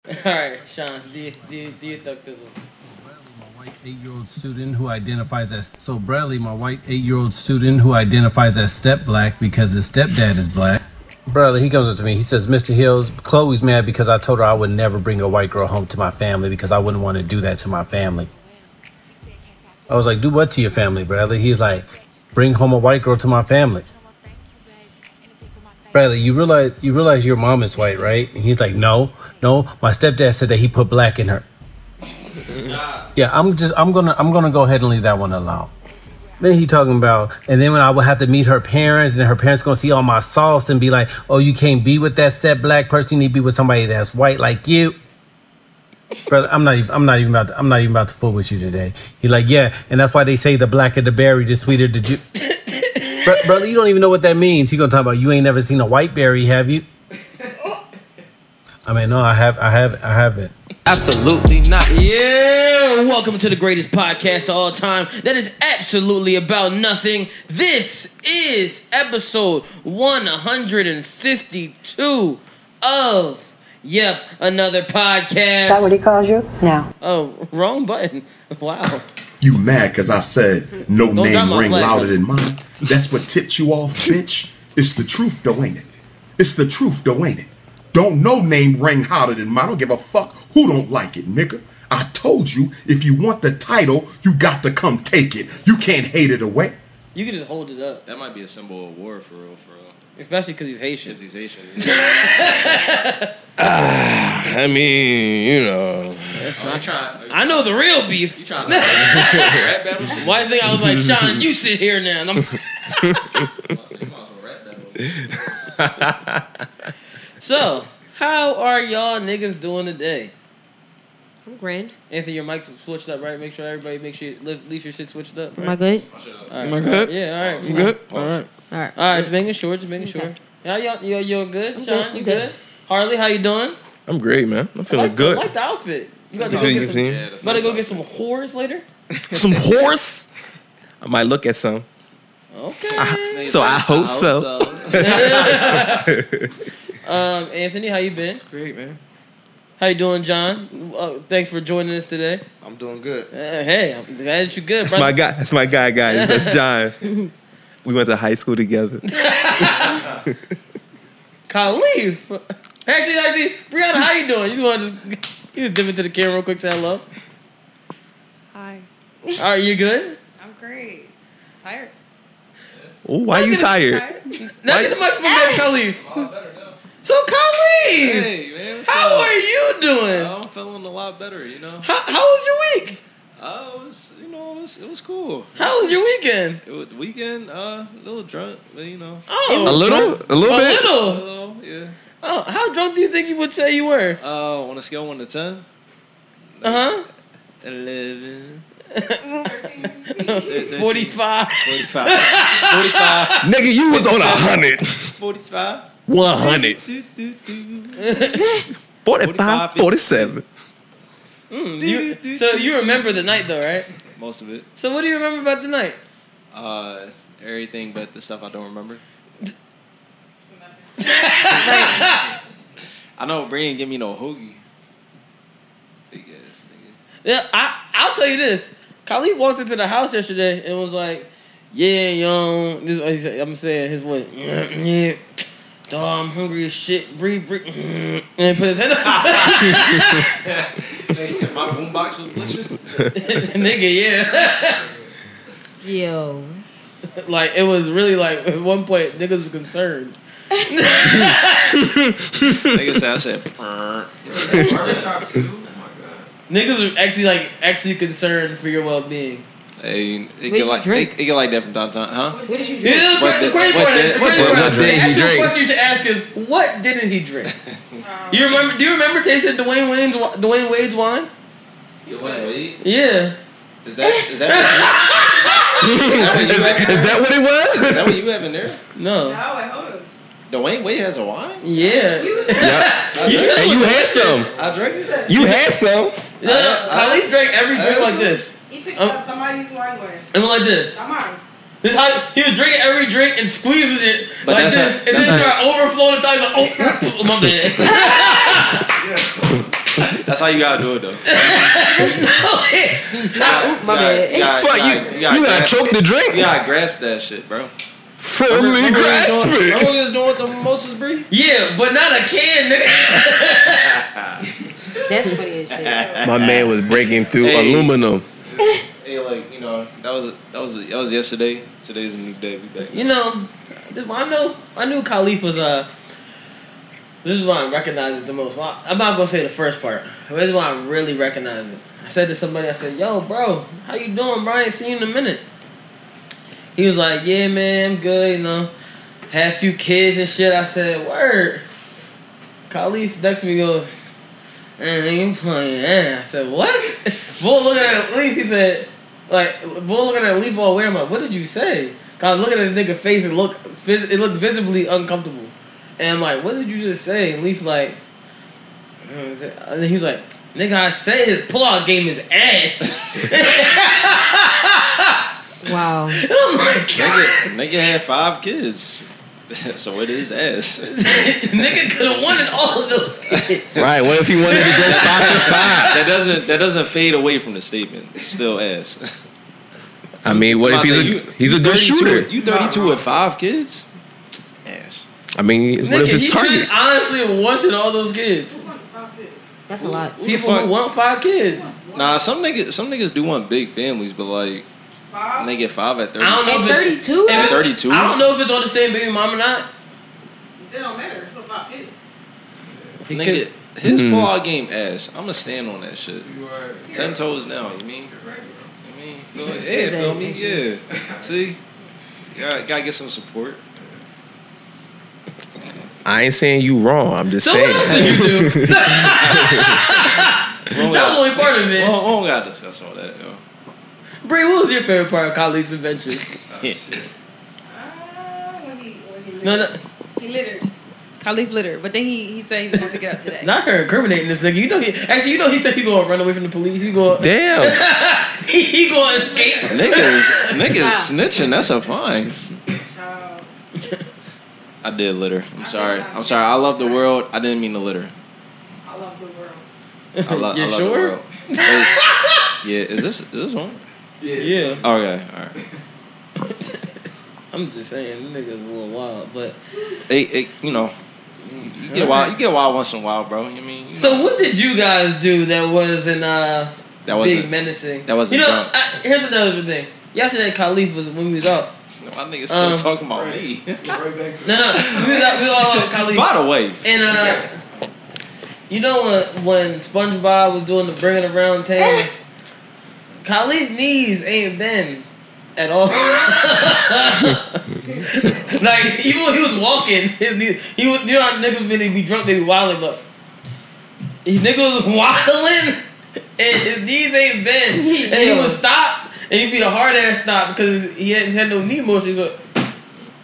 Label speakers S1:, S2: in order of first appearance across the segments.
S1: All right, Sean, do you, do you, do you think this one?
S2: My white eight-year-old student who identifies as so Bradley, my white eight-year-old student who identifies as step black because his stepdad is black. Bradley, he comes up to me. He says, "Mr. Hills, Chloe's mad because I told her I would never bring a white girl home to my family because I wouldn't want to do that to my family." I was like, "Do what to your family, Bradley?" He's like, "Bring home a white girl to my family." Bradley, you realize you realize your mom is white, right? And he's like, "No, no, my stepdad said that he put black in her." Yeah, I'm just I'm gonna I'm gonna go ahead and leave that one alone. Then he talking about, and then when I would have to meet her parents, and then her parents gonna see all my sauce and be like, "Oh, you can't be with that step black person. You need to be with somebody that's white like you." Brother, I'm not even I'm not even about to, I'm not even about to fool with you today. He like, yeah, and that's why they say the blacker the berry, the sweeter the juice. Bro, brother, you don't even know what that means. He gonna talk about you ain't never seen a white berry, have you? I mean, no, I have, I have, I haven't.
S3: Absolutely not.
S1: Yeah, welcome to the greatest podcast of all time. That is absolutely about nothing. This is episode 152 of Yep, another podcast.
S4: Is that what he calls you? No.
S1: oh, wrong button. Wow.
S5: You mad because I said no
S1: Don't drop
S5: name
S1: my
S5: ring
S1: flag,
S5: louder
S1: brother.
S5: than mine? That's what tipped you off, bitch. It's the truth, though, ain't it? It's the truth, though, ain't it? Don't no name ring hotter than mine. I don't give a fuck who don't like it, nigga. I told you, if you want the title, you got to come take it. You can't hate it away.
S1: You can just hold it up,
S6: That might be a symbol of war for real, for real.
S1: especially because he's Haitian.
S6: Because he's Haitian.
S7: I mean, you know,
S6: I'm trying.
S1: I know the real beef.
S6: You trying to rap battle shit?
S1: Why thing I was like, Sean, you sit here now. And I'm,
S6: You might as well rap battle.
S1: so, how are y'all niggas doing today?
S8: I'm grand.
S1: Anthony, your mic's switched up, right? Make sure everybody make sure you leave, leave your shit switched up.
S8: Am I
S1: Right?
S8: good?
S7: am I good?
S1: Yeah, all right.
S7: I'm good. All right.
S8: All right.
S1: All right, just making sure, just making sure.
S8: Okay.
S1: Yeah, y'all, y'all, y'all good?
S8: I'm
S1: Sean,
S8: good, I'm
S1: you good.
S8: good.
S1: Harley, how you doing?
S7: I'm great, man. I'm
S1: I
S7: feeling
S1: like the-
S7: good.
S1: I like the outfit. You gotta
S7: You
S1: go
S7: feel- you
S1: get some,
S7: feel-
S6: Yeah, that's
S1: about to go
S6: nice.
S1: get some whores later?
S7: Some horse. I might look at some.
S1: Okay.
S7: So I hope so. Ah.
S1: um, Anthony, how you been?
S7: Great, man.
S1: How you doing, John? Uh, thanks for joining us today.
S7: I'm doing good.
S1: Uh, hey, I'm glad that you good,
S7: That's
S1: brother.
S7: my guy. That's my guy, guys. That's John. We went to high school together.
S1: Khalif. Actually, actually, Brianna, how you doing? You want to just you just dip into the camera real quick, say hello.
S9: Hi.
S1: All right, you good?
S9: I'm great. Tired.
S7: Oh, why you tired?
S1: Now
S7: Why-
S1: get the mic from Matt Khalif. So Khalif,
S6: Hey, man. What's
S1: how
S6: up?
S1: are you doing?
S6: I'm feeling a lot better, you know?
S1: How, how was your week?
S6: Uh, it was, you know, it was, it was cool.
S1: How was your weekend?
S6: It was weekend, uh, a little drunk, but you know.
S1: Oh,
S7: A little, a little
S1: a
S7: bit.
S6: A
S1: little.
S6: little, yeah.
S1: Oh, how drunk do you think you would say you were?
S6: Uh, on a scale of 1 to 10,
S1: Uh
S6: 11,
S1: huh. Forty-five.
S6: 45,
S7: Nigga, you was on a hundred.
S6: 45,
S7: One hundred.
S6: do, do, do. 45.
S7: Forty-five. Forty-seven.
S1: Mm, you- so you remember the night though, right?
S6: Most of it.
S1: So what do you remember about the night?
S6: Uh, everything but the stuff I don't remember. I know Brian didn't give me no hoagie. Big ass nigga.
S1: Yeah, I I'll tell you this. Khalid walked into the house yesterday and was like, "Yeah, young." This is what he said. I'm saying his voice. Yeah, dog, I'm hungry as shit. Breathe, breathe. And he put his head up.
S6: Hey, my boombox was glitching.
S1: Nigga, yeah.
S8: Yo.
S1: like it was really like at one point niggas was concerned.
S6: Nigga said, I said, "Prrr." Barbershop too? Oh
S1: Niggas were actually like actually concerned for your well being.
S6: my God. Hey, it
S8: you
S6: get like
S8: drink?
S6: It, it get like that from time to time, huh?
S8: What did you
S1: You know,
S6: What
S1: the
S6: did-
S1: crazy
S6: what
S1: part is
S6: did-
S1: the
S6: what
S1: crazy
S6: did-
S1: part.
S7: what did
S1: The
S7: he
S1: actual
S7: drink?
S1: question you should ask is, what didn't he drink? you remember? Do you remember tasting Dwayne Wade's wi- Dwayne Wade's wine?
S6: Wait,
S1: Yeah.
S6: is that is that what you, is, that what you
S7: Is, is
S6: have,
S7: that what it
S6: is
S7: was?
S6: that what you have in there?
S1: No.
S9: How it holds.
S6: Dwayne Wade has a wine.
S1: Yeah. You said
S7: And
S1: it
S7: you
S1: was
S7: had
S1: delicious.
S7: some.
S6: I drank it.
S7: You had some.
S1: No, no. Khalid drank every drink like this.
S9: He picked
S1: Um,
S9: up somebody's wine glass.
S1: And like this.
S9: Come on.
S1: This how he was drinking every drink and squeezing it
S6: But
S1: like
S6: that's
S1: this,
S6: not-
S1: and then
S6: that's
S1: start overflowing. The thought, like, oh, my bad.
S6: That's how you gotta do it though.
S8: Ah, oop, my bad.
S7: Fuck you! You gotta, choke the drink.
S6: You gotta grasp that shit, bro.
S7: Firmly
S6: Remember what
S7: grasp
S6: we was doing- Remember
S7: it.
S6: we was doing with the mimosas, Bree?
S1: Yeah, but not a can, nigga.
S8: That's funny as shit.
S7: My man was breaking through
S6: Hey.
S7: aluminum.
S6: Hey, like you know, that was that was that was yesterday. Today's a new day. We back.
S1: You know, this, I know I knew Khalif was uh. This is why I recognize it the most. Well, I'm not gonna say the first part. but This is why I really recognize it. I said to somebody, I said, "Yo, bro, how you doing, bro? I ain't seen you in a minute." He was like, "Yeah, man, I'm good. You know, had a few kids and shit." I said, "Word." Khalif next to me goes, "Man, nigga, you playing?" eh." I said, "What?" Bull looking at Leaf, he said, "Like Bull looking at Leaf all weird." I'm like, "What did you say?" Cause I'm looking at the nigga face and look, vis- it looked visibly uncomfortable, and I'm like, "What did you just say?" And Leaf like, "Mm, is it-" and then he's like, "Nigga, I said his pull-out game is ass."
S8: Wow.
S1: and I'm like, God.
S6: Nigga, nigga had five kids, so it is ass.
S1: nigga could have won in all of those kids.
S7: Right. What if he wanted to go five to five?
S6: That doesn't that doesn't fade away from the statement. It's still ass.
S7: I mean, what if
S6: I'm
S7: he's a
S6: saying, you-
S7: he's a good
S6: 32
S7: shooter?
S6: You 32 with five kids? Ass.
S7: I mean, what
S1: Nigga,
S7: if
S1: he
S7: it's
S1: could
S7: target?
S1: honestly have wanted all those kids.
S9: Who wants five kids?
S8: That's a lot.
S1: People
S6: fuck?
S1: who want five kids.
S6: Nah, some niggas some niggas do want big families, but like
S9: Five?
S6: and they get five at
S1: I
S6: 30.
S1: don't know
S8: At
S1: if it-
S8: 32?
S1: if it-
S6: 32?
S1: I don't know if it's on the same baby mom or not.
S9: They don't matter. So five kids.
S6: Nigga, his pull-out game ass. I'ma stand on that shit. Ten toes down. You mean? You mean? Go ahead,
S8: His
S6: feel
S8: ass
S6: me?
S8: ain't
S6: Yeah. See, gotta, gotta get some support.
S7: I ain't saying you wrong. I'm just
S1: So what else
S7: saying.
S1: did you do?
S6: We don't
S1: That was
S6: gotta-
S1: only part of
S6: we
S1: it.
S6: don't, we don't gotta discuss all that, yo.
S1: Bree, what was your favorite part of Khalid's adventures?
S9: Ah, when he when he littered.
S1: No, no,
S9: He littered. Khalif littered, but then he he said he was gonna pick it up today.
S1: not her incriminating this nigga. You know he actually, you know he said he gonna run away from the police. He gonna
S7: Damn.
S1: he, he gonna escape.
S6: Niggas, niggas snitching. That's a fine.
S9: Child.
S6: I did litter. I'm sorry. I'm sorry. I love the world. I didn't mean to litter.
S9: I love the world.
S6: I, lo-
S1: You
S6: I love the
S1: sure?
S6: world. Is- yeah. Is this is this one?
S1: Yeah,
S6: Okay. All right.
S1: I'm just saying, the nigga's a little wild. But
S6: It, it, you know, you get wild. You get wild once in a while, bro. You mean, you
S1: so
S6: know,
S1: what did you guys do that wasn't uh
S6: That wasn't-
S1: big menacing?
S6: that wasn't
S1: You know,
S6: drunk.
S1: I, here's another thing. Yesterday, Khalif was when we was out.
S6: my niggas still
S1: Um, Oh,
S6: talking about me.
S1: No, no, we was out. We all out with Khalif.
S6: By the way,
S1: And uh, you know when when SpongeBob was doing the bringing around table, Khalif knees ain't been at all. like even when he was walking, his knees, he was you know how niggas when they be drunk they be wilding, but his niggas was wilding and his knees ain't bent, and he would stop and he'd be a hard ass stop because he had, had no knee motion. So,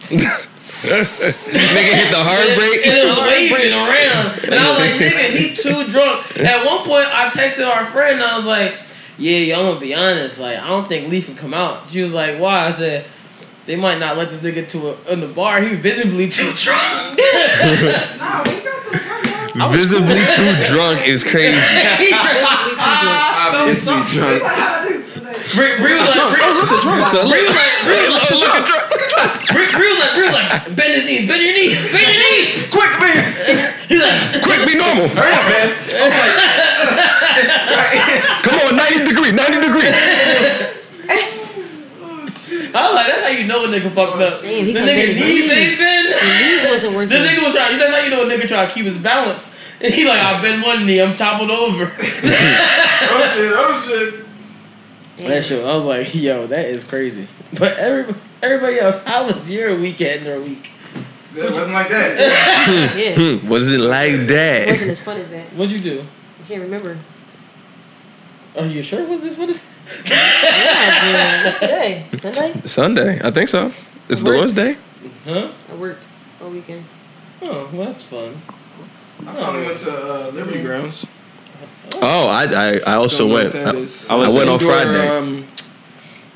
S7: Nigga hit the
S1: and
S7: heartbreak.
S1: it was waving around. And I was like, nigga, he too drunk. At one point, I texted our friend and I was like, yeah, yo, I'm gonna be honest. Like, I don't think Leaf can come out. She was like, why? I said, they might not let this nigga to a, in the bar. He visibly too drunk.
S9: Nah, we got to the world.
S7: Visibly too drunk is crazy.
S8: That's way too good.
S7: Obviously drunk.
S1: Bree Bree was like, Bree
S7: Look at drunk. So
S1: Bree was
S7: look-
S1: like, Bree was
S7: so
S1: like,
S7: look at drunk.
S1: Bree Bree was like, Bree was like, bend his knees, bend your knees, bend your knees.
S7: Quick, man.
S1: He's like,
S7: Quick, be normal. Hurry up, man. Come on, 90 degree, 90 degree.
S1: I was like, that's how you know a nigga fucked up.
S8: Damn, he
S1: the
S8: could've bent
S1: nigga
S8: his
S1: knees ain't
S8: knees.
S1: been.
S8: Knees wasn't
S1: The
S8: working.
S1: nigga was trying. That's how you know a nigga trying to keep his balance. And he like, I bend one knee, I'm toppled over.
S3: Oh,
S1: That shit, I was like, yo, that is crazy. But everybody, everybody else, how was your weekend or week?
S3: It wasn't like that.
S8: Yeah. It
S7: Was it like that?
S8: wasn't as fun as that.
S1: What'd you do?
S8: I can't remember.
S1: Are you sure was this what this?
S8: Yeah, I did. What's today? Sunday?
S7: Sunday, I think so.
S8: Works.
S7: It's Lord's Day.
S1: Huh?
S8: I worked all weekend.
S1: Oh, well, that's fun.
S3: I finally went to uh, Liberty Grounds.
S7: Oh, I I, I also
S3: Don't know
S7: went.
S3: what that
S7: I,
S3: is.
S7: I
S3: It's an
S7: went
S3: indoor,
S7: on Friday.
S3: Um,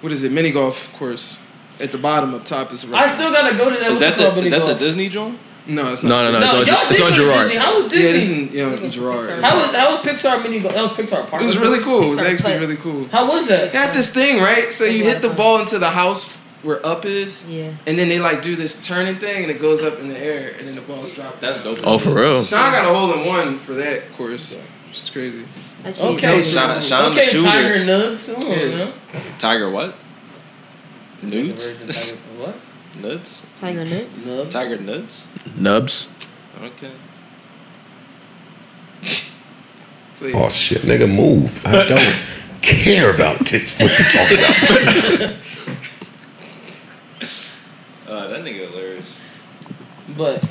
S3: what is it? Mini golf course. At the bottom, up top is a
S1: I
S3: restaurant.
S1: still gotta go to that.
S6: is
S1: what's
S6: that
S1: it called,
S6: the is
S1: Benny
S6: that the
S1: Golf?
S6: Disney joint?
S3: No, it's not.
S7: No, no, no.
S1: No,
S7: it's,
S1: y'all
S7: on, it's on
S1: Disney.
S7: Gerard.
S1: How was
S3: Yeah, this
S1: Disney?
S3: is yeah, Gerard.
S1: how was how was Pixar mini? That was Pixar Park.
S3: It was really cool. It was
S8: Pixar
S3: actually
S8: play.
S3: really cool.
S1: How was
S3: It's
S1: that?
S3: got this thing, right? So you hit the ball into the house where up is,
S8: Yeah.
S3: and then they like do this turning thing, and it goes up in the air, and then the ball's dropped.
S6: That's dope.
S7: Oh, for real?
S3: Sean got a hole in one for that course, which is crazy.
S8: That's
S1: Okay,
S8: you.
S6: Sean- Sean the
S1: okay,
S6: shooter.
S1: Tiger Nugs. Come on,
S3: Yeah.
S1: man.
S6: Tiger what? Nudes?
S1: Virgin Tiger- What?
S6: Nuts?
S8: Tiger Nuts.
S1: Nugs?
S6: Tiger nuts?
S7: Nubs.
S6: Okay.
S3: Please.
S10: Oh shit, nigga, move. I don't care about this. What you talking about?
S6: Uh, that nigga hilarious.
S1: But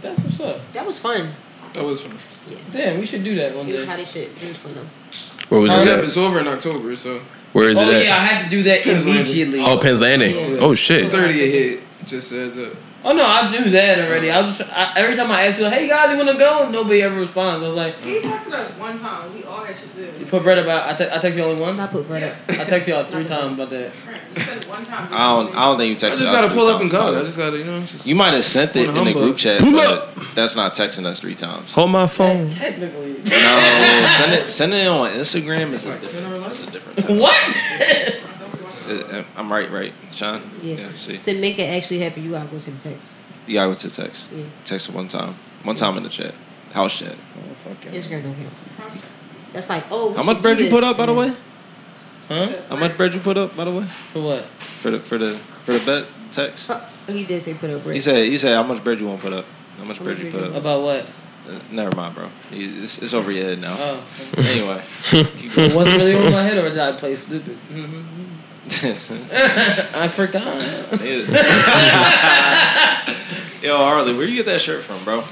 S1: that's what's up.
S8: That was fun.
S3: That was fun.
S1: Damn, we should do that one
S8: It
S1: day.
S8: was hot as shit. It was fun though.
S7: Where was
S3: Hurry
S7: it
S3: up,
S7: at?
S3: it's over in October, so
S7: Where is
S1: Oh
S7: it
S1: yeah, I
S7: at?
S1: had to do that
S3: Depends on it.
S1: immediately.
S7: Oh, Penn's Landing.
S8: Yeah.
S7: Oh, shit.
S3: 30 it hit. Just adds up.
S1: Oh no, I knew that already. I was just, I, every time I ask people, "Hey guys, you want to go?" Nobody ever responds. I was like,
S9: He texted us one time. We all had shit to do.
S1: "You put bread about." I, te- I text you only once.
S8: I put bread up.
S1: I text y'all three times about that.
S9: You said one time.
S6: I don't. I don't think you texted.
S3: I just
S6: us
S3: gotta
S6: three
S3: pull up
S6: times
S3: and go.
S6: about
S3: I
S6: it.
S3: just gotta, you know. Just,
S6: You might have sent it
S3: Wanna
S6: in the
S3: humbug.
S6: group chat.
S7: Pull
S6: but
S7: up.
S6: That's not texting us three times.
S7: Hold my phone.
S1: Technically,
S6: No, send it. Send it on Instagram. It's a
S3: Like 10 or 11?
S6: different. It's a different. Type.
S1: what?
S6: Uh, I'm right, right, Sean.
S8: Yeah.
S6: see,
S8: To make it actually happen, you gotta go send text.
S6: you gotta go to text.
S8: Yeah.
S6: Text one time. One time in the chat. House chat.
S8: Instagram don't count. That's like, oh. we
S6: How much
S8: should
S6: bread
S8: do
S6: you put
S8: this.
S6: up, by the way?
S1: Huh?
S6: How much bread you put up, by the way?
S1: For what?
S6: For the for the for the bet text.
S8: Huh, He did say put up Uh, bread.
S6: You said you said how much bread you want to put up. How much bread you put up?
S1: About what?
S6: Uh, Never mind, bro. You- It's, it's over your head now.
S1: Oh,
S6: Anyway, keep
S1: it
S6: going.
S1: wasn't really over my head, or did I play stupid? I forgot.
S6: Yo, Harley, where you get that shirt from, bro?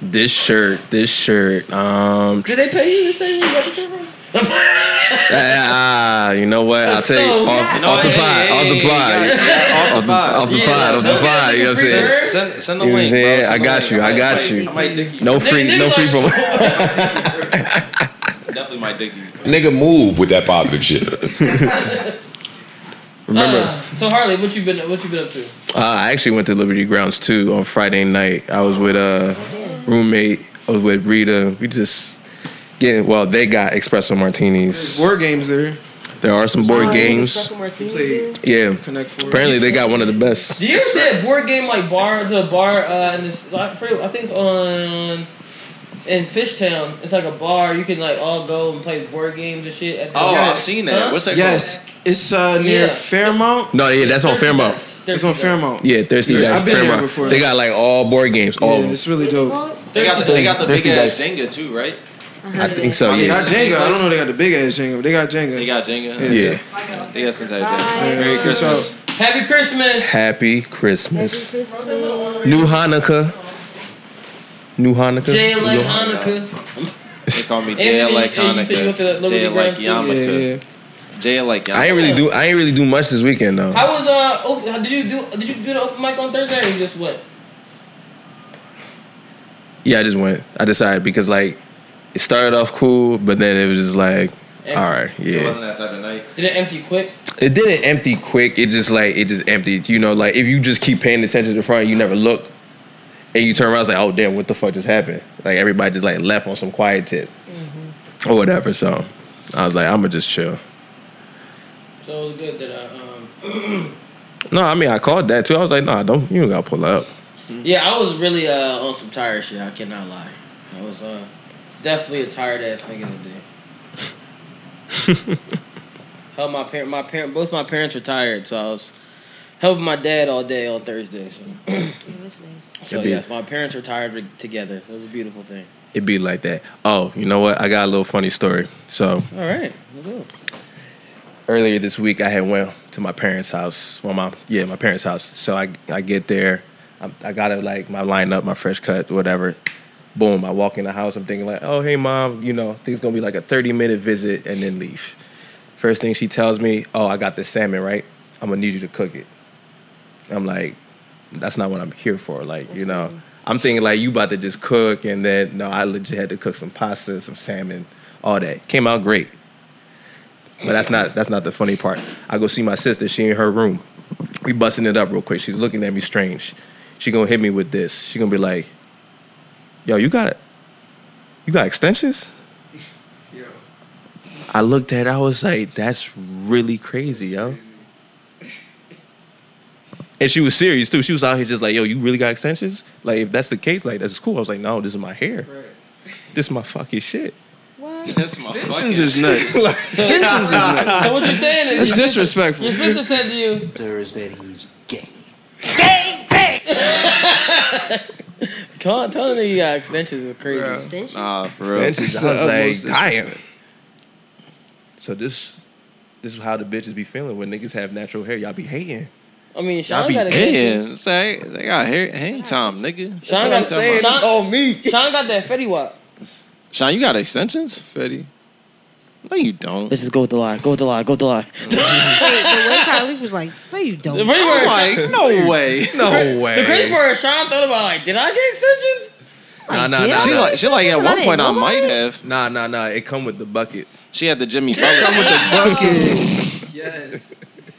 S7: This shirt, this shirt. Um,
S1: Did they pay you the same you got the shirt from?
S7: ah, you know what? I'll tell
S1: So-
S7: you, off,
S6: No,
S7: off the
S6: hey,
S7: pod, off the
S6: hey,
S7: pod,
S6: yeah,
S7: off the off the
S1: Yeah,
S7: pod, off the
S1: so-
S7: pod. You know what I'm saying?
S1: Sure.
S6: Send, send the
S7: You know what
S6: link,
S7: I'm
S6: bro.
S7: saying?
S6: Send
S7: I
S6: the
S7: got
S6: link.
S7: you.
S6: I
S7: I
S6: might-
S7: got you.
S6: I might dick you.
S7: No free,
S1: nigga,
S7: no free
S1: like- uh.
S7: promo.
S6: Definitely might dick you.
S10: nigga, move with that positive shit.
S7: Remember,
S1: Uh, so Harley, what you been what you been up to?
S7: Uh, I actually went to Liberty Grounds too on Friday night. I was with a roommate. I was with Rita. We just getting well. They got espresso martinis.
S3: There's war games there.
S7: There are some
S8: Oh,
S7: board
S8: you
S7: games.
S8: Espresso martinis
S3: Play-
S8: too?
S7: Yeah.
S3: Connect four.
S7: Apparently they got one of the best.
S1: Do you ever see that board game like bar to a bar? Uh, and it's I forget- I think it's on in Fishtown. It's like a bar. You can like all go and play board games and shit. At the
S6: Oh,
S3: Yes.
S6: I seen that.
S1: Huh?
S6: What's that
S3: Yes, it's uh, near
S1: Yeah.
S3: Fairmount.
S7: No, yeah, that's on Fairmount.
S3: It's on Fairmount.
S7: Yeah, Thirsty
S3: Yeah,
S7: Dice.
S3: I've been there
S7: Fairmount.
S3: before.
S7: They got like all board games, all
S3: Yeah,
S7: of them.
S3: it's really
S8: What's it
S3: dope.
S8: called?
S6: They got the, they got the big
S7: Thirsty
S6: ass Jenga too, right?
S7: I think so.
S3: They
S7: Yeah.
S3: got Jenga. I don't know they got the big ass Jenga, but they got Jenga.
S6: They got Jenga.
S7: Yeah.
S6: They got some type of
S8: Bye.
S6: Jenga. Merry Christmas.
S1: Happy Christmas.
S7: Happy
S8: Happy
S7: Christmas.
S8: Christmas.
S7: New Hanukkah. New Hanukkah.
S1: Jay like
S7: New-
S1: Hanukkah.
S6: They call me
S1: Anthony,
S6: Jay like
S1: you said you went to that
S6: Hanukkah.
S1: Liberty
S6: Jay like
S1: Grams too?
S3: yeah,
S6: Yamaka.
S3: yeah.
S6: Jay like Yamaka.
S7: I ain't really do. I ain't really do much this weekend though.
S1: How was uh? Open, how, did you do? Did you do the open mic on Thursday or you just what?
S7: Yeah, I just went. I decided because like it started off cool, but then it was just like,
S1: Empty.
S7: all
S6: It
S7: right, yeah.
S6: wasn't that type of night.
S1: Did it empty quick?
S7: It didn't empty quick. It just like it just emptied. You know, like if you just keep paying attention to the front, you never look, and you turn around, it's like, oh damn, what the fuck just happened? Like everybody just like left on some quiet tip
S1: Mm-hmm.
S7: or whatever. So I was like, I'm gonna just chill.
S1: So it was good that I um.
S7: No, I mean I called that too. I was like, nah, don't you don't gotta pull up.
S1: Yeah, I was really uh on some tired shit. I cannot lie. I was uh definitely a tired ass nigga today. Help my parent. My parent. Both my parents were tired, so I was helping my dad all day on Thursday. So,
S8: Yeah, that's nice.
S1: so
S7: It'd be-
S1: yes, my parents were tired re- together. It was a beautiful thing.
S7: It'd be like that. Oh, you know what? I got a little funny story. So
S1: All right, let's go.
S7: earlier this week I had went to my parents' house. Well, my yeah, my parents' house. So I I get there, I, I gotta like my lineup, my fresh cut, whatever. Boom! I walk in the house. I'm thinking like, oh hey mom, you know, I think it's gonna be like a 30 minute visit and then leave. First thing she tells me, oh I got this salmon right. I'm gonna need you to cook it. I'm like, that's not what I'm here for. Like you know, I'm thinking like you about to just cook and then no, I legit had to cook some pasta, some salmon, all that. Came out great. But that's not that's not the funny part. I go see my sister. She in her room. We busting it up real quick. She's looking at me strange. she gonna hit me with this. She gonna be like, "Yo, you got you got extensions?" I looked at, it, I was like, "That's really crazy, yo." And she was serious too. She was out here just like, "Yo, you really got extensions?" Like, if that's the case, like that's cool. I was like, "No, this is my hair. This is my fucking shit."
S6: Extensions
S11: is nuts. Extensions is nuts.
S1: So what you're saying is
S11: That's disrespectful.
S1: Your sister said to you,
S11: There is that he's gay.
S1: "Stay back." Can't tell them you got extensions is crazy.
S7: Extensions? Nah, for real.
S1: Extensions, I was
S7: Extensions,
S1: like,
S7: I was like, dying. So this, this is how the bitches be feeling when niggas have natural hair. Y'all be hating.
S1: I mean,
S7: Y'all
S1: Sean
S7: be
S1: got extensions.
S7: hating. Say they got hair, hang time, nigga.
S1: Sean got Sean,
S7: on me.
S1: Sean got that Fetty Wap.
S6: Sean, you got extensions, Fetty? No, you don't.
S1: Let's just go with the lie. Go with the lie. Go with the lie.
S8: Wait, the way Kylie was like, no, you don't.
S1: The very worst.
S8: I'm like,
S6: no way.
S1: The cra-
S7: No way.
S1: The crazy part is Sean thought about like, did I get extensions?
S7: Nah, nah,
S1: did
S7: nah.
S1: I
S7: She
S1: get
S7: like, she like at
S1: extensions?
S7: one
S1: didn't
S7: point I
S1: know
S7: might
S1: about it.
S7: have. Nah, nah, nah. It come with the bucket.
S6: She had the Jimmy Butler.
S7: Come with the
S6: bucket.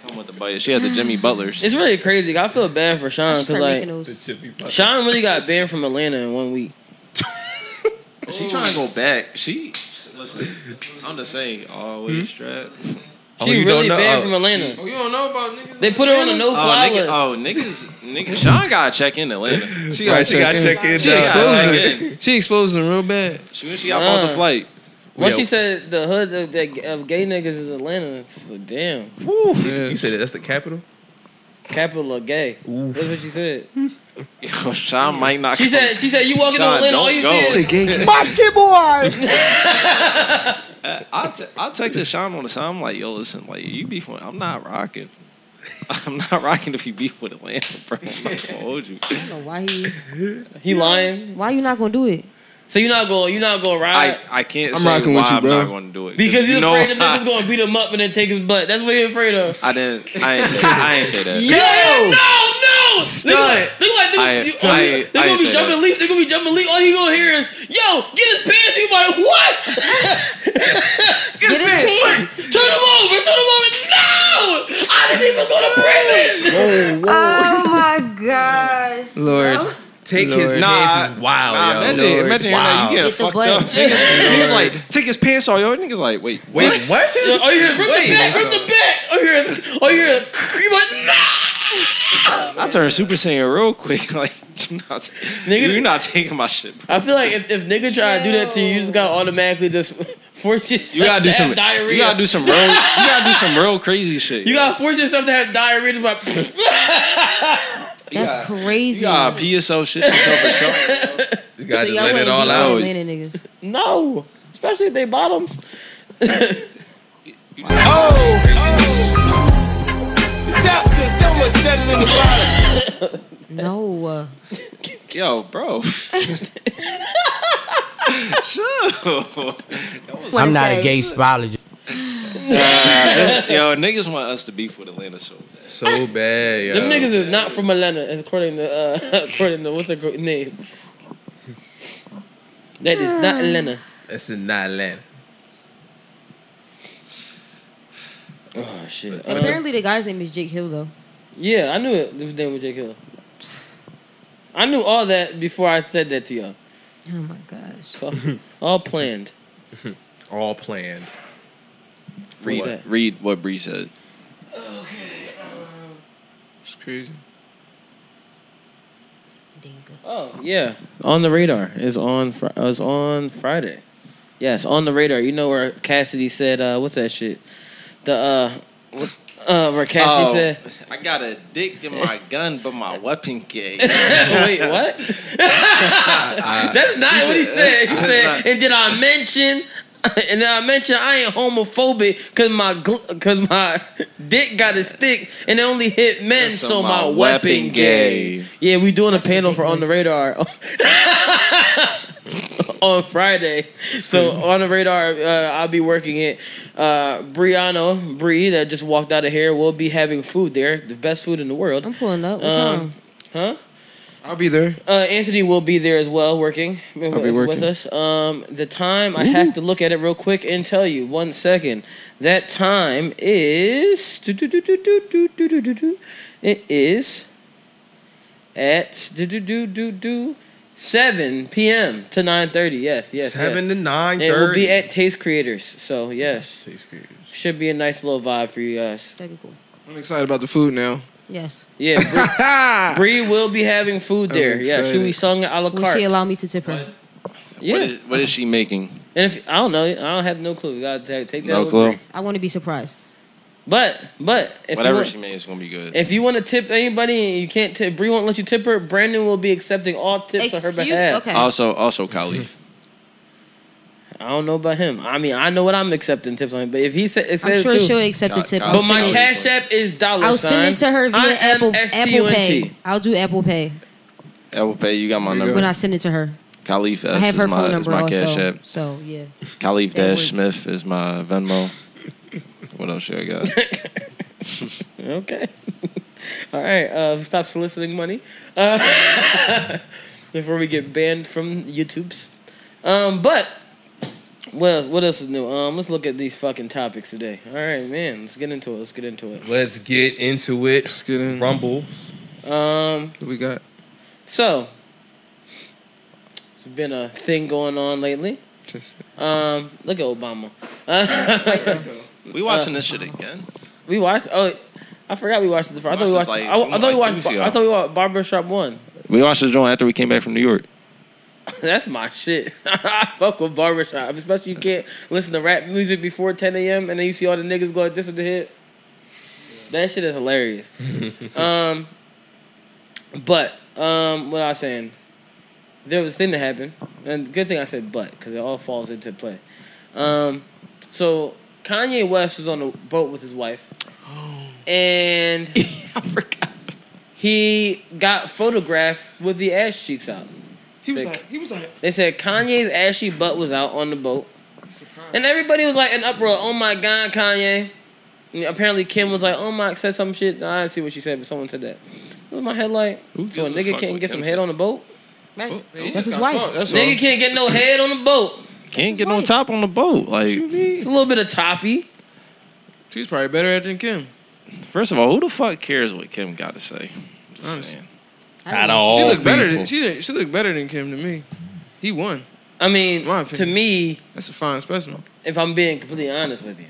S6: Come with the bucket. She had the Jimmy Butlers.
S1: It's really crazy. I feel bad for Sean
S8: I should
S1: because
S8: start
S1: like
S8: making those.
S1: Sean really got banned from Atlanta in one week.
S6: She trying to go back. She listen. I'm just saying, always strapped.
S7: Oh,
S1: She really banned from Atlanta.
S3: Oh, you don't know about niggas?
S1: They put her on a
S3: Atlanta?
S1: no fly
S6: oh, nigga,
S1: list.
S6: oh, niggas, niggas. Sean gotta check in Atlanta.
S11: She gotta check in. She
S6: gotta
S11: exposed
S6: check
S11: him. She exposed him real bad.
S6: She when she got off the
S1: Nah.
S6: flight.
S1: Once
S6: Yeah.
S1: she said the hood of, that, of gay niggas is Atlanta, it's like, damn.
S7: Woo. You said that, that's the capital.
S1: Capital of gay. That's what she said.
S6: Yo, Sean might not.
S1: She
S6: come.
S1: said she said you walking
S6: Sean,
S1: on Atlanta, all
S6: don't
S1: you
S6: go.
S1: see is
S6: Monkey
S1: boy.
S6: Uh, I te- I texted Sean on the side. I'm like, yo, listen, like you beef with. I'm not rocking. I'm not rocking if you beef with Atlanta, bro. I'm not gonna hold you.
S8: I don't know why he.
S1: He lying.
S8: Why you not gonna do it?
S1: So you're not going. You're not going to ride.
S6: I, I can't
S1: I'm
S6: say
S1: rocking
S6: why
S1: with you,
S6: I'm
S1: bro.
S6: not going to do it
S1: because he's
S6: you know
S1: afraid the
S6: I-
S1: niggas going to beat him up and then take his butt. That's what he's afraid of.
S6: I didn't. I ain't say. I ain't say that.
S1: Yeah, no, no.
S6: Stunt.
S1: They're gonna- they're like,
S6: I-
S1: they're, gonna-
S6: I- I-
S1: they're
S6: I
S1: gonna be
S6: said
S1: jumping
S6: that.
S1: leap. They're gonna be jumping leap. All you gonna hear is, "Yo, get his pants." You like what? get
S8: his pants.
S1: Turn him over. Turn him over. No, I didn't even go to prison.
S8: Oh my gosh.
S11: Lord.
S7: Take his
S11: Lord.
S7: pants is wild,
S6: Nah,
S7: yo.
S6: imagine,
S11: Lord.
S6: imagine hearing that. You
S8: Wow.
S6: get,
S8: Get the
S6: fucked
S8: butt.
S6: up. Niggas, niggas like take his pants off. Yo, niggas like wait,
S7: Wait, what?
S1: All oh, you hear is, "Rip the back. Rip the back." All you hear, is- all you hear, is, you like no.
S6: I turn Super Saiyan real quick. Like, you're not,
S1: Nigga-
S6: you're not taking my shit. Bro.
S1: I feel like if, if nigga try to do that to you, you just gotta automatically just force yourself
S6: You gotta do
S1: to
S6: some.
S1: have diarrhea.
S6: You gotta do some real. You gotta do some real crazy shit.
S1: You gotta force yourself to have diarrhea. Just like,
S8: That's
S6: got-
S8: crazy.
S6: You gotta pee yourself, shit yourself, or something.
S7: You gotta
S8: so
S7: just
S8: y'all
S7: let
S8: ain't
S7: it all
S8: beef with
S7: out.
S8: Atlanta niggas.
S1: no, especially if they bottoms. Oh!
S8: No. uh,
S6: Yo, bro. Sure.
S8: what it say.
S12: spologist.
S6: Yo, niggas want us to beef with Atlanta so bad.
S7: So bad, yo.
S1: Them niggas is not from Atlanta, as according to uh, according to what's their gr- name. That is not Atlanta.
S7: That's in not Atlanta.
S1: Oh shit. Uh,
S8: And apparently the guy's name is Jake Hill though.
S1: yeah, I knew it. His name was Jake Hill. I knew all that before I said that to y'all.
S8: Oh my gosh.
S1: So, all planned.
S7: All planned.
S1: Read
S6: Read,
S1: that.
S6: read what Bree said.
S11: It's crazy.
S8: Dinka.
S1: Oh yeah, on the radar is on. Fri- uh, is on Friday. Yes, on the radar. You know where Cassidy said, uh, "What's that shit?" The uh, what, uh, where Cassidy
S6: Oh,
S1: said,
S6: I got a dick in my gun, but my weapon gay.
S1: "Wait, what?" That's not what he said. He said, "And did I mention?" And then I mentioned I ain't homophobic because my gl- cause my dick got a stick and it only hit men, so, my, uh, weapon, gay. Yeah, we doing a panel for on the radar on Friday. So on the radar, uh, I'll be working it. Uh, Brianna Bree that just walked out of here will be having food there, the best food in the world.
S8: I'm pulling up. What
S1: Um,
S8: time?
S1: Huh?
S11: I'll be there.
S1: Uh, Anthony will be there as well, working with,
S11: be
S1: with
S11: working.
S1: us. Um, the time I have to look at it real quick and tell you. One second. That time is. It is at do do do do do. 7 p.m. to 9:30. Yes, yes.
S7: 7
S1: yes.
S7: to 9:30.
S1: It will be at Taste Creators. So yes,
S7: Taste Creators
S1: should be a nice little vibe for you guys.
S8: That'd be cool.
S11: I'm excited about the food now.
S8: Yes.
S1: Yeah, Bree Bree will be having food
S6: I'm
S1: there. Yeah, she'll be
S6: excited.
S1: sung a la
S8: Will
S1: carte.
S8: she allow me to tip her?
S1: yeah.
S6: What is, what is she making?
S1: and if I don't know, I don't have no clue. You gotta ta- take that.
S6: No
S1: with
S6: clue.
S1: Bree.
S8: I want to be surprised.
S1: But but if you
S6: Whatever
S1: want-
S6: she makes, it's gonna be good.
S1: If you want to tip anybody and you can't tip, Bree won't let you tip her. Brandon will be accepting all tips on her
S8: Excuse-
S1: behalf.
S8: okay.
S6: Also, also Khalif.
S1: I don't know about him. I mean, I know what I'm accepting tips on, but if he said, it
S8: I'm
S1: says
S8: sure
S1: too.
S8: she'll accept the tip. I'll
S1: But my
S8: send it-
S1: cash app is dollar.
S8: I'll send it to
S1: sign.
S8: her via
S1: I am
S8: Apple, Apple
S1: S-T-U-N-T.
S8: Pay. I'll do Apple Pay
S6: I will pay. You got my
S8: when I
S6: number.
S8: send it to her.
S6: Khalif
S8: I
S6: S
S8: have
S6: is
S8: her
S6: my
S8: phone
S6: is
S8: number
S6: my cash
S8: also.
S6: app. Oh,
S8: So yeah.
S6: Khalif
S8: That works.
S6: Dash Smith is my Venmo. what else should I got?
S1: Okay. All right. Uh, stop soliciting money. Uh, before we get banned from YouTube's. Um, but well, what else is new? Um, let's look at these fucking topics today. All right, man. Let's get into it. Let's get into it.
S7: Let's get into it. Let's
S11: get in.
S7: Rumble.
S1: Um,
S11: What we got?
S1: so it's been a thing going on lately.
S11: Just
S1: Um, look at Obama.
S6: We watching this shit again.
S1: we watched. Oh, I forgot we watched the. I thought we
S6: Watched
S1: watched.
S6: this, like,
S1: I, I thought we
S6: like, two
S1: watched.
S6: weeks ago.
S1: I thought we watched Barbershop One.
S6: We watched the joint after we came back from New York.
S1: That's my shit. I fuck with barbershop. Especially you can't listen to rap music before 10 a.m. and then you see all the niggas go like this with the head. That shit is hilarious. um, but um, what I was saying, there was a thing that happened, and good thing I said but because it all falls into play. Um, so Kanye West was on a boat with his wife, and he got photographed with the ass cheeks out.
S3: He was
S1: Sick.
S3: like, he was like,
S1: They said Kanye's ashy butt was out on the boat. And everybody was like in uproar, oh my god, Kanye. And apparently Kim was like, oh my said some shit. I didn't see what she said, but someone said that. Was my head like, so a
S6: gives a
S1: nigga
S6: fuck
S1: can't
S6: what
S1: get
S6: Kim
S1: some
S6: said?
S1: head on the boat?
S8: Right.
S3: he
S8: That's
S3: just
S8: his
S3: got
S8: wife.
S3: fucked, That's all.
S1: nigga can't get no head on the boat.
S6: Can't get no top on the boat. Like,
S1: It's a little bit of toppy.
S11: She's probably better at it than Kim.
S6: first of all, who the fuck cares what Kim got to say? Just
S11: Honestly.
S6: saying.
S7: At
S11: She
S7: all.
S11: looked better. Than,
S7: people.
S11: she did, she looked better than Kim to me. He won.
S1: I mean,
S11: My
S1: to
S11: opinion.
S1: me,
S11: That's a fine specimen.
S1: if I'm being completely honest with you.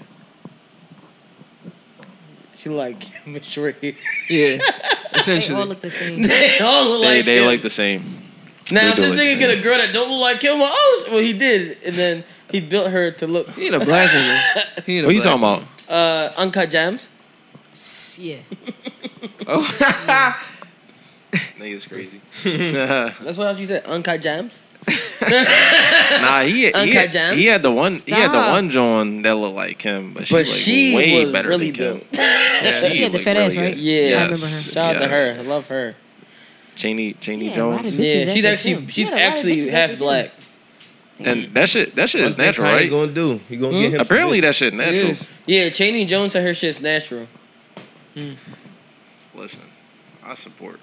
S1: She like Kim with short hair.
S11: Yeah,
S8: They all
S11: essentially.
S8: look the same.
S1: They all look
S6: They,
S1: like
S6: they
S1: Kim.
S6: like the same.
S1: Now, if
S6: They
S1: this
S6: do look
S1: nigga
S6: the
S1: get a girl that don't look like him, well, oh, sh- well, he did, and then he built her to look
S11: he ain't a black woman. He ain't a
S6: What are you
S11: black
S6: talking about?
S1: uh, uncut gems.
S8: S- Yeah.
S6: Niggas crazy. nah,
S1: That's what you said, uncut gems.
S6: he, he,
S1: Uncut
S6: had,
S1: Gems?
S6: he had the one he had the
S8: Stop.
S6: one John that looked like Kim, but she,
S1: But
S6: like
S1: she
S6: way
S1: was
S6: better
S1: really
S6: than Kim.
S1: built.
S6: Yeah,
S8: She had the
S6: looked
S8: fat ass,
S6: really
S8: right?
S6: good.
S1: Yeah,
S8: I remember her.
S1: Shout out to
S6: Yes.
S1: her. I love her.
S6: Cheney Cheney
S8: Yeah, a lot of bitches
S6: Jones,
S1: Yeah,
S8: that
S1: she's
S8: good
S1: actually
S8: too.
S1: she's
S8: Yeah, a lot of
S1: actually
S8: bitches
S1: half
S8: that good
S1: black.
S6: and that shit that shit
S7: One
S6: is
S7: thing
S6: natural,
S7: Kanye
S6: right?
S7: gonna do? He
S1: Hmm?
S7: gonna get him. some
S6: Apparently, that
S7: bitches.
S6: shit
S11: He
S6: natural.
S11: is.
S1: Yeah, Cheney Jones said her shit's natural.
S6: Listen, I support.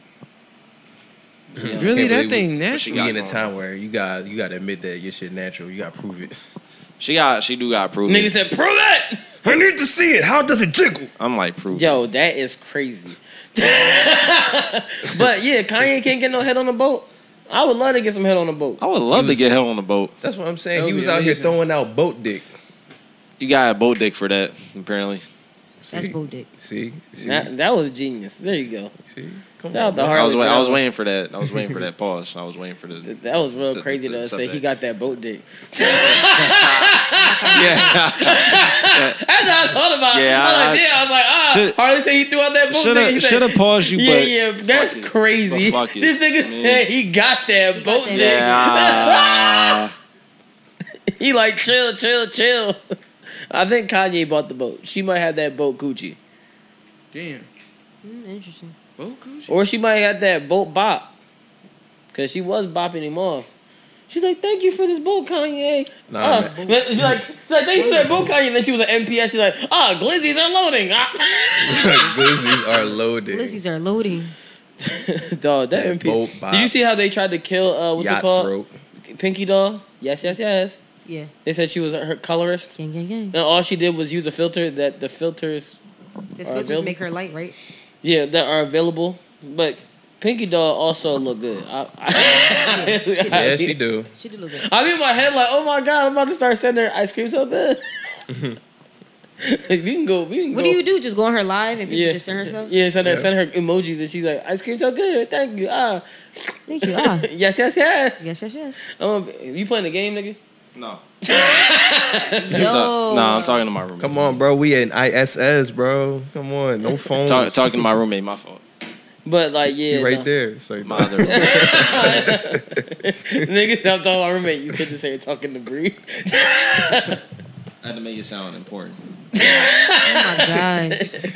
S11: Really,
S7: Can't
S11: that
S7: believe
S11: thing
S7: we-
S11: natural.
S7: We in a
S6: going
S7: time where you got you got to admit that your shit natural. You got to prove it.
S6: She got she do got proof.
S1: Nigga said, prove it.
S7: I need to see it. How does it jiggle?
S6: I'm like proof.
S1: Yo, that is crazy. but yeah, Kanye can't get no head on the boat. I would love to get some head on the boat.
S6: I would love to get him on the boat.
S7: That's what I'm
S11: That
S7: saying. He
S11: would
S7: was
S11: be
S7: out here
S11: amazing.
S7: throwing out boat dick.
S6: You got a boat dick for that, apparently.
S8: That's bull dick.
S7: See, see,
S1: That, that was genius. There you go.
S7: see. Come
S1: Shout out
S7: on.
S1: to
S7: man.
S1: Harley.
S6: I was wait,
S1: for
S6: I
S1: that
S6: was
S1: one.
S6: waiting for that. I was waiting for that pause. I was waiting for the
S1: That was real
S6: To-
S1: crazy
S6: to-
S1: to,
S6: to
S1: say he
S6: something.
S1: got that boat dick.
S6: yeah.
S1: That's what I thought about.
S6: Yeah,
S1: I was like,
S6: I-
S1: yeah, I was like, ah,
S6: Should-
S1: Harley said he threw out that boat dick. He
S6: Shoulda
S1: said,
S6: shoulda paused you,
S1: yeah,
S6: but
S1: yeah, that's
S6: fuck it.
S1: crazy.
S6: But fuck it.
S1: This nigga
S6: Man.
S1: said he got that
S8: got
S1: boat
S8: that
S1: dick.
S6: yeah.
S1: He like chill, chill, chill. I think Kanye bought the boat. She might have that boat Gucci,
S11: Damn.
S8: Mm, interesting.
S11: Bo Coochie.
S1: or she might have that boat bop, cause she was bopping him off. She's like, thank you for this boat, Kanye.
S7: Nah,
S1: Uh,
S7: man.
S1: she's like, she's like, thank you for that boat, Kanye. And then she was an MPS. She's like, ah, glizzies are loading. Ah.
S7: Glizzies are loaded.
S8: Lizzie's are loading.
S1: Dog, that,
S7: That
S1: MP.
S7: boat
S1: Did you
S7: bop.
S1: see how they tried to kill uh what's it
S7: Yacht
S1: called?
S7: throat.
S1: Pinky doll? Yes, yes, yes.
S8: Yeah.
S1: They said she was her colorist.
S8: Gang, gang, gang.
S1: And all she did was use a filter that the filters
S8: The
S1: Or a bill-
S8: filters make her light, right?
S1: yeah, that are available. But Pinky Dog also look good. I, I,
S7: yeah, she do.
S8: She do look good.
S1: I'm in my head like, oh my god, I'm about to start sending her ice cream so good. we can go. We can
S8: What
S1: go.
S8: do you do? Just go on her live and people
S1: Yeah.
S8: just send her stuff?
S1: Yeah, send her
S8: Yeah.
S1: send her emojis, and she's like, "Ice cream so good, thank you." Ah,
S8: thank you. Ah,
S1: yes, yes, yes,
S8: yes, yes, yes.
S1: I'm a, you playing the game, nigga?
S6: No.
S7: I'm ta-
S6: nah, I'm talking to my roommate.
S7: Come on, bro. We in ISS, bro. Come on, no phone.
S6: Talk, talking to my roommate, my fault.
S1: But like, yeah,
S7: right
S1: no.
S7: there. It's like
S6: my other
S1: niggas. I'm talking to my roommate. You could just say you're talking to Bree.
S6: I had to make it sound important.
S8: Oh my gosh.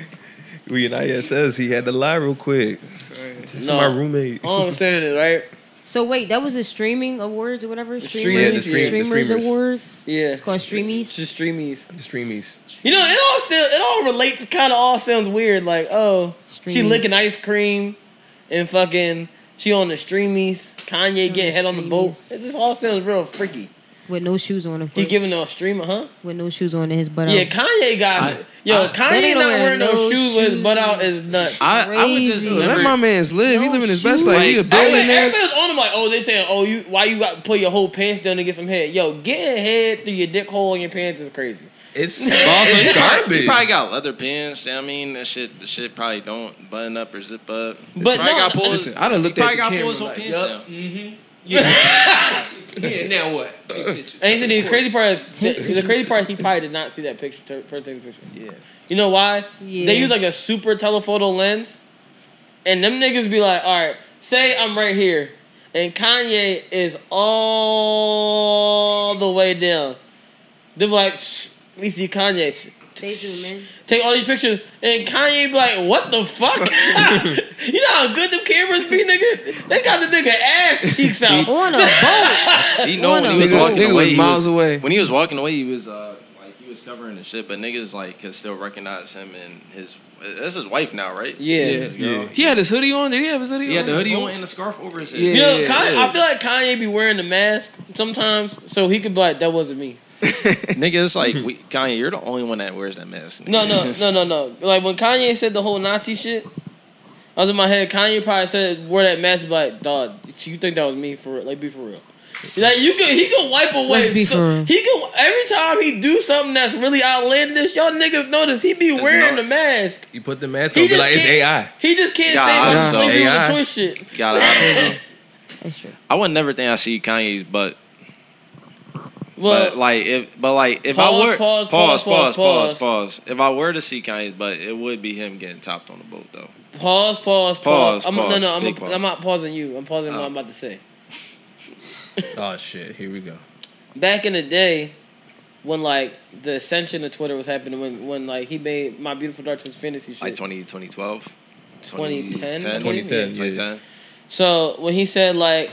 S7: We in ISS. He had to lie real quick. Oh. That's my roommate.
S1: All I'm saying is right.
S8: So wait, that was the streaming awards or whatever.
S1: streamers,
S8: Streamers,
S1: yeah, the stream- the
S8: streamers
S1: streamers.
S8: awards.
S1: Yeah,
S8: it's called streamies.
S1: Just streamies.
S7: The streamies.
S1: You know, it all still it all relates. Kind of all sounds weird. Like, oh, she
S8: Streamies.
S1: licking ice cream, and fucking she on the streamies. Kanye getting head on the boat. It just all sounds real freaky.
S8: With no shoes on, of
S1: He
S8: course.
S1: giving a streamer, huh?
S8: With no shoes on in his butt.
S1: yeah,
S8: out.
S1: Kanye got yo.
S8: I- That
S1: Kanye not
S8: nigga don't wear
S1: wearing no,
S8: no
S1: shoes with his butt out is nuts.
S6: I, I would just
S8: Crazy.
S6: never-
S11: Let my man's live. he living his best
S6: shoot.
S11: life. He a
S6: Like, I would-
S11: billionaire.
S1: Everybody's on him like, oh, they saying, oh, you why you got to put your whole pants down to get some head? Yo, getting head through your dick hole in your pants is crazy.
S7: It's
S6: But also, you
S7: it's
S6: probably,
S7: garbage.
S6: you probably got leather pins. I mean, that shit, the shit probably don't button up or zip up.
S1: But
S6: Probably
S1: no,
S6: got pulled-
S11: Listen, I done
S6: he
S11: looked at
S6: probably
S11: the
S6: got pulled
S11: camera
S6: his whole
S11: like,
S6: pins
S11: yup.
S6: down.
S11: Yeah, now what? Take pictures.
S1: And he said the crazy part is the, the crazy part he probably did not see that picture. Ter- per- take the picture.
S11: Yeah.
S1: You know why?
S8: Yeah.
S1: They use like a super telephoto lens, and them niggas be like, all right, say I'm right here, and Kanye is all the way down. They be like, "Shh, we see Kanye. Shh,
S8: They zoom in.
S1: Take all these pictures, and Kanye be like, what the fuck? you know how good them cameras be, nigga? They got the nigga ass cheeks out.
S8: On a boat.
S6: He know when
S8: Wanna
S6: he was
S8: know.
S6: walking
S11: Nigga
S6: away.
S11: was
S6: he
S11: miles away.
S6: When he was walking away, he was uh, like he was covering the shit, but niggas like could still recognize him and his. That's his wife now, right?
S1: Yeah.
S11: Yeah.
S6: His girl.
S11: He had his hoodie on. Did he have his hoodie on?
S6: He had the hoodie on and the scarf over his head.
S11: Yeah.
S1: You know, Kanye,
S11: yeah.
S1: I feel like Kanye be wearing the mask sometimes, so he could be like, "That wasn't me."
S6: Nigga, it's like we, Kanye, you're the only one that wears that mask. nigga.
S1: No, no, no, no, no. Like when Kanye said the whole Nazi shit, I was in my head. Kanye probably said, "Wear that mask," be like, "Dog, you think that was me for real? Like, be for real." Like you could, he could wipe away.
S8: Let's be
S1: so-
S8: for real.
S1: He could every time he do something that's really outlandish. Y'all niggas notice he be wearing
S6: not-
S1: the mask.
S7: You put the mask
S1: He
S7: on, be
S1: just
S7: like it's
S1: can't-
S7: AI.
S1: He just can't
S6: Yeah,
S1: say
S6: I
S1: like
S6: know.
S1: slavery was
S7: AI.
S1: a choice shit.
S6: God, I don't know.
S8: That's true.
S6: I would never think I see Kanye's butt.
S1: Well,
S6: but like if but like if
S1: Pause,
S6: I were
S1: pause, pause,
S6: pause pause,
S1: pause,
S6: pause, pause. if I were to see Kanye, but it would be him getting topped on the boat though.
S1: pause, pause, pause.
S6: Pause,
S1: I'm, no,
S6: pause,
S1: no, I'm,
S6: big pause.
S1: I'm not pausing you. I'm pausing what I'm about to say.
S7: Oh shit, here we go.
S1: back in the day when like the ascension of Twitter was happening when when like he made my beautiful dark twisted fantasy shit.
S6: Like 20, 2012,
S1: 2010,
S7: 2010, yeah.
S6: 2010.
S1: so when he said like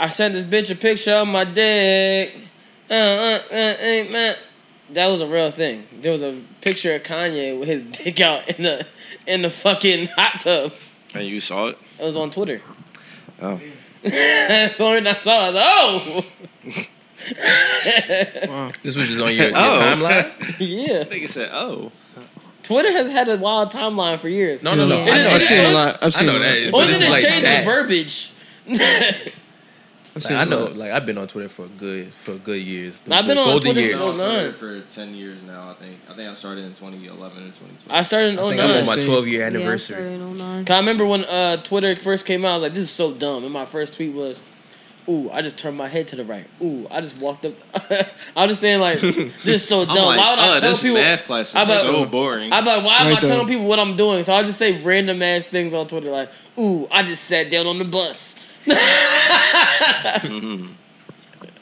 S1: I sent this bitch a picture of my dick. Uh uh uh ain't man. That was a real thing. There was a picture of Kanye with his dick out in the in the fucking hot tub.
S6: And you saw it?
S1: It was on Twitter.
S6: Oh.
S1: That's the only reason I saw it. I was like,
S7: This was just on your, your
S6: Oh.
S7: timeline.
S1: oh yeah.
S6: Nigga said, "Oh,
S1: Twitter has had a wild timeline for years.
S7: No, no, no.
S8: Yeah.
S7: I know
S11: I've
S7: that.
S11: seen a lot. I've
S7: I
S11: seen a
S7: know
S11: lot.
S7: that. So
S1: Only
S7: this
S1: thing
S7: is
S1: they
S7: like
S1: changed
S7: that.
S1: the verbiage.
S11: I've
S7: Like,
S11: seen
S7: I
S11: a
S7: know,
S11: lot.
S7: like I've been on Twitter for a good for a good years. The
S1: I've been
S7: good-
S1: on
S7: golden
S1: Twitter
S7: years.
S1: since-
S6: I've
S1: nine.
S6: been for ten years now. I think. I think I started in twenty eleven or twenty
S1: I
S6: twelve.
S1: started in
S7: I
S1: 09.
S7: think I'm on my
S11: Same.
S7: 12 year
S8: Yeah, I
S7: anniversary.
S8: started in 09.
S1: 'Cause I remember when uh, Twitter first came out, I was like, this is so dumb. And my first tweet was, ooh, I just turned my head to the right. Ooh, I just walked up. I'm just saying, like, this is so dumb.
S6: I'm like,
S1: why would I
S6: oh,
S1: tell
S6: this
S1: people?
S6: math class is
S1: I bet-
S6: so boring.
S1: I'm like, why am
S11: Right
S1: I telling
S11: there.
S1: people what I'm doing? So I just say random ass things on Twitter, like, ooh, I just sat down on the bus.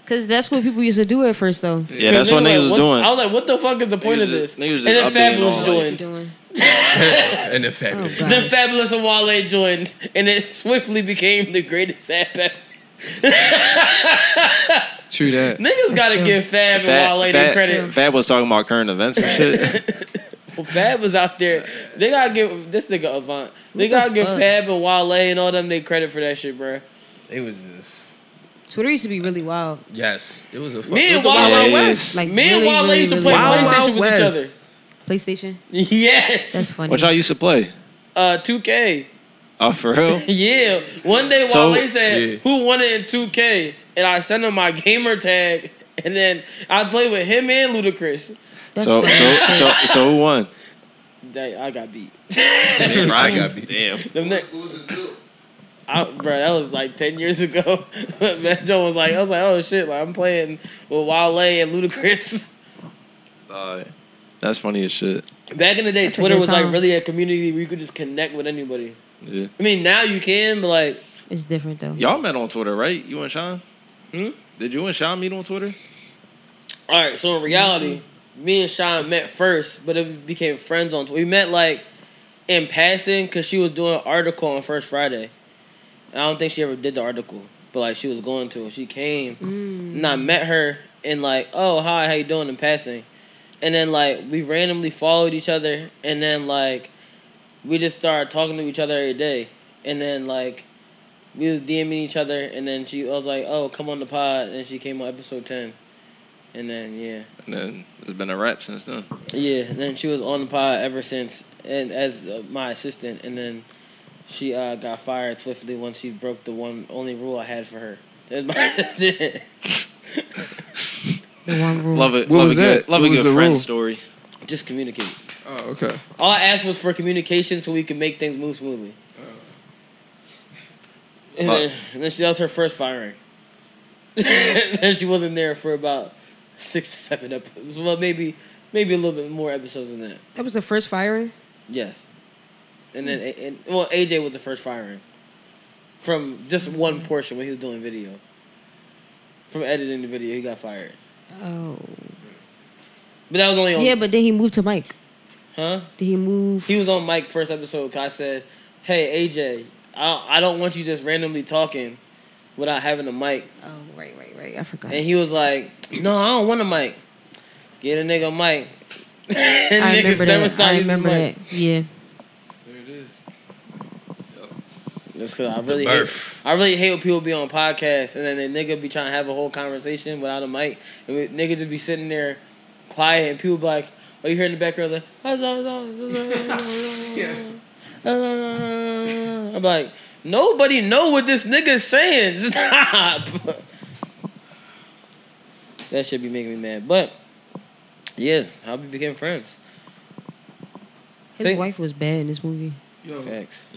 S8: Cause that's what people used to do at first, though.
S6: yeah, that's what
S1: And they
S6: niggas
S1: were
S6: was
S1: like,
S6: doing.
S1: I was like, what the fuck is the point
S6: Niggas
S1: of this?
S6: just- niggas just
S1: and then
S6: updating
S1: Fabulous
S6: all, like-
S8: Oh, What you
S1: joined.
S8: doing?
S7: and the fact
S8: Oh
S1: Then
S8: god.
S1: Fabulous and Wale joined, and it swiftly became the greatest app ever.
S11: True that.
S1: Niggas gotta give Fab and Wale their credit.
S6: Fab was talking about current events and shit.
S1: Well, Fab was out there. They gotta give this nigga Avant. They
S8: What the
S1: gotta give
S8: fuck?
S1: Fab and Wale and all them they credit for that shit, bro.
S7: it was just
S8: Twitter used to be really wild.
S7: yes, it was a fuck.
S1: Me and
S7: it was a
S1: Wild Wild
S7: wild west.
S8: Like
S1: Me and
S8: really,
S1: Wale
S8: really,
S1: used to
S8: really
S1: play
S8: wild.
S1: PlayStation
S7: Wild
S1: with
S7: West.
S1: each other.
S8: PlayStation.
S1: Yes.
S8: That's funny.
S6: What y'all used to play?
S1: uh, 2K.
S6: Oh, for real?
S1: yeah. One day
S6: So-
S1: Wale said,
S6: Yeah.
S1: "Who won it in 2K?" And I sent him my gamer tag, and then I played with him and Ludacris.
S6: so, so, so, so who won?
S1: Dang, I got beat.
S6: I got beat. Damn.
S1: Them ne- I, bro, that was like ten years ago. Matt Jones was like, I was like, oh shit, like I'm playing with Wale and Ludacris.
S6: Uh, that's funny as shit.
S1: Back in the day,
S6: That's a
S1: Twitter
S6: good
S1: was like
S6: song.
S1: really a community where you could just connect with anybody.
S6: Yeah.
S1: I mean, now you can, but like,
S8: It's different though.
S6: Y'all met on Twitter, right? You and Sean?
S1: Hmm?
S6: Did you and Sean meet on Twitter?
S1: all right. So in reality, me and Sean met first, but then we became friends on. Twitter. We met like in passing because she was doing an article on First Friday. And I don't think she ever did the article, but like she was going to, and she came, and I met her, and like, oh hi, how you doing? In passing, and then like we randomly followed each other, and then like we just started talking to each other every day, and then like we was DMing each other, and then she I was like, oh come on the pod, and she came on episode ten, and then yeah.
S6: And then it's been a wrap since then.
S11: Hmm.
S1: Yeah, and then she was on the pod ever since, and as uh, my assistant, and then she uh, got fired swiftly once she broke the one only rule I had for her. That's my assistant.
S8: The one rule.
S6: Love it.
S11: What
S6: love
S11: was
S6: a good,
S11: that?
S6: Love
S11: What
S6: a
S11: was
S6: good
S11: the
S6: friend
S11: rule?
S6: story.
S1: Just communicate.
S11: Oh, okay.
S1: All I asked was for communication so we could make things move smoothly. And then, and then she, that was her first firing. then she wasn't there for about six to seven episodes. Well, maybe maybe a little bit more episodes than that.
S8: That was the first firing.
S1: Yes. And
S8: Hmm.
S1: then, and, well, AJ was the first firing from just
S8: Hmm.
S1: one portion when he was doing video. From editing the video, he got fired.
S8: Oh.
S1: But that was only on,
S8: Yeah, but then he moved to Mike.
S1: huh?
S8: Did he move?
S1: He was on Mike first episode 'cause I said, hey, AJ, I, I don't want you just randomly talking without having a mic.
S8: Oh, right, right, right. I forgot.
S1: And he was like, no, I don't want a mic. Get a nigga a mic. And
S8: I
S1: niggas
S8: remember
S1: never
S8: that.
S1: stopped
S8: I
S1: using the
S8: remember
S1: mic.
S8: that. Yeah.
S1: That's because I really hate, I really hate when people be on podcasts and then the nigga be trying to have a whole conversation without a mic and we, nigga just be sitting there quiet and people be like, oh you hear in the background like, I'm like, nobody know what this nigga's saying. Stop. that should be making me mad, but yeah, how we became friends.
S8: His
S1: Think-
S8: wife was bad in this movie.
S1: Facts.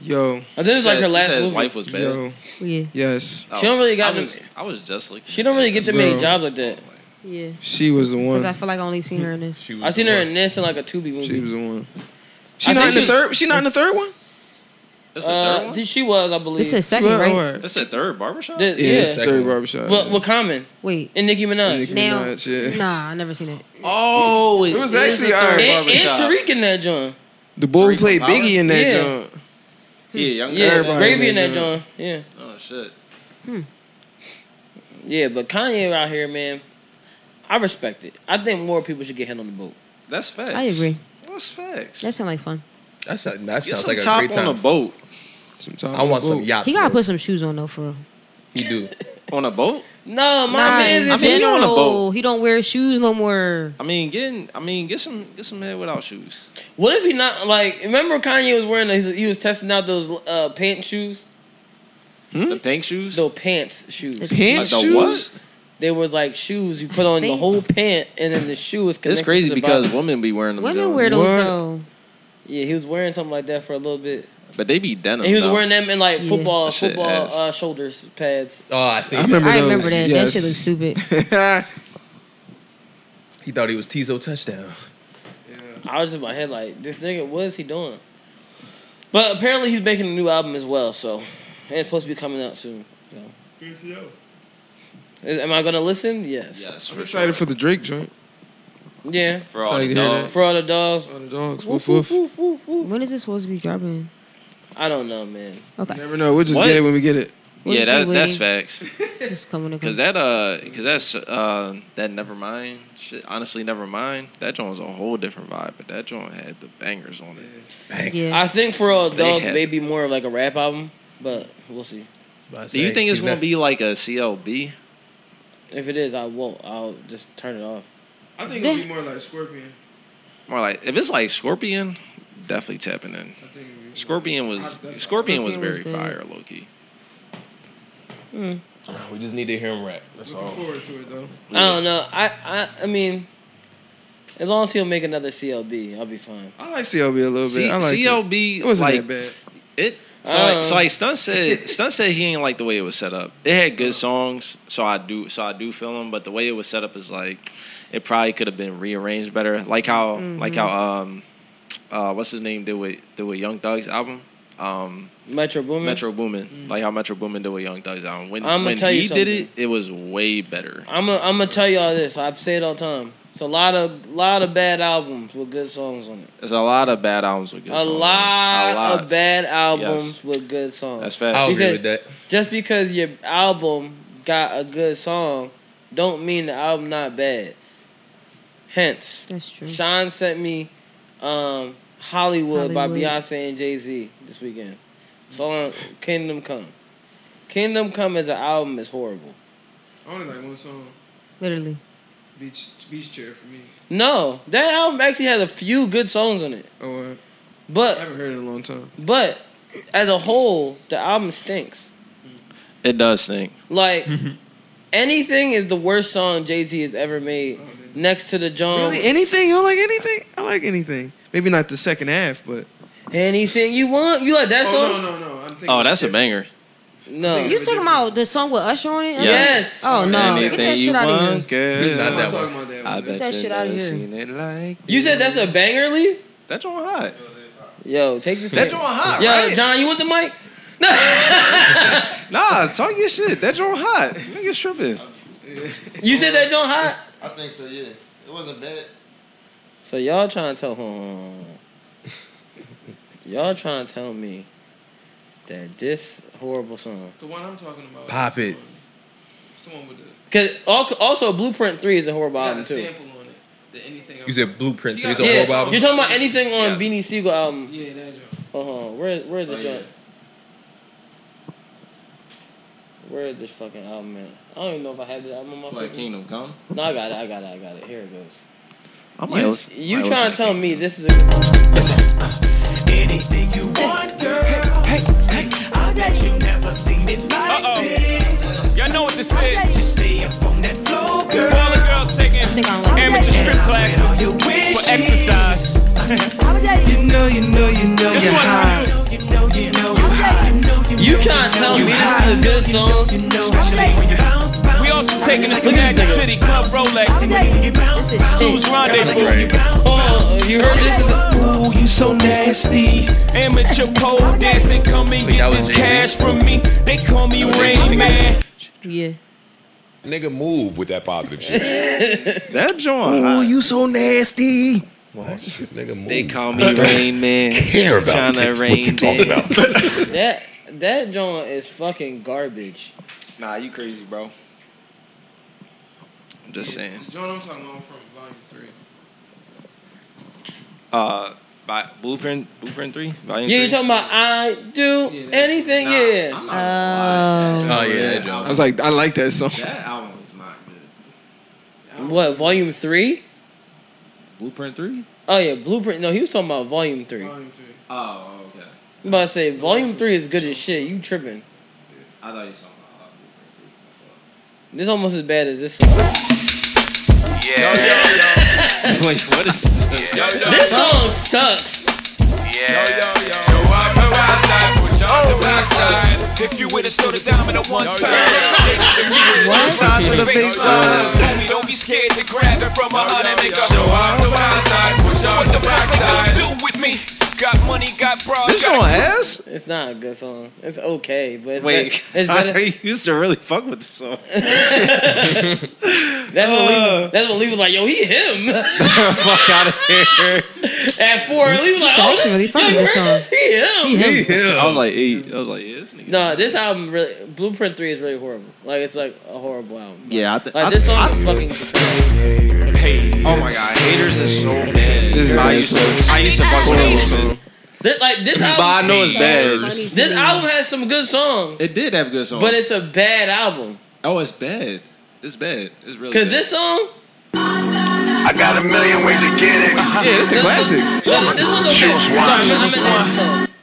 S11: Yo.
S1: I think it's like her last
S6: Mm. said his
S1: movie.
S6: wife was bad.
S11: Yo.
S8: Yeah.
S11: Yes.
S1: She don't really got
S6: I
S1: no-
S6: was, I was just like.
S1: She don't really get too many
S11: Bro.
S1: jobs like that.
S8: Yeah.
S11: She was the
S8: Because
S11: one.
S8: I feel like I only seen her in this.
S1: I seen her in this and like a Tubi movie.
S11: She was the one.
S1: I
S11: She not
S1: think
S11: in the
S1: she-
S11: third. She not in the third one.
S6: That's the third
S1: Uh,
S6: one?
S1: th- she was, I believe.
S8: This is second,
S11: Well,
S8: right?
S11: alright.
S6: That's the third barbershop?
S1: Th-
S11: Yeah, it's
S1: yeah.
S11: third barbershop.
S1: What? What common?
S8: Wait.
S1: And Nicki Minaj.
S11: Nicki
S8: Now,
S11: Minaj, yeah.
S8: nah, I never seen it.
S1: Oh,
S11: It was
S1: is
S11: actually
S1: the
S11: our
S1: third- and,
S11: barbershop.
S1: and Tariq in that joint.
S11: The boy
S6: Tariq
S11: played
S6: Powell?
S11: Biggie in that
S1: Yeah.
S11: joint.
S6: Yeah, young
S1: Yeah,
S11: Everybody
S1: Gravy in
S11: in that
S1: that joint. Yeah,
S6: Oh, shit.
S1: yeah. But Kanye out here, man. I respect it. I think more people should get him on the boat.
S6: That's facts.
S8: I agree.
S6: That's facts.
S8: That sound like fun.
S7: That's a, that
S6: Get
S7: sounds
S6: some
S7: like a
S6: top
S7: great time.
S6: on a boat.
S11: Some time
S7: I want
S11: ago.
S7: some yacht.
S8: He gotta put some shoes on though, for real.
S7: He do.
S6: On a boat?
S1: No, my
S8: Nah,
S1: man's
S8: in
S1: in
S6: mean, he on a
S8: general,
S6: boat.
S8: he don't wear shoes no more.
S6: I mean, getting. I mean, get some. Get some head without shoes.
S1: What if he not like? Remember Kanye was wearing? Those, he was testing out those uh, pant shoes. Hmm?
S6: The pink shoes.
S1: No pants shoes.
S8: The
S11: Pants
S6: Like the
S11: shoes.
S1: They was like shoes you put on the
S8: Think-
S1: whole pant, and then the shoe is connected.
S6: It's crazy
S1: to the
S6: because
S1: bottom.
S6: women be wearing them.
S8: Women
S6: Jones.
S8: wear those
S11: What?
S8: though.
S1: yeah, he was wearing something like that for a little bit.
S6: but they be denim.
S1: And he was
S6: though.
S1: wearing them in like
S8: Yeah.
S1: football
S6: That shit
S1: football
S6: ass.
S1: uh, shoulders pads.
S7: Oh, I see.
S11: I remember
S8: I
S11: those.
S8: remember that.
S11: Yes.
S8: That shit looks stupid.
S7: He thought he was Tizo touchdown.
S1: I was in my head like, this nigga, what is he doing? But apparently he's making a new album as well, so and it's supposed to be coming out soon. So. Is- Am I gonna listen? Yes.
S6: Yes,
S11: I'm
S6: for sure.
S11: excited for the Drake joint.
S1: Yeah.
S6: For all the
S11: Excited to hear that.
S6: dogs.
S1: For all the dogs.
S11: Oh, the dogs.
S1: Woof, woof,
S11: Woof
S1: woof,
S11: woof.
S1: woof, woof.
S8: When is it supposed to be dropping?
S1: I don't know, man.
S8: Okay.
S11: Never know. We'll just
S6: What?
S11: get it when we get it.
S8: We'll
S6: yeah,
S8: just
S6: that,
S8: be
S6: that's
S8: waiting.
S6: facts.
S8: Just coming to
S6: Cause that uh, cause that's uh, that never mind. Shit, honestly, never mind. That joint was a whole different vibe, but that joint had the bangers on it.
S8: Yeah.
S1: I think for all the
S6: They
S1: dogs
S6: had-
S1: may be more of like a rap album, but we'll see.
S6: Do you think it's gonna be like a CLB?
S1: If it is, I won't. I'll just turn it off.
S11: I
S8: think it'll be
S11: more like Scorpion.
S6: More like if it's like Scorpion, definitely tapping in. Scorpion was Scorpion was very
S1: Scorpion was
S6: fire,
S1: good.
S6: low key.
S8: Mm,
S7: We just need to hear him rap. That's all.
S11: forward to it though.
S1: I don't know. I, I I mean, as long as he'll make another CLB, I'll be fine.
S11: I like CLB a little
S6: C-
S11: bit. I like
S6: CLB
S11: it. It wasn't
S6: like
S11: that bad.
S6: it. So,
S11: Uh.
S1: Um,
S6: like, so like Stunt said, Stunt said he ain't like the way it was set up. It had good songs, so I do, so I do feel him. But the way it was set up is like, it probably could have been rearranged better. Like how, like
S1: Mhm.
S6: how, um, uh, what's his name did with did with Young Thug's album, um,
S1: Metro Boomin.
S6: Metro Boomin. Like how Metro Boomin did with Young Thug's album. When
S1: Mm-hmm. I'ma
S6: when
S1: tell you
S6: he did it, it was way better.
S1: I'm gonna I'm gonna tell y'all this. I've said all the time. It's a lot of lot of bad albums with good songs on it.
S6: There's a lot of bad albums with good
S1: a
S6: songs. on it.
S1: lot,
S6: A lot.
S1: of bad
S6: Yes.
S1: albums with good songs.
S6: That's facts. I'll agree
S1: Because
S6: with that.
S1: Just because your album got a good song, don't mean the album not bad. Hence,
S8: That's
S11: Mm-hmm.
S8: true.
S1: Sean sent me um, Hollywood, by
S8: Hollywood.
S1: Beyonce and Jay Z this weekend. Song Kingdom Come. Kingdom Come as an album is horrible.
S11: I only like one song.
S8: Literally.
S11: Beach Beach Chair for me.
S1: No, that album actually has a few good songs on it.
S11: Oh, uh,
S1: But
S11: I haven't heard it in a long time.
S1: But as a whole, the album stinks.
S6: It does stink.
S1: Like anything is the worst song Jay Z has ever made. Next to the
S6: Um,
S1: John.
S11: Oh, Really, anything? You don't like anything? I like anything. Maybe not the second half, but
S1: Anything you want? You like that
S11: Oh,
S1: song?
S11: no, no, no. I'm thinking
S6: Oh, that's a banger.
S1: no.
S8: You talking about the song with Usher on it?
S6: Yes.
S8: Oh no! Get that
S6: Anything you
S8: shit out of
S6: want,
S8: here.
S6: girl.
S7: Not
S6: I'm
S7: that
S6: talking
S7: one.
S6: about that one. I bet
S8: that
S6: you
S8: shit outta
S6: never
S8: here.
S6: Seen it like
S1: You said that's a banger, Lee?
S6: that joint hot.
S1: Yo, take this.
S6: That joint hot,
S1: Yo,
S6: right?
S1: John, you want the mic?
S6: Nah, talk your Oh, shit. That joint hot. Nigga tripping.
S1: You said that joint hot?
S12: I think so. Yeah, it wasn't bad.
S1: So y'all trying to tell hold on, hold on, hold on. y'all trying to tell me that this horrible song.
S11: the one I'm talking about.
S7: Pop it.
S11: Someone with the,
S1: Cause al- also Blueprint Three is a horrible
S11: got
S1: album
S11: a
S1: too.
S11: sample on it. The anything.
S7: You said Blueprint
S11: You
S7: Three is a
S11: got-
S7: horrible
S11: Yeah.
S7: album.
S1: You're talking about anything on Beanie Siegel album?
S11: Yeah, that joint.
S1: Hold on, where where's the
S11: Oh,
S1: joint? Where is this fucking album at? I don't even know if I had this album on my
S6: Like
S1: fucking-
S6: Kingdom Come.
S1: No, I got it, I got it, I got it. Here it goes.
S6: I'm
S1: you
S6: like,
S1: you
S6: I'm like,
S1: trying
S6: listen.
S1: to tell me this is a
S13: Anything you want, girl. Hey, hey, I bet you never seen it like this. Y'all know what this is. Just stay up on that floor, girl. All the girls taking amateur strip classes for exercise. you know, you know, you know you're high. You know, you know you're high.
S1: You trying to tell me this is a good song?
S13: Especially when you bounce, bounce. We also taking it to Magic City Club Rolex. Shoes rendezvous. Oh,
S1: you heard
S13: this? Ooh, you so nasty. Amateur pole dancing. Come and get this cash from me. They call me Rain Man.
S8: Yeah.
S10: Nigga, move with that positive shit.
S6: That joint.
S10: Ooh,
S6: hot.
S10: you so nasty. Well, Oh, shit, nigga, move.
S6: They call me Rain Man.
S10: care about it.
S6: Tryna
S10: What you
S6: Rain
S10: talking
S6: Man.
S10: about?
S1: that that joint is fucking garbage.
S6: Nah, you crazy, bro. I'm just saying.
S11: The joint I'm talking about from Volume Three.
S6: Uh, by Blueprint, Blueprint Three, Volume
S1: Yeah,
S6: Three.
S1: you talking about I do anything? yeah.
S6: Oh, yeah, that joint.
S11: I was like, I like that song.
S6: That album was not good.
S1: What volume three?
S6: Blueprint Three.
S1: Oh yeah, Blueprint. No, he was talking about volume three.
S11: Volume Three.
S6: Oh, okay.
S1: I'm about to say volume three is good as shit. You tripping?
S6: I thought you were talking about Blueprint Three.
S1: This almost as bad as this song.
S6: Wait, what is this?
S1: This song sucks.
S13: If you would have slowed it down in a one time, size of the baseline. Homie, don't be scared to grab it from a honey nigga. Show off the wild side, push off the black side. Do with me. Got money, got broad.
S6: This joint ass.
S1: It's not a good song. It's okay, but it's
S6: Wait,
S1: bet- it's better.
S6: I used to really fuck with the song.
S1: That's what Lee, that's what Lee was like. Yo, he him.
S6: Uh. fuck out of here.
S1: At four, Lee was like,
S8: He's
S1: oh,
S8: actually really
S1: this- yo,
S8: fond of
S1: you
S8: this
S1: heard
S8: song.
S1: He him.
S6: I was like, eight. I was like, yeah, this nigga.
S1: No, this album really Blueprint Three is really horrible. Like it's like a horrible album.
S6: Yeah, I th-
S1: Like
S6: I-
S1: this song
S6: I-
S1: is fucking.
S6: Hey, oh my god, haters is so bad.
S11: This is
S6: I
S11: bad
S6: used
S11: song.
S6: to, I used to fuck with haters.
S11: song.
S1: This, like this album.
S6: But I know it's bad.
S1: This album has some good songs,
S6: It did have good songs,
S1: but it's a bad album.
S6: oh, it's bad. It's bad. It's really
S1: Cause
S6: bad.
S1: this song,
S14: I got a million ways to get it.
S11: Yeah, this a classic.
S1: This one's okay. Sorry, I meant that song.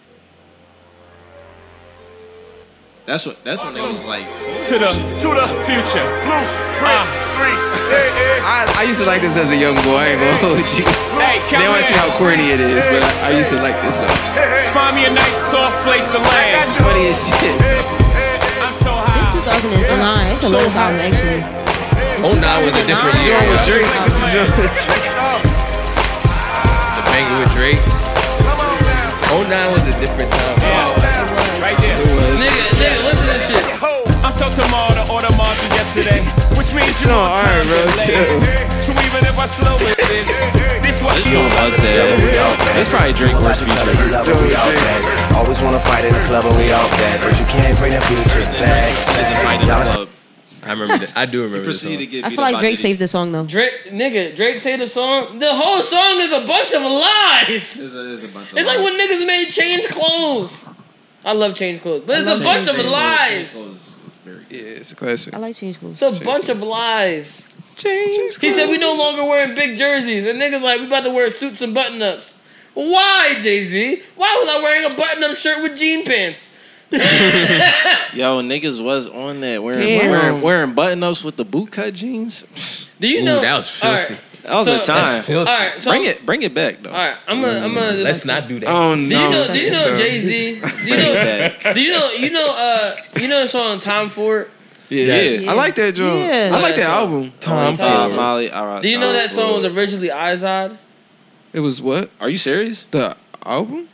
S6: That's what. That's when they was like.
S13: To the to the future. Blue print three.
S11: I, I used to like this as a young boy. I ain't gonna hold you. They always say how corny it is, but I, I used to like this song.
S13: Find me a nice soft place to land.
S11: Funny as shit.
S13: I'm so high.
S8: This 2000 is nine. It's a
S11: So
S8: Liz
S11: hot.
S8: album actually.
S7: Oh, nah, it was a different
S11: This is
S7: year.
S11: John with Drake. This is John with
S7: The banger with Drake. Oh, 09 was a different time.
S13: Right there. It
S11: was.
S1: Nigga, nigga, listen to this shit.
S13: I'm so tomorrow to order mom from yesterday. Which means
S11: It's not alright, bro. Chill.
S13: So even if I slow it, this, this what
S6: This joint was bad. This probably Drake worst feature.
S14: Always wanna fight in the club and we all dead, but you can't bring that future back. Y'all
S7: I remember that. I do remember this song.
S8: I feel like Drake saved this song though.
S1: Drake, nigga, Drake say the song. The whole song is a bunch of lies.
S6: It's a, it's a bunch of
S1: It's like when niggas made change clothes. I love change clothes, but it's a bunch of
S6: Oh,
S1: lies.
S11: Yeah, it's a classic.
S8: I like change clothes.
S1: It's a bunch of lies. Change. He said we no longer wearing big jerseys, and niggas like we about to wear suits and button ups. Why, Jay Z? Why was I wearing a button up shirt with jean pants?
S6: Yo, niggas was on that wearing
S1: Damn.
S6: wearing, wearing button ups with the bootcut jeans.
S1: Do you know? all right,
S6: That was
S1: so-
S6: the time.
S1: All right, so
S6: bring it, bring it back though.
S1: All right, I'm
S6: Mm,
S1: gonna, I'm gonna.
S7: Let's not do that.
S11: Oh no.
S1: Do you know? Do you know Jay Z? Do you know?
S6: Back.
S1: Do you know? You know? Uh, you know the song Time Ford.
S11: Yeah.
S6: Yes.
S11: I like that drum.
S1: Yeah.
S11: I like that
S1: Yeah.
S11: album.
S7: Tom
S6: Uh,
S7: Ford.
S6: Molly, all right.
S1: Do you know
S6: Tom
S1: that song
S6: Ford.
S1: was originally Izod?
S11: It was what?
S6: Are you serious?
S11: The album?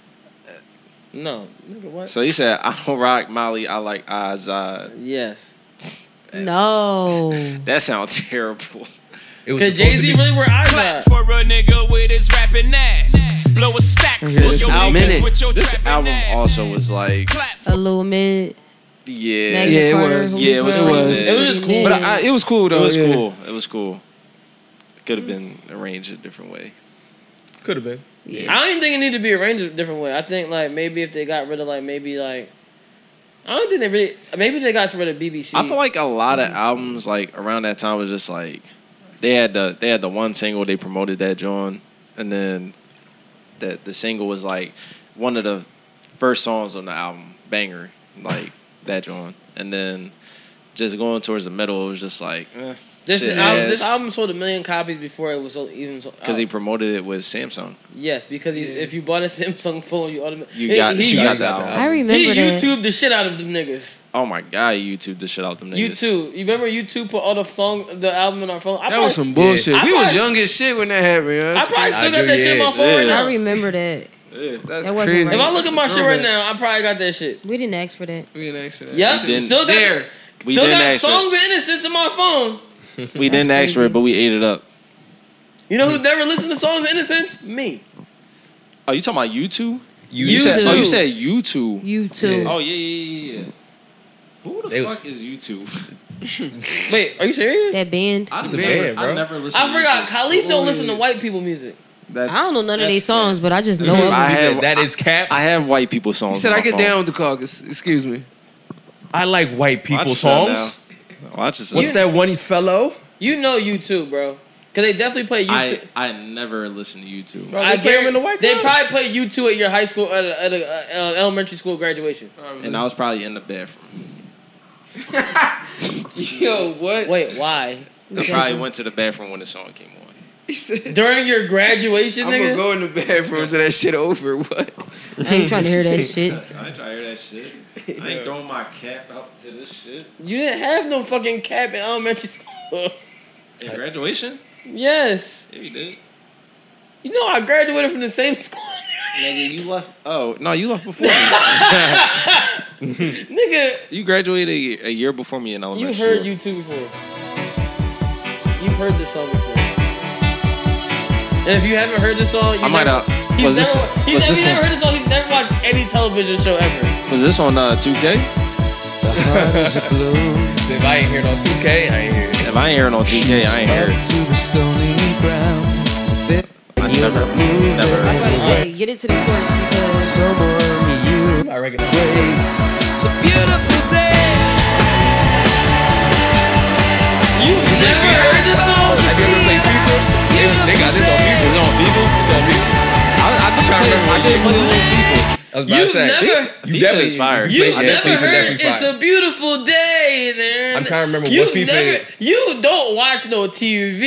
S1: No, nigga, what?
S6: So you said I don't rock Molly. I like Azad.
S1: Yes.
S8: No.
S6: That sounds terrible.
S7: It was
S1: Cause Jay Z really were Izod.
S13: For a nigga with his rapping ass. Blow a stack for
S6: This
S13: your
S6: album,
S13: niggas with your
S6: this
S13: trapping
S6: album
S13: ass.
S6: also was like,
S8: A little mid.
S6: yeah,
S8: Magna
S11: Yeah, it
S8: Carta,
S11: was.
S8: Who
S6: Yeah, it
S8: We
S6: was
S8: Were,
S6: cool.
S8: Who
S6: It was
S8: We
S11: just
S8: Been.
S11: cool. But I, it was cool though.
S6: it was
S11: yeah.
S6: cool. It was cool. Could have been arranged a different way.
S7: Could have been.
S1: I don't even think it needed to be arranged a different way. I think like maybe if they got rid of like maybe like. I don't think they really. Maybe they got rid of BBC.
S6: I feel like a lot of albums like around that time was just like they had the they had the one single they promoted that John, and then that the single was like one of the first songs on the album, banger like that John, and then just going towards the middle it was just like eh,
S1: this
S6: shit
S1: album, this
S6: ass.
S1: album uh, sold a million copies before it was so, even so.
S6: because he promoted it with Samsung.
S1: Yes, because he, if you bought a Samsung phone, you automatically
S6: You got you got the album.
S8: I remember
S1: he
S8: that.
S1: YouTube the shit out of them niggas.
S6: Oh my god, YouTube the shit out them niggas.
S1: You too. You remember you two put all the song, the album in our phone. I
S11: That was some bullshit.
S1: I
S11: We was
S1: probably-
S11: young as shit when that happened. Yo.
S1: I
S11: That's
S1: probably still
S7: I
S1: got
S7: do,
S1: that shit in
S7: yeah,
S1: my phone
S6: yeah.
S1: right
S8: I
S1: now.
S8: remember that.
S6: Yeah.
S11: That's
S8: That wasn't
S11: crazy.
S8: right.
S1: If I look
S11: That's
S1: at
S11: a
S1: my shit right
S11: throwback.
S1: now, I probably got that shit.
S8: We didn't ask for that.
S11: we didn't ask for that.
S1: Yep.
S6: didn't-
S1: Still got
S11: There.
S6: We
S1: still
S6: didn't
S1: got
S6: ask for it.
S1: songs of innocence in my phone.
S6: We didn't ask for
S8: crazy.
S6: it, but we ate it up.
S1: You know who never listened to songs of innocence? Me.
S6: Oh, you talking about YouTube?
S1: You
S6: said,
S1: too.
S6: Oh, you said YouTube.
S8: You too.
S6: Oh yeah, yeah, yeah, yeah. Who the
S7: They
S6: fuck
S7: was-
S6: is YouTube?
S1: Wait, are you serious?
S8: That band. I,
S6: I
S7: a band,
S6: never,
S7: bro.
S6: I never listened.
S1: I forgot.
S6: To
S1: Khalid don't listen to white people music.
S6: That's,
S8: don't know none of their
S6: that's-
S8: songs, but I just know
S6: I
S8: of them.
S6: have,
S7: that is cap.
S6: I
S7: I,
S6: have white people songs.
S11: He said,
S6: on
S11: "I
S6: my
S11: get
S6: phone.
S11: down with the caucus." Excuse me.
S7: like white
S6: Watch
S7: people
S6: yourself
S7: songs.
S6: now. Watch yourself.
S7: What's that one fellow?
S1: You know you too, bro. Cause they definitely play you
S6: I
S1: two.
S6: I never listened to YouTube.
S7: Bro, they play him in the white
S1: They
S7: club.
S1: probably play you two at your high school at, a, at a, uh, elementary school graduation.
S6: And I was probably in the bathroom.
S11: Yo, what?
S1: Wait, why?
S6: I probably went to the bathroom when the song came on.
S11: He said,
S1: During your graduation,
S11: "I'm
S1: nigga.
S11: gonna go in the bathroom until that shit over." What?
S8: I ain't trying to hear that shit.
S6: I ain't trying to hear that shit. I ain't throwing my cap out to this shit.
S1: You didn't have no fucking cap in elementary school.
S6: In graduation?
S1: yes.
S6: Yeah, you did.
S1: You know I graduated from the same school.
S6: Nigga, you left. Oh no, you left before me.
S1: Nigga,
S6: You graduated a year, a year before me in elementary.
S1: you heard
S6: school.
S1: you two before. You've heard this song before. And if you haven't heard this song, you
S6: I might
S1: never-
S6: have.
S1: He's
S6: Was
S1: never,
S6: this-
S1: he's never,
S6: was this
S1: he's never
S6: one-
S1: heard this song. He's never watched any television show ever.
S6: Was this on uh, 2K?
S7: If I ain't hear it on 2K, I ain't hear it.
S6: If I ain't hearing on 2K, I ain't hearing.
S15: Through the stony ground,
S6: I never, never.
S8: I was
S6: Heard.
S8: about to say, get it to the uh, chorus because
S15: someone you
S7: I recognize
S15: embrace. It's a beautiful day.
S1: You never heard this song?
S7: Have you ever played
S16: They, they got this on FIFA. Is it on FIFA? It's on FIFA. I, I think I remember. I should play a little FIFA.
S7: I was about to say,
S1: never-
S7: you definitely inspired.
S1: You never heard it's a beautiful day. and Then
S7: I'm trying to remember
S1: you
S7: what FIFA
S1: never,
S7: is.
S1: you don't watch no TV.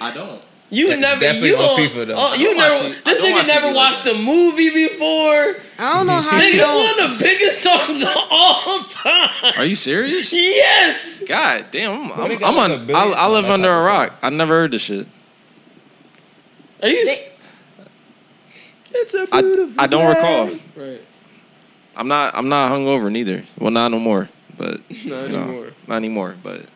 S1: I
S6: don't.
S1: You
S7: That's
S1: never
S7: definitely
S1: you
S7: what
S1: on-
S7: FIFA though.
S1: oh,
S7: I
S1: you
S7: don't
S1: never
S7: watch it- I
S1: this
S7: don't
S1: nigga
S7: watch
S1: never
S7: TV like
S1: watched a movie before. I
S8: don't know how
S1: Nigga,
S8: you
S1: that's
S8: don't-
S1: one of the biggest songs of all time.
S6: Are you serious?
S1: Yes.
S6: God damn, I'm,
S1: What, it
S6: I'm,
S1: got like
S6: I'm
S1: a
S6: on. I,
S1: billion?
S6: I live under a rock. I never heard this shit.
S1: Are you?
S8: It's a
S6: I, I don't recall.
S1: Right.
S6: I'm not. I'm not hungover neither. Well, not no more. But
S1: Not
S6: no,
S1: anymore.
S6: Not anymore. But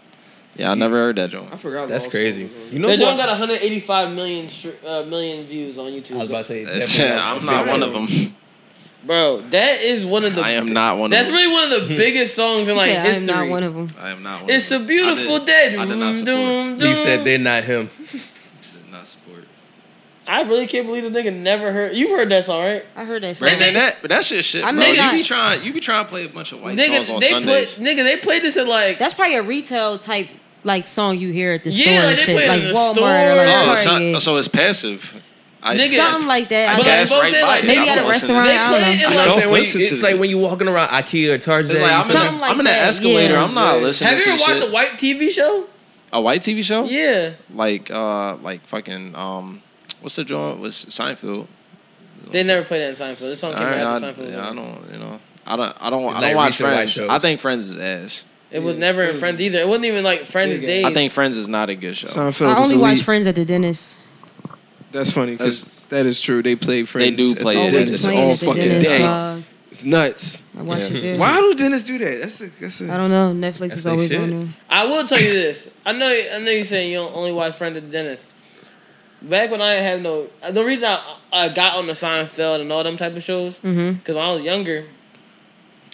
S6: yeah, I never heard that joint.
S1: I forgot
S7: That's crazy. You know
S1: that joint
S7: what?
S1: got 185 million str- uh, million views on YouTube.
S7: I was about to say.
S6: That's-
S7: definitely
S6: I'm not one of them.
S1: Bro, that is one of the.
S6: I am not one
S1: That's
S6: of them.
S1: really one of the biggest songs in like
S8: Yeah, I am
S1: history.
S8: not one of them.
S6: I am not one.
S1: It's a beautiful day. I did not doom,
S7: Leaf said they're not him.
S6: Did not support.
S1: I really can't believe the nigga never heard. You've heard that song, right?
S8: I heard that
S6: And then that, but that's your shit,
S8: I
S6: bro.
S8: may
S6: You
S8: not-
S6: be trying. You be trying to play a bunch of white
S1: Nigga,
S6: songs on
S1: they
S6: Sundays.
S1: put nigga. They played this at like
S8: That's probably a retail type like song you hear at the
S1: Yeah,
S8: store
S1: like,
S8: and
S1: they
S8: shit,
S1: play it
S8: like
S1: in the
S8: Walmart or
S1: store.
S8: like
S6: oh,
S8: Target.
S6: so, so it's passive. I,
S8: Nigga, Something like that. I
S6: I
S8: guess.
S6: guess
S8: But
S6: right
S8: I'm saying, like,
S6: by
S8: maybe
S6: it.
S8: at a
S6: I'm listening
S8: restaurant, I
S6: to that.
S8: don't know.
S7: You
S6: I
S7: know what I'm
S6: don't
S7: saying? When you-
S6: listen to
S7: It's like when you walking around IKEA or Target.
S6: It's like, I'm in a-
S7: something
S6: I'm in an escalator. I'm not listening
S1: Have you
S6: to
S1: ever watched
S6: shit.
S1: the White TV show?
S6: A white TV show?
S1: Yeah.
S6: Like uh like fucking um what's the joint with Seinfeld?
S1: They never played that in Seinfeld. This song came out
S6: I,
S1: after
S6: I-
S1: Seinfeld. was over.
S6: yeah, I don't you know. I don't I don't I
S7: It's like
S6: don't watch
S7: recent white
S6: Friends.
S7: shows.
S6: I think Friends is ass.
S1: It was never in Friends either. It wasn't even like Friends
S6: Yeah.
S1: days.
S6: I think Friends is not a good show.
S8: I only watch Friends at the dentist.
S11: That's funny because that is true. They play Friends.
S6: do
S11: at
S6: play
S11: the
S6: it.
S11: dentist
S6: Always play
S11: all
S6: it at the
S11: fucking
S6: dentist,
S11: day.
S8: uh,
S11: it's nuts.
S8: I watch it there.
S11: Why do dentists do that? That's a that's a.
S8: I don't know. Netflix
S11: That's
S8: is
S11: they
S8: always
S11: shit.
S8: on there.
S1: I will tell you this. I know. I know you're saying you don't only watch Friends at the dentist. Back when I had no, the reason I, I got on the Seinfeld and all them type of shows,
S8: Mhm.
S1: because when I was younger,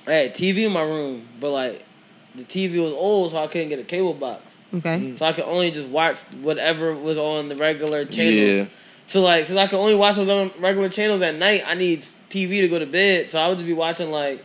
S1: I had TV in my room, but like the TV was old, so I couldn't get a cable box,
S8: Okay.
S1: so I could only just watch whatever was on the regular channels.
S6: Yeah.
S1: So like, since I could only watch those on regular channels at night, I need TV to go to bed, so I would just be watching like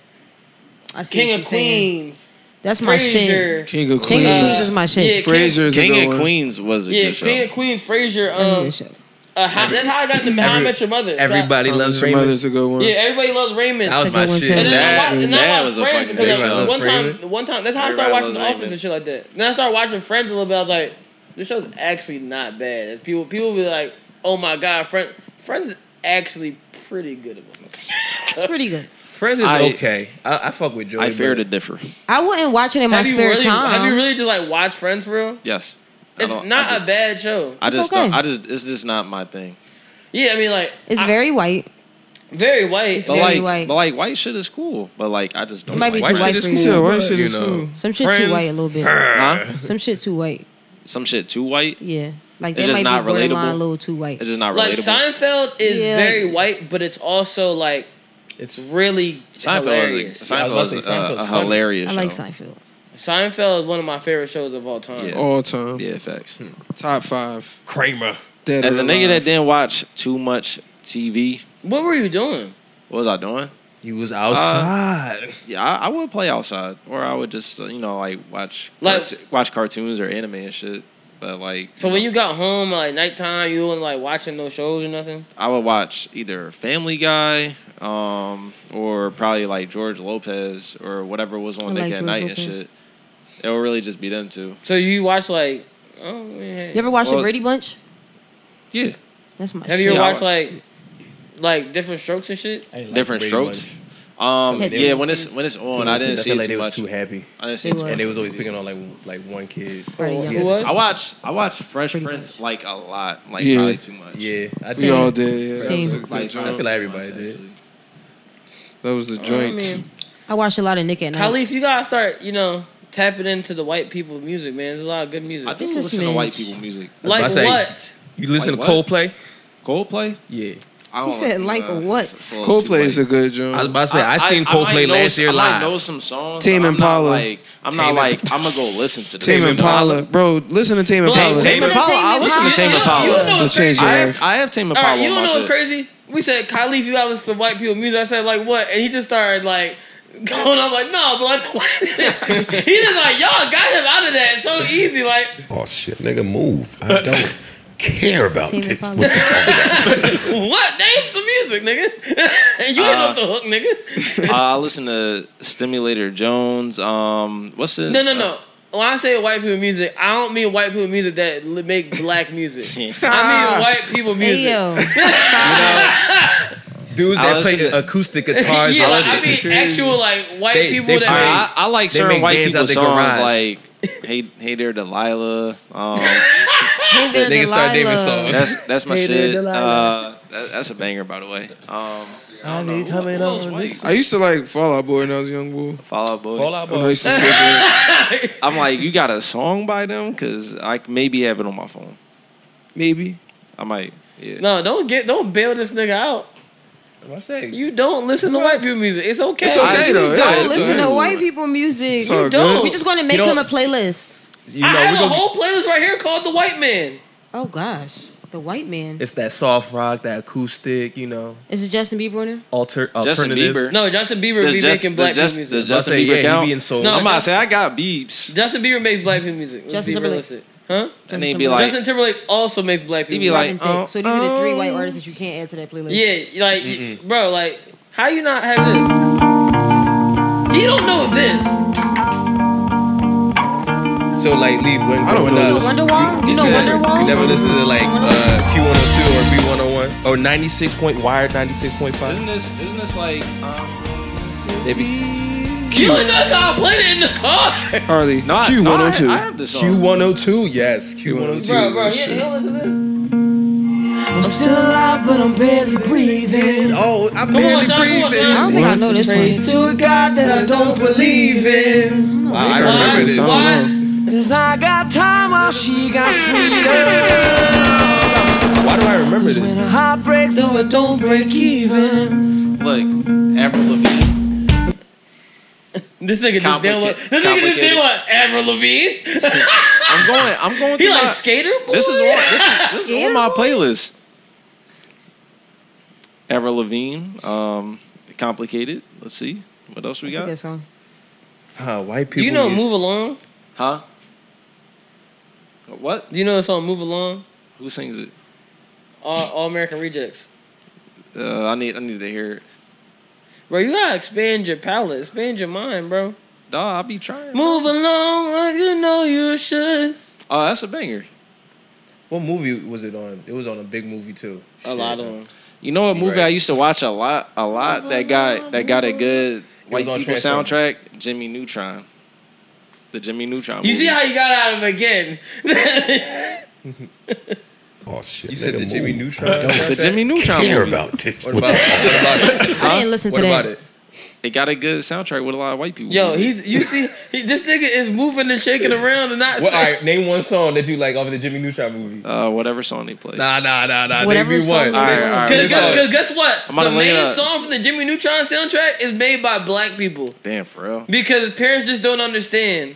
S8: I see what
S1: King
S8: you're
S1: of
S8: saying.
S1: Queens.
S8: That's my
S1: Frasier.
S8: shit.
S11: King of
S8: King of
S11: Queens.
S8: Queens is my shit.
S1: Yeah,
S6: King and Queens was a
S1: Yeah,
S6: good show.
S1: King of Queens, Frasier. Um, uh, how, that's how I got the How I
S7: Every-
S1: Met Your Mother.
S7: Everybody
S1: That-
S7: loves
S11: Your
S7: Raymond.
S11: Mother's a good one.
S1: Yeah, everybody loves Raymond.
S7: That was my shit.
S1: And then I
S7: That-
S1: watched, and then I
S7: that
S1: watched
S7: was a
S1: Friends
S7: fucking
S1: because
S7: good
S1: like,
S7: show.
S1: one time,
S7: Raymond.
S1: one time, that's how I started
S6: Everybody
S1: watching The
S6: loves
S1: Office and shit like that. Then I started watching Friends a little bit. I was like, this show's actually not bad. As people, people be like, oh my god, Friends, Friends is actually pretty good of a fucking show.
S8: It's pretty good.
S7: Friends is
S6: I-
S7: okay. I, I fuck with Joey.
S6: I fear
S7: but-
S6: to differ.
S8: I wouldn't watch it in my
S1: Have you
S8: spare
S1: really,
S8: time.
S1: have you really just like watched Friends for real?
S6: Yes. I
S1: It's
S6: don't-
S1: not
S6: I, ju-
S1: a bad show.
S6: I
S8: It's
S6: just
S8: okay.
S6: don't I just it's just not my thing.
S1: Yeah, I mean like
S8: It's
S1: I-
S8: very white.
S1: very white.
S8: It's
S6: But
S8: very
S6: like,
S8: white.
S6: but like white shit is cool. But like I just don't
S8: might be
S6: like
S8: too white for you.
S11: Yeah, white shit
S7: you
S11: is
S7: know.
S11: cool.
S8: Mm. Some shit too
S6: Friends?
S8: white a little bit.
S6: Huh?
S8: Some shit too white.
S6: Some shit too white.
S8: Yeah. Like
S6: It's
S8: that might
S6: just not
S8: be borderline
S6: relatable.
S8: a little too white.
S6: It's just not
S1: Like
S6: relatable.
S1: Seinfeld is
S8: Yeah, like-
S1: very white, but it's also like
S7: It's
S1: really
S6: Seinfeld
S1: hilarious.
S6: is a, Seinfeld is a, a hilarious
S8: I like
S6: show.
S8: Seinfeld.
S1: Seinfeld is one of my favorite shows of all time.
S6: Yeah.
S11: All time.
S6: Yeah, facts.
S11: Top five.
S7: Kramer.
S11: Dead
S6: As
S11: or
S6: a nigga
S11: alive.
S6: that didn't watch too much TV,
S1: What were you doing?
S6: what was I doing?
S7: You was outside.
S6: Yeah, I, I would play outside, or I would just uh, you know like watch
S1: Like-
S6: carto- watch cartoons or anime and shit. But like,
S1: So when you got home like nighttime, you weren't like watching no shows or nothing.
S6: I would watch either Family Guy, um, or probably like George Lopez or whatever was
S8: I
S6: on
S8: like
S6: Nick at
S8: George
S6: night and
S8: Lopez.
S6: shit. It would really just be them two.
S1: So you watch like oh yeah.
S8: You ever watch
S6: Well-
S8: the Brady Bunch?
S6: Yeah,
S8: That's my
S1: Have
S8: shit.
S1: you ever
S6: Yeah, I
S1: watched like like different strokes and shit?
S6: different strokes. Um,
S8: Like
S6: yeah,
S8: Brady
S6: when it's when it's on, I didn't see it
S7: feel like
S6: too
S7: they
S6: much.
S7: was too happy.
S6: I didn't see
S8: They
S6: too
S8: were.
S6: much.
S7: And they was always
S6: TV.
S7: picking on like like one kid.
S8: Pretty young.
S7: He had
S1: Who was?
S7: this-
S6: I watch I watch Fresh Prince like a lot, like
S11: Yeah.
S6: probably too much.
S7: Yeah, I
S11: We
S7: think
S11: all did. Yeah. That was a
S8: Same.
S11: good
S6: Like,
S11: joint.
S7: I feel like everybody did.
S11: That was
S8: Oh,
S11: the
S1: I
S11: joint.
S1: mean,
S8: I watched a lot of Nick at Night.
S1: Khalif, you gotta start you know tapping into the white people music, man. There's a lot of good music.
S6: I do
S8: It's a
S6: listen to white
S8: smidge.
S6: people music.
S1: like
S7: I say-
S1: what?
S7: You listen
S6: Like
S7: to
S6: what?
S7: Coldplay?
S6: Coldplay?
S7: Yeah.
S6: I uh,
S8: He said like a what?
S11: Coldplay is a good
S7: I was
S11: joint.
S7: about to say I, seen
S6: might
S7: Coldplay
S6: know-
S7: last year
S6: I might
S7: live.
S6: know some songs.
S11: Tame
S6: but I'm not
S11: Impala.
S6: like I'm not
S7: Tame
S6: like I'm gonna go listen to this.
S11: Tame Impala, bro. Listen to Tame Impala.
S6: Tame
S8: Listen to
S6: Impala.
S8: Tame
S6: I listen to
S8: Impala. You
S6: Tame
S8: know-
S6: Impala.
S1: you know
S11: It'll
S1: what's
S11: change
S6: I
S11: your
S6: have,
S11: life.
S6: I have Tame
S1: All
S6: Impala.
S1: right, you
S6: on
S1: wanna
S6: my
S1: know what's
S6: shit.
S1: crazy? We said Khalif, you gotta listen to white people music. I said like what, and he just started like going. I'm like no, but like the white. he just like y'all got him out of that so easy. Like
S10: Oh shit, nigga, move. I don't care about
S1: Team
S10: tits. What
S1: Republic.
S10: you talking about?
S1: what? Name some music, nigga. you ain't
S6: Uh,
S1: off the hook, nigga.
S6: uh, I listen to Stimulator Jones. Um, what's the
S1: No, no, no. When I say white people music, I don't mean white people music that li- make black music. I mean white people music.
S7: Dudes
S6: I
S7: that
S6: listen
S7: play
S6: to-
S7: acoustic guitars.
S1: yeah,
S7: and
S1: like, I
S7: shit.
S1: mean actual like white
S7: They-
S1: people
S7: they
S1: that
S7: play-
S1: make.
S6: I, I like
S7: They
S6: certain
S7: make
S6: white
S7: bands
S6: people
S7: out their
S6: songs
S7: garage.
S6: like "Hey Hey There Delilah." Um,
S8: Hey there,
S6: Niggas start naming
S8: Delilah.
S6: songs. That's that's my
S8: Hey there,
S6: shit.
S8: Delilah.
S6: Uh, that, that's a banger, by the way. Um,
S1: I need coming on this.
S11: I used to like Fall Out Boy when I was a young boy.
S6: Fall Out Boy.
S11: Fall Out Boy. I used to skip it.
S6: I'm like, you got a song by them? Cause I maybe have it on my phone.
S11: Maybe.
S6: I might. Yeah.
S1: No, don't get don't bail this nigga out.
S7: What's that?
S1: You don't listen to white people music. It's okay.
S11: It's okay,
S1: You
S11: though. Yeah,
S1: Don't
S11: it's
S1: listen
S11: okay.
S1: to
S8: The
S1: white.
S8: white people music.
S11: It's all good.
S8: We're just gonna make
S7: You know-
S8: him a playlist.
S7: You
S1: I
S7: know,
S1: have
S7: we
S1: a
S7: gonna-
S1: whole playlist right here called The White Man.
S8: Oh gosh, the white man.
S7: it's that soft rock, that acoustic, you know,
S8: Is it Justin Bieber in there?
S7: alter
S6: Justin
S7: alternative.
S6: Bieber.
S1: No, Justin Bieber
S6: Does
S1: be
S6: Just-
S1: making black
S6: does
S1: people
S6: Just-
S1: music.
S6: Does Justin
S7: I say, yeah,
S6: Bieber
S7: he
S6: count?
S7: being so-
S6: No, I'm about to
S1: Justin-
S6: say I got beeps.
S1: Justin Bieber makes black people music. Let's
S8: Justin
S1: be
S8: Timberlake.
S1: realistic. Huh?
S6: And they be like,
S1: Justin Timberlake also makes black people.
S6: be
S1: music.
S6: like,
S8: Robin Thicke.
S6: uh,
S8: so these are the three white
S1: um,
S8: artists that you can't add to that playlist.
S1: yeah, like, bro, like, how you not have this? He don't know this.
S7: So like leave when
S11: I don't
S7: growing
S11: know
S7: up-
S11: this.
S8: Wonderwall. You know
S7: Yeah.
S8: Wonderwall.
S7: You never listen to like uh, Q102 or B101 or 96 point wired 96.5.
S6: isn't this isn't this like um,
S7: They be
S1: You don't know how I played it in the car.
S11: Harley.
S6: no, I- no, I, I have
S11: Q102.
S6: this song.
S7: Q102, yes, Q102.
S1: Bro, bro,
S11: this
S1: you you don't listen to this.
S15: I'm still alive, but I'm barely breathing.
S7: Oh, I'm
S1: Come on, Sean, come on, Sean.
S8: I don't think I know this
S15: Pray
S8: one.
S15: to a God that I don't believe in.
S7: Wow, I remember
S1: Why?
S11: this. I don't
S1: Why?
S11: know.
S15: Cause I got time while she got freedom.
S7: Why do I remember
S15: Cause when
S7: this?
S15: a heart breaks, no, it don't break even.
S6: Look, Avril Lavigne.
S1: This nigga just
S6: Complicated-
S1: download. This nigga just
S6: complicated.
S1: download Avril Lavigne.
S6: I'm going. I'm going.
S1: He
S6: through
S1: like
S6: my-
S1: skater. Boy?
S6: This is on, this is, this is
S8: Skater
S6: on my playlist. Avril Lavigne, um, complicated. Let's see what else we
S8: That's a
S6: got.
S8: good song.
S7: Huh, white people.
S1: Do you know
S7: use-
S1: Move Along?
S6: Huh? What?
S1: Do you know the song Move Along?
S6: Who sings it?
S1: All, All American Rejects.
S6: Uh, I need. I need to hear it.
S1: Bro, you gotta expand your palate, expand your mind, bro.
S6: Nah, I'll be trying.
S1: Move along like you know you should.
S6: Oh, that's a banger.
S7: What movie was it on? It was on a big movie too.
S1: A lot of them.
S6: You know what movie
S7: Right.
S6: I used to watch a lot, a lot that got that got a good white
S7: on
S6: people
S7: Transformers.
S6: soundtrack. Jimmy Neutron, the Jimmy Neutron.
S1: You see
S6: movie.
S1: how you got out of it again.
S10: Oh shit.
S7: You said
S10: nigga,
S7: the Jimmy
S10: move.
S7: Neutron
S10: I don't
S6: the Jimmy Neutron
S10: care
S6: movie.
S10: about tits.
S7: What about, what about it?
S8: I didn't listen to
S7: What about
S8: that.
S7: it?
S6: It got a good soundtrack with a lot of white people.
S1: Yo,
S6: using it.
S1: he's you see he, this nigga is moving and shaking around and not
S7: What, all
S1: saying
S7: right, name one song that you like off of the Jimmy Neutron movie.
S6: uh, whatever song they play.
S7: Nah, nah, nah, nah.
S8: Whatever
S7: Name me
S8: song
S7: one.
S8: that
S7: Name-
S8: is.
S6: Alright,
S1: Cause,
S6: alright.
S1: cause, cause guess what?
S6: I'm about
S1: The
S6: to lay
S1: main
S6: up.
S1: song from the Jimmy Neutron soundtrack is made by black people
S6: Damn, for real.
S1: because parents just don't understand.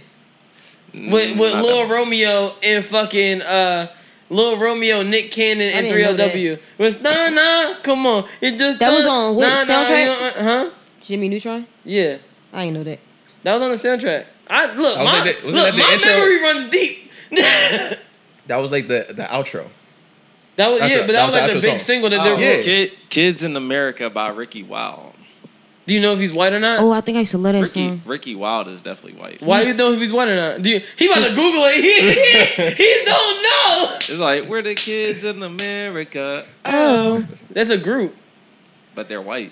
S1: With
S7: Mm,
S1: with
S6: Not
S1: Lil
S6: that-
S1: Romeo and fucking uh, Lil Romeo, Nick Cannon, and
S8: I didn't know
S1: 3LW was nah nah. Come on, it just
S8: That was
S1: nah,
S8: on what,
S1: nah, nah,
S8: soundtrack?
S1: you don't- uh, huh?
S8: Jimmy Neutron.
S1: Yeah.
S8: I ain't know that.
S1: That was on the soundtrack. I look,
S7: Oh, was
S1: my,
S7: that the- was
S1: look,
S7: that the
S1: my
S7: intro?
S1: memory runs deep. that
S7: That was like the, the outro.
S1: was
S7: That's
S1: yeah, but
S7: a- that
S1: that was
S7: was
S1: like
S7: the
S1: the big
S7: song.
S1: single that
S7: Oh,
S1: they.
S7: yeah.
S6: Kid, Kids in America by Ricky Wild.
S1: Do you know if he's white or not?
S8: Oh, I think I used to love that
S6: Ricky
S8: song.
S6: Ricky Wild is definitely white.
S1: Why do you know if he's white or not? Do you, he about to Google it? He, he, he don't know.
S6: It's like we're the kids in America,
S8: Oh,
S1: That's a group.
S6: but they're white.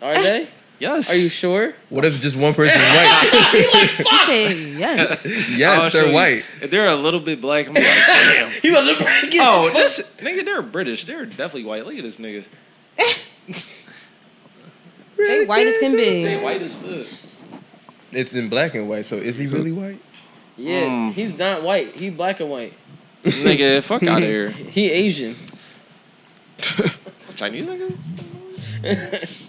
S1: Are they?
S6: Yes.
S1: Are you sure?
S7: What if just one person's white?
S8: he said yes.
S6: I'll
S7: yes,
S6: show
S7: they're
S6: you.
S7: white.
S6: If they're a little bit black, I'm like, damn.
S1: You about to break it?
S6: oh, this nigga, they're British. They're definitely white. Look at this nigga.
S8: They white as can
S6: They
S8: be.
S6: white as fuck.
S7: It's in black and white, so is he really white?
S1: yeah, he's not white. He black and white.
S6: nigga, fuck out of here.
S1: He Asian.
S6: Chinese nigga?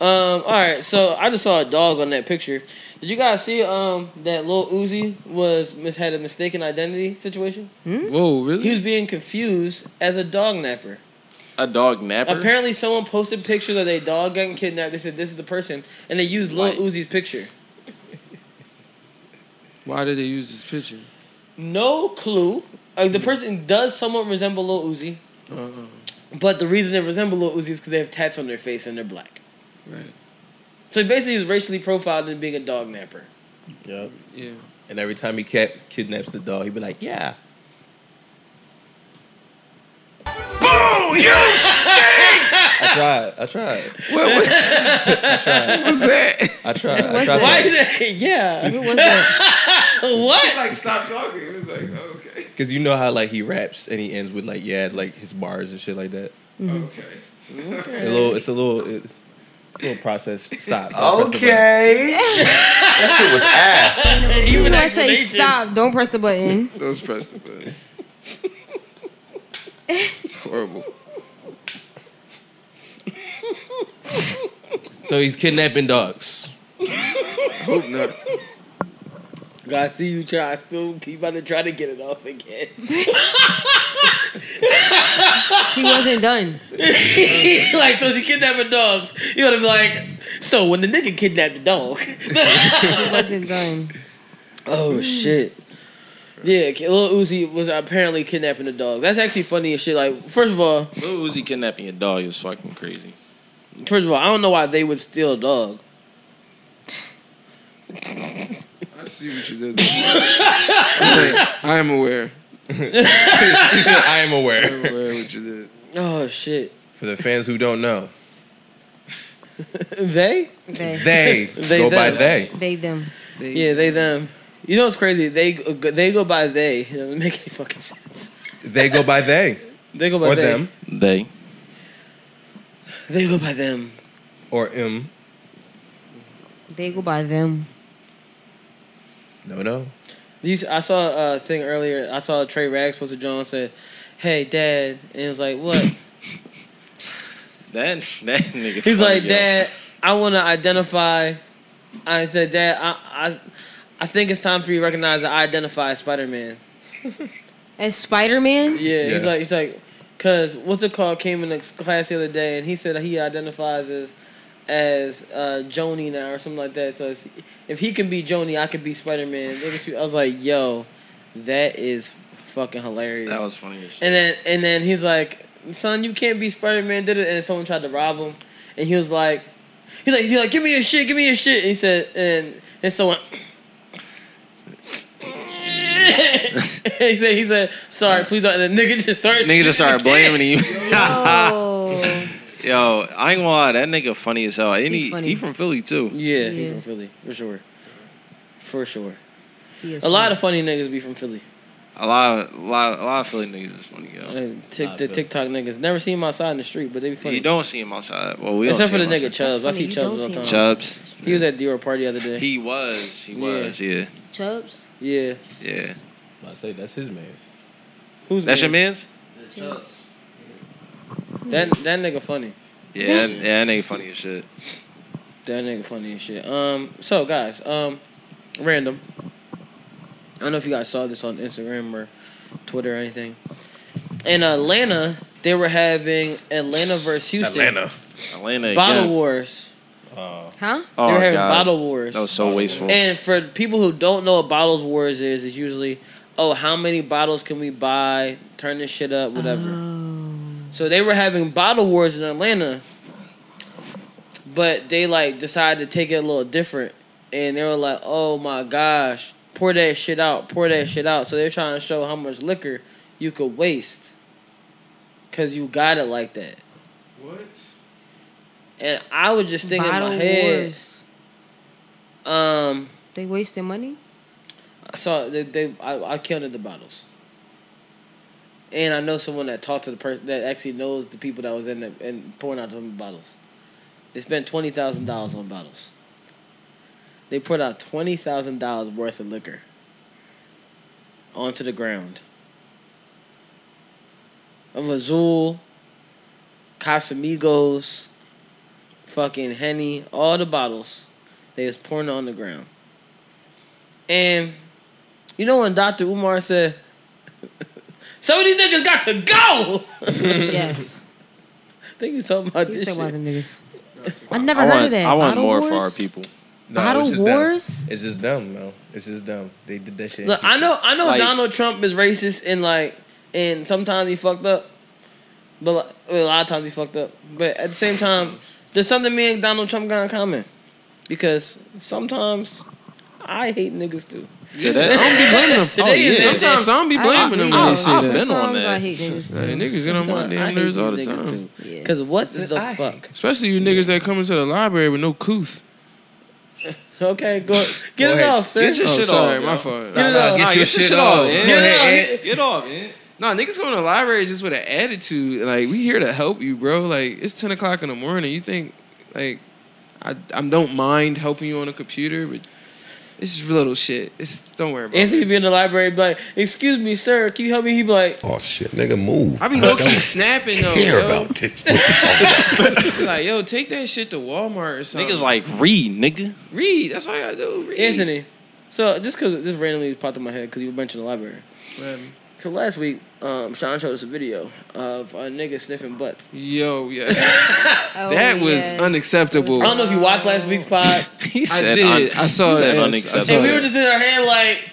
S1: Um, all right, so I just saw a dog on that picture. Did you guys see um that Lil Uzi was mis- had a mistaken identity situation?
S11: Whoa,
S1: He
S11: really?
S1: was being confused as a dog napper.
S6: A dog napper?
S1: Apparently, someone posted pictures of their dog getting kidnapped. They said this is the person, and they used Lil
S6: Right.
S1: Uzi's picture.
S11: Why did they use this picture?
S1: No clue. like the person does somewhat resemble Lil Uzi,
S11: Uh-uh,
S1: but the reason they resemble Lil Uzi is because they have tats on their face and they're black.
S11: Right.
S1: So he basically is racially profiled in being a dog napper.
S7: Yep.
S11: Yeah.
S7: And every time he cat kidnaps the dog, he'd be like, "Yeah."
S13: Boom! You stink!
S7: I tried. I tried.
S13: What was-
S7: I tried.
S13: What's that?
S7: I tried. I
S13: What's
S7: tried.
S13: that?
S1: yeah.
S13: What was that?
S1: what?
S3: like stop talking. It was like oh, okay.
S7: Because you know how like he raps and he ends with like yeah, it's like his bars and shit like that.
S11: Mm-hmm.
S3: Okay.
S7: A little, it's a little, it's a little process. Stop.
S11: Okay.
S7: that shit was ass.
S11: Even
S9: Even I say
S11: explanation.
S9: stop. Don't press the button.
S11: Those press the button. It's horrible.
S7: So he's kidnapping dogs.
S1: Hope not. God see you try. I still keep about to try to get it off again.
S9: He wasn't done.
S1: like so, she kidnapping dogs. You gotta be like, so when the nigga kidnapped the dog.
S9: He wasn't done.
S1: Oh shit. Yeah, Lil Uzi was apparently kidnapping the dog. That's actually funny as shit. Like, first of all,
S6: Lil Uzi kidnapping a dog is fucking crazy.
S1: first of all, I don't know why they would steal a dog.
S11: I see what you did. there. I am aware. I
S7: am aware.
S11: I'm aware of what you did.
S1: Oh shit.
S7: For the fans who don't know,
S1: they?
S7: They. Go by they.
S9: They them.
S1: Yeah, they them. You know what's crazy? They they go by they. It doesn't make any fucking sense.
S7: they go by they
S1: They go by
S7: or
S1: they.
S7: them.
S6: They.
S1: They go by them.
S7: Or M.
S9: They go by them.
S7: No, no.
S1: These I saw a thing earlier. I saw Trey Rags posted John said, "Hey, Dad," and it was like, "What?"
S6: That that nigga.
S1: He's
S6: funny,
S1: like,
S6: yo.
S1: Dad, I want to identify. I said, Dad, I, I, I think it's time for you to recognize that I identify as Spider Man.
S9: As Spider Man.
S1: Yeah, he's like, he's like, cause what's it called? Came in the class the other day, and he said he identifies as, as uh, Joni now or something like that. So it's- if he can be Joni, I could be Spider Man. I was like, yo, that is fucking hilarious.
S6: That was funny as shit.
S1: And then and then he's like, "Son, you can't be Spider Man." Did it? And someone tried to rob him, and he was like, "He's like, he's like, give me your shit, give me your shit." And he said, and and someone. he said, he said, sorry, please don't. And the nigga just started.
S6: Nigga just started blaming you.
S9: Yo.
S6: Yo, I ain't gonna lie, that nigga funny as hell. And
S1: He
S6: he,
S1: funny.
S6: he from Philly too.
S1: Yeah, he from Philly for sure, for sure.
S9: He
S1: A
S9: is
S1: lot of funny niggas be from Philly.
S6: A lot, of, a lot, a lot of Philly niggas is funny, yo.
S1: Uh, Tick,
S6: Nah,
S1: the
S6: Philly.
S1: TikTok niggas. Never seen my side in the street, but they be funny.
S6: You don't see him outside. Well, we
S1: Except for
S6: don't
S1: the
S6: see him
S1: nigga
S6: outside.
S1: Chubbs. I see
S9: funny, you
S1: Chubbs all
S9: don't
S1: the time.
S6: see him outside. Chubbs.
S1: He was at Dior party the other day.
S6: He was, he was, yeah,
S9: Chubbs.
S1: Yeah.
S6: yeah.
S7: I say that's his man's.
S1: Who's
S6: That's your man's?
S1: That that nigga funny.
S6: Yeah, that, yeah, that nigga funny as shit.
S1: That nigga funny as shit. Um, so guys, um, random. I don't know if you guys saw this on Instagram or Twitter or anything. In Atlanta, they were having Atlanta versus Houston.
S6: Atlanta.
S1: Bottle
S6: again.
S1: Wars.
S9: Huh?
S6: Oh,
S1: they were having
S6: God.
S1: Bottle Wars.
S6: That was so wasteful.
S1: And for people who don't know what Bottles Wars is, it's usually, oh, how many bottles can we buy? Turn this shit up, whatever. So they were having Bottle Wars in Atlanta, but they like decided to take it a little different. And they were like, oh my gosh, pour that shit out, pour that shit out. So they're trying to show how much liquor you could waste because you got it like that.
S3: What?
S1: And I was just thinking
S9: Bottle
S1: in my head.
S9: wars.
S1: Um,
S9: They wasting money.
S1: I saw they, they I, I counted the bottles. And I know someone that talked to the person that actually knows the people that was in the and pouring out the bottles. They spent twenty thousand dollars on bottles. They poured out twenty thousand dollars worth of liquor onto the ground. Of Azul, Casamigos, fucking Henny, all the bottles they was pouring on the ground. And you know when Dr. Umar said, Some of these niggas got to go.
S9: Yes.
S1: I think he's talking about
S9: You
S1: this
S9: talking about
S1: shit.
S9: them niggas. I never
S6: I
S9: heard
S6: want,
S9: of that.
S6: I want
S9: Bottle
S6: more for our
S9: Wars?
S6: people.
S7: No,
S9: Bottle
S7: it's just dumb.
S9: wars?
S7: It's just dumb, man. It's just dumb. They did that shit.
S1: Look, I know, I know
S7: Like-
S1: Donald Trump is racist and like, and sometimes he fucked up, but like, well, a lot of times he fucked up. But at the same time, there's something me and Donald Trump got in common, because sometimes I hate niggas too.
S6: Today- I don't be blaming them.
S1: Today
S6: Oh,
S1: is
S6: yeah.
S1: that day.
S6: Sometimes I don't be blaming them when
S1: I-
S6: they say
S1: I've
S6: that.
S1: been on
S6: Sometimes
S1: that.
S6: I hate niggas too. Hey, niggas get on my
S1: Sometimes
S6: damn
S1: I hate
S6: nerves all the
S1: niggas
S6: time.
S1: too. Cause what the fuck?
S11: Especially you niggas that come into the library with no couth.
S1: Okay, go get
S11: Go
S1: it
S11: ahead.
S1: off, sir.
S11: Get your
S1: Oh,
S11: shit
S1: sorry,
S11: off,
S1: my
S11: yo.
S1: fault.
S11: Nah,
S1: Get it
S11: nah,
S1: off.
S11: get
S1: Nah,
S11: your shit off.
S1: Get
S11: Go
S1: it off.
S11: ahead, Ed. Get off, man. Nah, niggas come to the library just with an attitude. Like we here to help you, bro. Like it's ten o'clock in the morning. You think like I I don't mind helping you on a computer, but it's just little shit. It's don't worry about it.
S1: Anthony be in the library, be like, "Excuse me, sir, can you help me?" He be like,
S10: Oh shit, nigga, move.
S11: I be low key snapping though.
S10: care
S11: yo.
S10: about this.
S11: like, yo, take that shit to Walmart or something.
S6: Niggas like read, nigga.
S11: read. That's all you gotta do. Read.
S1: Anthony. So just because this randomly popped in my head because you mentioned the library. So last week, um, Sean showed us a video of a nigga sniffing butts.
S11: Yo, yes.
S8: Oh,
S11: that
S1: Oh,
S11: was unacceptable.
S1: I don't know if you watched last week's pod.
S11: He said I did. un- I saw he said that. unacceptable. I saw
S1: And we
S11: that.
S1: were just in our head like.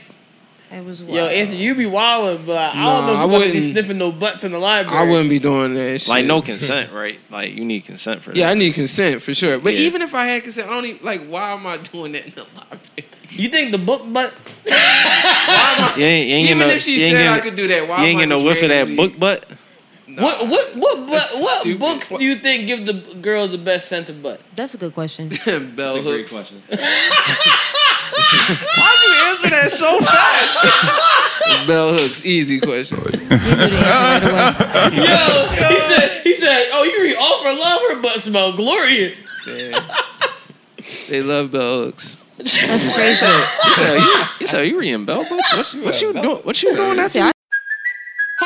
S1: It was Yo, Anthony, you be wildin', but I
S11: Nah,
S1: don't know if
S11: I
S1: you want to be
S11: wouldn't.
S1: sniffing no butts in the library.
S11: I wouldn't be doing that. Shit.
S6: Like no consent, right? Like you need consent for that.
S11: Yeah, I need consent for sure. But
S6: Yeah.
S11: even if I had consent, I don't even like. Why am I doing that in the library?
S1: You think the book butt?
S6: You ain't, you
S11: Even
S6: ain't getting no-
S11: if she
S6: you ain't
S11: said I
S6: getting-
S11: could do that, why
S6: you ain't
S11: am I
S6: getting no
S11: just
S6: whiff of that
S11: randomly-
S6: book butt.
S1: What what what butt, what books do you think give the girls the best scent of butt?
S8: That's a good question.
S11: Bell That's a great hooks.
S6: question.
S11: Why'd you answer that so fast? Bell hooks, easy question.
S1: Yo, he said he said, "Oh, you read all for love, her butt smell glorious."
S11: They love bell hooks.
S8: That's crazy.
S6: You said, you, you said, you reading bell books? What you, what you doing? What you doing after? you-
S17: Hey,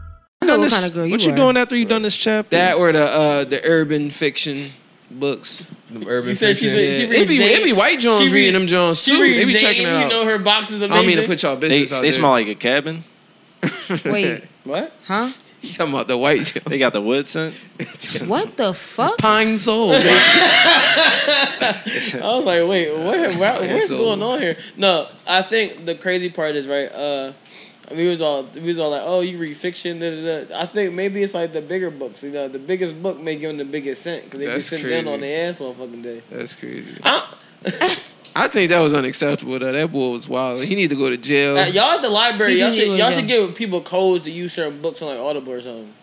S11: this- what you doing after you done this chapter? That or the uh, the urban fiction books. The urban
S1: You said she said she reads
S11: it be
S1: Zane-
S11: it be white Jones
S1: she
S11: reading
S1: read-
S11: them Jones
S1: she
S11: too.
S1: reads
S11: They be
S1: Zane,
S11: checking it
S1: you
S11: out.
S1: know her box is
S11: I don't mean to
S1: amazing.
S11: put y'all
S6: They,
S11: business out
S6: they
S11: there.
S6: smell like a cabin.
S8: Wait.
S1: What?
S8: Huh?
S11: You talking about the white Jones?
S6: They got the wood scent.
S8: What the fuck?
S11: Pine soul.
S1: I was like, wait, what, what- what's
S11: so-
S1: going on here? No, I think the crazy part is right. Uh, I mean, we was all we was all like, oh, you read fiction. Da, da, da. I think maybe it's like the bigger books. You know, the biggest book may give them the biggest scent because they be
S11: That's
S1: sitting down
S11: crazy.
S1: on their ass all fucking day.
S11: That's crazy. I think that was unacceptable though. That boy was wild. He need to go to jail.
S1: Uh, y'all at the library,
S11: He
S1: y'all
S11: did
S1: should
S11: go
S1: y'all
S11: down.
S1: should give people codes to use certain books on like Audible or something.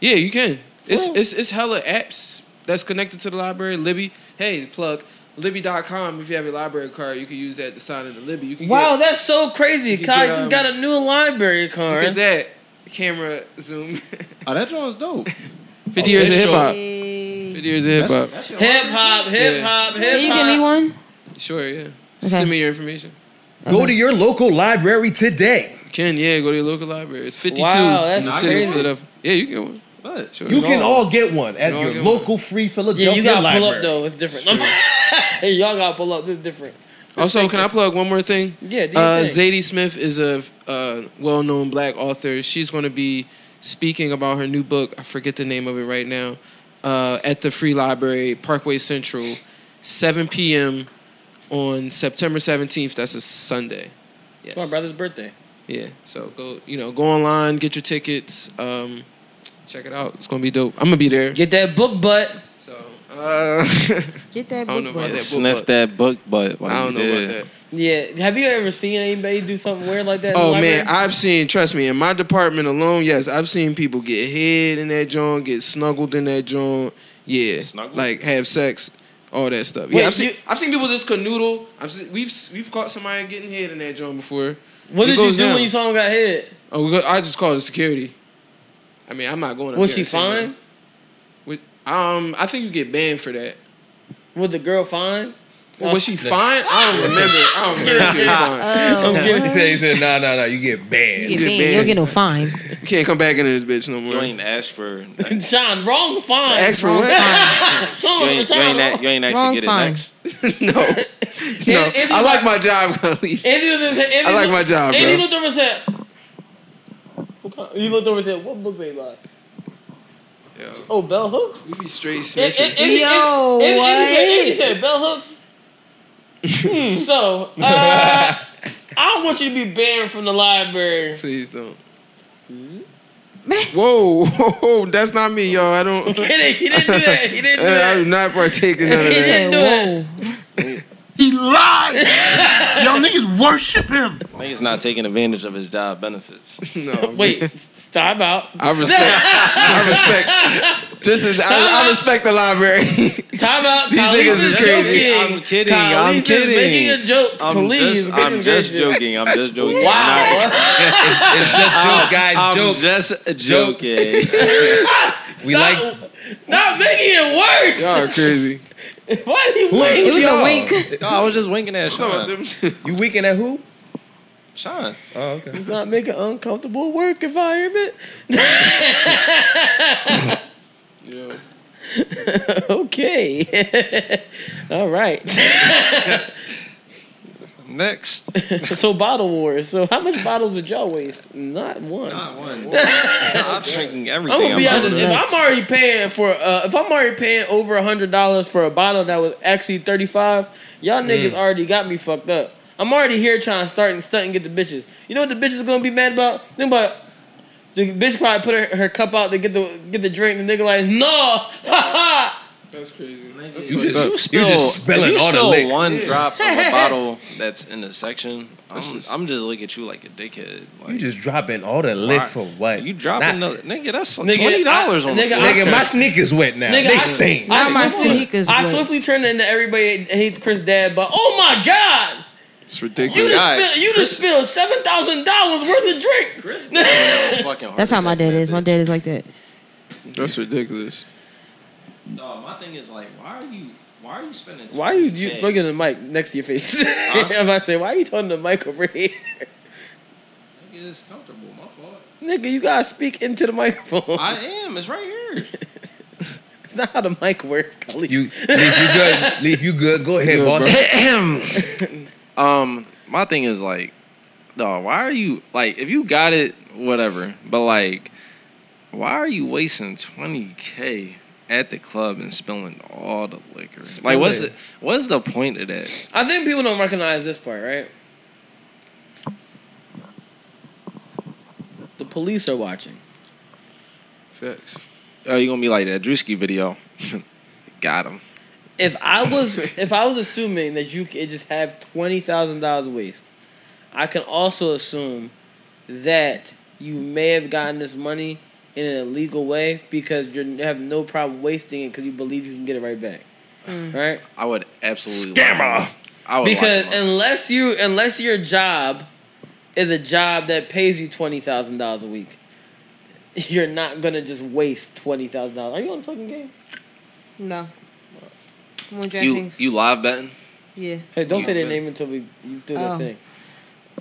S11: Yeah, you can. It's it's it's hella apps that's connected to the library. Libby, hey, plug Libby.com. If you have your library card, you can use that to sign into Libby. You can
S1: Wow,
S11: get,
S1: that's so crazy!
S11: can
S1: Kai
S11: get,
S1: just
S11: um,
S1: got a new library card.
S11: look at that camera zoom.
S7: Oh, that joint's dope.
S11: Fifty years of hip hop. Fifty
S8: Hey.
S11: years of hip hop.
S1: Hip hop, hip hop, hip hop.
S8: Can you give me one?
S11: Sure, yeah. Send me your information.
S18: Go to your local library today.
S11: You can yeah, go to your local library. It's fifty two
S18: Wow,
S11: in
S18: that's
S11: the city
S18: crazy.
S11: of Philadelphia. Yeah, you can. one. Sure.
S18: You can all get one at
S11: No,
S18: your
S11: get
S18: local free Philadelphia
S1: Yeah, you gotta
S18: library.
S1: pull up though. It's different. hey, y'all gotta pull up. This is different.
S11: Also, can I plug one more thing?
S1: Yeah, do your
S11: Uh,
S1: thing.
S11: Zadie Smith is a uh, well-known black author. She's going to be speaking about her new book. I forget the name of it right now. Uh, at the Free Library, Parkway Central, 7 p.m. on September 17th. That's a Sunday.
S1: It's my brother's birthday.
S11: Yeah. So go, you know, go online, get your tickets. Um, check it out. It's going to be dope. I'm going to be there.
S1: Get that book butt.
S11: So, uh,
S8: Get that
S11: I don't know about that book
S6: Sniff
S11: butt.
S6: that book butt.
S11: I don't know about that.
S1: Yeah. Have you ever seen anybody do something weird like that? in the
S11: Oh
S1: library?
S11: man, I've seen. Trust me, in my department alone, yes, I've seen people get hid in that joint, get snuggled in that joint. Yeah, like have sex, all that stuff.
S1: Wait,
S11: yeah, I've seen.
S1: you-
S11: I've seen people just canoodle. I've seen, we've we've caught somebody getting hid in that joint before.
S1: What
S11: It
S1: did you
S11: goes
S1: do
S11: down.
S1: when you saw him got hit?
S11: Oh, we go, I just called the security. I mean, I'm not going. up
S1: Was
S11: there
S1: she
S11: and seeing
S1: fine?
S11: her. With, um, I think you get banned for that.
S1: Was the girl fine?
S11: Well, was she fine? I don't remember. I don't remember if she was fine.
S8: Oh,
S11: I'm kidding.
S8: what?
S11: He said, he said, no, no, no, you get banned.
S8: You get banned. You don't get no fine.
S11: You can't come back into this bitch no more.
S6: You ain't ask for.
S1: Sean, wrong fine.
S11: Ask for
S1: Wrong
S11: what?
S1: fine.
S6: You
S1: Sean,
S6: ain't, you
S1: Sean,
S6: ain't,
S1: wrong-
S6: act- you ain't actually
S1: wrong
S6: get it
S1: fine.
S6: next.
S11: No,
S1: Anthony-
S11: I like my job, Khalid.
S1: Anthony was in- Anthony
S11: I like
S1: looked-
S11: my job, bro.
S1: Anthony looked over and said, what kind- he looked over and said, what book they buy? Oh, Bell Hooks?
S11: You be straight
S1: And-
S11: snitching.
S1: and- and-
S8: Yo,
S1: and- and- and he said- and he
S8: what?
S1: said, Bell Hooks? Hmm, so, uh, I don't want you to be banned from the library.
S11: Please don't. Whoa, whoa, whoa, that's not me, y'all. I don't.
S1: he didn't do that. He didn't do
S11: I do not partake in none of
S1: He
S11: that.
S1: didn't do it.
S10: He lied. Y'all niggas worship him.
S6: Niggas not taking advantage of his job benefits.
S11: no,
S1: Wait, stop out.
S11: I respect. I respect. Just as I, I respect the library. These
S1: Time out. Khalid
S11: niggas is crazy.
S1: joking.
S6: I'm kidding, I'm
S1: Khalid is
S6: kidding.
S1: Making a joke.
S6: I'm
S1: Please.
S6: just, I'm just joking. I'm just joking.
S1: Wow.
S7: It's just jokes, guys.
S6: I'm
S7: jokes.
S6: just joking.
S7: we like
S1: Stop making it worse.
S11: Y'all are crazy.
S1: Why do you wink?
S7: y'all?
S6: No, I was just winking at Sean.
S7: You winking at who?
S6: Sean.
S7: Oh, okay.
S1: Does not make an uncomfortable work environment. okay. All right.
S6: Next.
S1: so bottle wars. So how much bottles did y'all waste? Not one.
S6: Not one. I'm drinking everything.
S1: I'm gonna be honest.
S6: out
S1: If
S6: of-
S1: I'm already paying for, uh, if I'm already paying over hundred dollars for a bottle that was actually thirty five, y'all
S7: Mm.
S1: niggas already got me fucked up. I'm already here trying to start and stunt and get the bitches. You know what the bitches gonna be mad about? Think about it. the bitch probably put her, her cup out to get the get the drink. The nigga like no,
S11: That's crazy. That's
S7: You
S11: fucked
S7: just,
S11: up.
S7: you just spelling
S6: if you
S7: all the
S6: spill
S7: lick.
S6: one drop of a bottle that's in the section, I'm, I'm just looking at you like a dickhead. Like,
S7: You just dropping all the lick for what?
S6: you dropping
S7: Not-
S6: the nigga? That's
S1: Nigga,
S6: like twenty dollars
S1: I-
S6: on the
S1: nigga,
S6: floor.
S1: I-
S7: Nigga, my sneakers wet now.
S1: Nigga,
S7: they
S1: I-
S7: stink.
S8: Now my
S1: I-
S8: sneakers
S1: I
S8: wet.
S1: swiftly turned into everybody hates Chris dad, but oh my god,
S11: It's ridiculous.
S1: you just
S6: God,
S1: spilled, you just spilled seven thousand dollars worth of drink.
S6: Chris, no fucking heart
S8: That's how my
S6: attack,
S8: dad
S6: that
S8: is. My
S6: bitch.
S8: dad is like that.
S11: That's ridiculous.
S6: No, my thing is like, why are you? Why are you spending?
S1: Why you you
S6: $20K?
S1: looking at the mic next to your face? I'm about to say, why you talking to the mic over here?
S6: Nigga, It's comfortable. My fault.
S1: Nigga, you gotta speak into the microphone.
S6: I am. It's right here.
S1: it's not how the mic works, Khalid.
S7: You leave you good. Leave you good. Go ahead,
S11: Good,
S7: boss.
S11: bro.
S6: Um, my thing is like, dog, why are you like if you got it, whatever. But like, why are you wasting twenty k at the club and spilling all the liquor? like, what's
S7: it.
S6: the, what's the point of that?
S1: I think people don't recognize this part, right? The police are watching.
S11: Facts.
S6: Oh, you gonna be like that Drewski video? got him.
S1: If I was if I was assuming that you could just have twenty thousand dollars waste, I can also assume that you may have gotten this money in an illegal way because you're- you have no problem wasting it because you believe you can get it right back, right?
S6: I would absolutely scammer. Oh, I would lock
S1: because
S6: him up.
S1: unless you unless your job is a job that pays you twenty thousand dollars a week, you're not gonna just waste twenty thousand dollars. Are you on a fucking game?
S8: No. Come on,
S6: you
S8: DraftKings.
S6: you live betting.
S8: Yeah.
S1: Hey, don't say their name until we you do that
S8: Oh.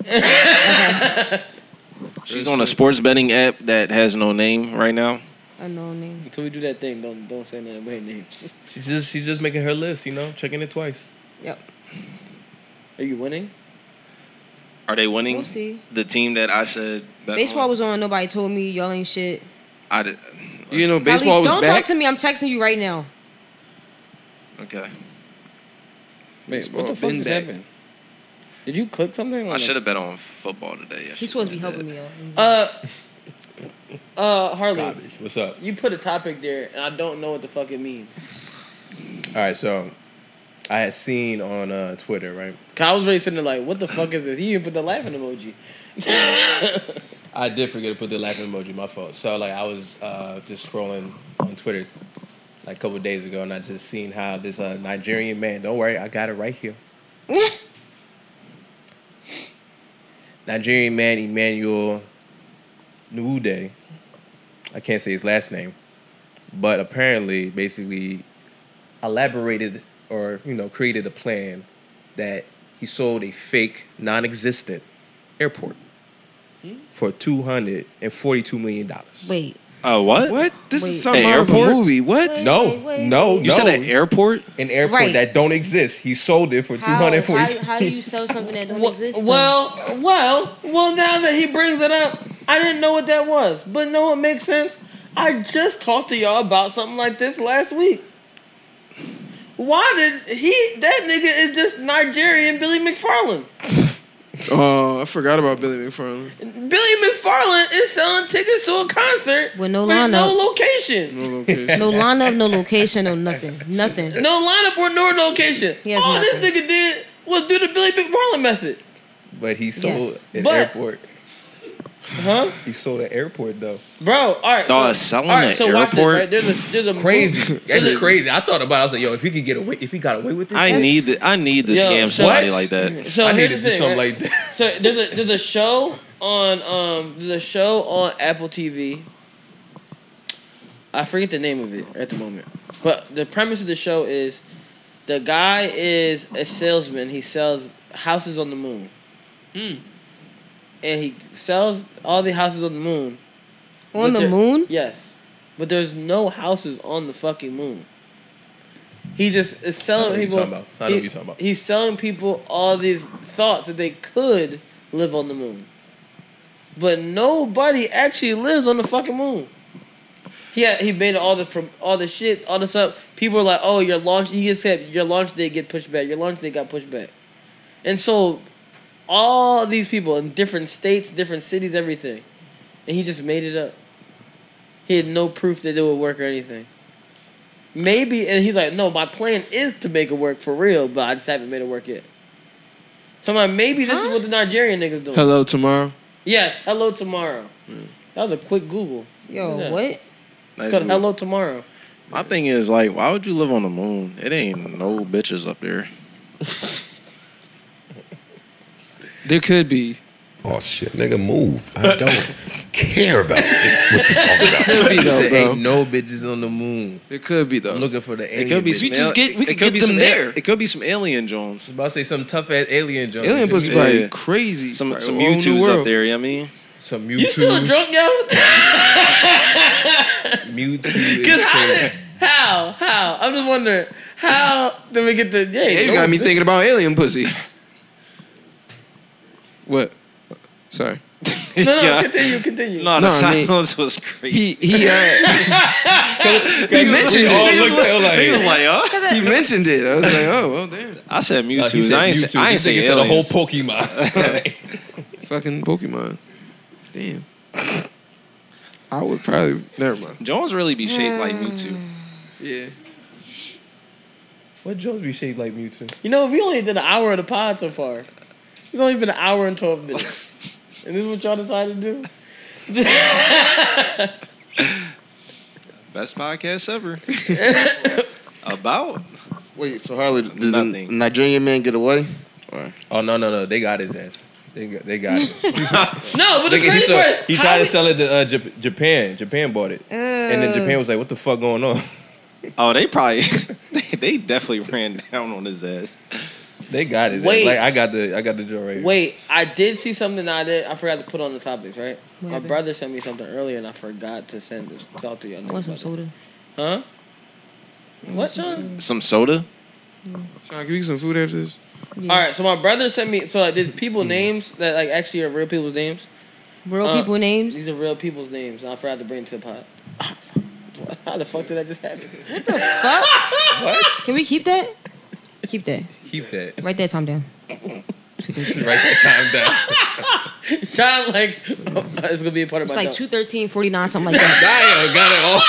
S1: thing.
S6: She's on a sports betting app that has no name right now.
S8: Unknown name.
S1: Until we do that thing, don't don't say nothing about names.
S7: She's just she's just making her list. You know, checking it twice.
S8: Yep.
S1: Are you winning?
S6: Are they winning?
S8: We'll see.
S6: The team that I said bet on?
S8: Baseball was on. Nobody told me. Y'all ain't shit.
S6: I did.
S11: You know,
S8: Khalid,
S11: baseball was
S8: don't
S11: back.
S8: talk to me. I'm texting you right now.
S6: Okay.
S1: Wait,
S11: Baseball
S1: what the fuck
S11: been
S1: just
S11: back.
S1: happened? Did you click something?
S6: I should have bet on football today. I
S8: He's
S6: should've
S8: supposed to be
S6: done
S8: helping
S6: that.
S8: me. Y'all.
S1: Uh, uh, Harley,
S7: Garbage. What's up?
S1: you put a topic there, and I don't know what the fuck it means.
S7: All right, so I had seen on uh, Twitter, right?
S1: Kyle's really sitting there like, what the fuck is this? He even put the laughing emoji.
S7: I did forget to put the laughing emoji. My fault. So like I was uh, just scrolling on Twitter like a couple days ago, and I just seen how this uh, Nigerian man. Don't worry, I got it right here. Nigerian man Emmanuel Nwude. I can't say his last name, but apparently, basically, elaborated or you know created a plan that he sold a fake, non-existent airport for two hundred and forty-two million dollars.
S8: Wait.
S6: Uh,
S7: Oh what?
S11: What? This
S8: is Wait.
S11: something out of a movie.
S7: What?
S8: Wait,
S7: no,
S8: wait, wait,
S7: no,
S8: wait.
S7: no.
S8: You said
S6: an
S7: airport? An airport
S8: Right.
S7: that don't exist. He sold it for two
S8: How,
S7: hundred
S8: how,
S7: forty-two.
S8: how do you sell something that don't exist? though?
S1: Well, well, well. Now that he brings it up, I didn't know what that was, but no, it makes sense. I just talked to y'all about something like this last week. Why did he? That nigga is just Nigerian Billy McFarland.
S11: Oh, I forgot about Billy McFarland.
S1: Billy McFarland is selling tickets to a concert
S8: With no
S1: with no
S8: lineup.
S1: location.
S11: No
S8: no lineup, no location, no nothing. Nothing.
S1: No lineup or no location.
S8: He has
S1: All
S8: nothing.
S1: this nigga did was do the Billy McFarland method.
S7: But he sold
S1: Yes.
S7: an
S1: But-
S7: airport.
S1: Huh?
S7: He sold an airport though.
S1: Bro, all right.
S7: Dog, selling
S1: all right,
S7: an
S1: so watch this,
S7: airport?
S1: right? There's a, there's a
S7: Crazy.
S1: movie-
S7: That's
S1: there's a-
S7: crazy. I thought about. it. I was like, yo, if he could get away, if he got away with this,
S6: I
S7: shit-
S6: need to, I need to
S7: Yo,
S6: scam
S7: what?
S6: somebody like that.
S1: So
S7: I
S1: here's
S7: need
S1: the
S7: to do
S1: thing,
S7: something
S1: right?
S7: like that.
S1: So there's a there's a show on um there's a show on Apple TV. I forget the name of it at the moment, but the premise of the show is the guy is a salesman. He sells houses on the moon, and he sells all the houses on the moon.
S8: On
S1: But
S8: the
S1: there-
S8: moon?
S1: Yes, but there's no houses on the fucking moon. He just is selling
S7: what you're
S1: people.
S7: talking about. I know
S1: he-
S7: what you're talking about.
S1: He's selling people all these thoughts that they could live on the moon, but nobody actually lives on the fucking moon. He had, he made all the pro- all the shit all this up. People are like, oh, your launch. He just said your launch date get pushed back. Your launch date got pushed back, and so all these people in different states, different cities, everything, and he just made it up. He had no proof that it would work or anything. Maybe, and he's like, no, my plan is to make it work for real, but I just haven't made it work yet. So I'm like, maybe this is what the Nigerian niggas doing.
S11: Hello Hmm. tomorrow.
S1: Yes, hello tomorrow. That was a quick Google.
S8: Yo,
S1: Yeah.
S8: what?
S1: It's called
S6: Nice
S1: Hello Tomorrow.
S6: My thing is like, why would you live on the moon? It ain't no bitches up there.
S11: There could be.
S10: Oh shit, nigga, move. I don't care about it. what you talking about.
S11: Could be though,
S7: there
S11: bro.
S1: um,
S7: ain't no bitches on the moon.
S11: There could be though.
S7: I'm looking for the.
S6: It could be.
S7: bitches.
S6: Some al- it could be some al- It could be some alien Jones.
S7: About to say some tough ass alien Jones.
S6: Alien pussy probably Yeah.
S11: crazy.
S6: Some
S7: Right,
S6: some
S7: a whole new
S6: YouTubes up
S7: world.
S6: there. You know what I mean,
S7: some
S1: You still
S7: Mewtwo's.
S1: drunk, yo?
S7: Mewtwo.
S1: Cause
S7: is
S1: how
S7: crazy.
S1: did, how how I'm just wondering how did we get the yeah?
S11: Hey, you got me thinking about alien pussy. What? Sorry.
S1: No, no, continue, continue.
S6: No, the silence was
S11: He
S6: crazy.
S11: he had, he mentioned
S6: Oh,
S11: it.
S6: look, they're like- He was like, huh?
S11: He mentioned it. I was like, oh well, damn.
S6: I said
S7: Uh, he
S6: Mewtwo's.
S7: said
S6: I ain't,
S7: Mewtwo.
S6: say, I
S7: He
S6: ain't
S7: said he
S6: say
S7: said a whole
S6: aliens.
S7: Pokemon.
S11: Fucking Pokemon. Damn. I would probably never mind.
S6: Jones really be shaped
S1: Hmm.
S6: like Mewtwo.
S11: Yeah.
S7: what Jones be shaped like Mewtwo?
S1: You know, we only did an hour of the pod so far. It's only been an hour and twelve minutes, and this is what y'all decided to do.
S6: Best podcast ever. About
S12: Wait, so Harley, did the
S6: Nothing.
S12: Nigerian man get away? Or-
S7: Oh no no no! They got his ass. They got. They got him.
S1: No, but the
S7: Nigga, he,
S1: crazy
S7: sold-
S1: part,
S7: he tried to sell it to uh, Jap- Japan. Japan bought it,
S8: Uh,
S7: and then Japan was like, "What the fuck going on?"
S6: oh, they probably they, they definitely ran down on his ass.
S7: They got his ass.
S1: Wait.
S7: Like I got the I got the draw right here.
S1: Wait, I did see something I did. I forgot to put on the topics. Right, my brother sent me something earlier, and I forgot to send this talk to y'all. niggas
S8: Want some
S1: about it.
S8: soda?
S1: Huh? What, John?
S6: Some soda.
S11: Sean, can we get some food after this?
S1: All right, so my brother sent me. So like, there's people names that like actually are real people's names.
S8: Real
S1: Uh,
S8: people names.
S1: These are real people's names. And I forgot to bring to the pot. How the fuck did that just happen?
S8: Fuck. Can we keep that? Keep that.
S7: Keep that.
S8: Write that time down.
S7: Write that time down.
S1: Sean, like, it's gonna be a part of
S8: It's
S1: my.
S8: like
S1: note.
S8: 213, 49, something like that.
S7: Damn, got it all.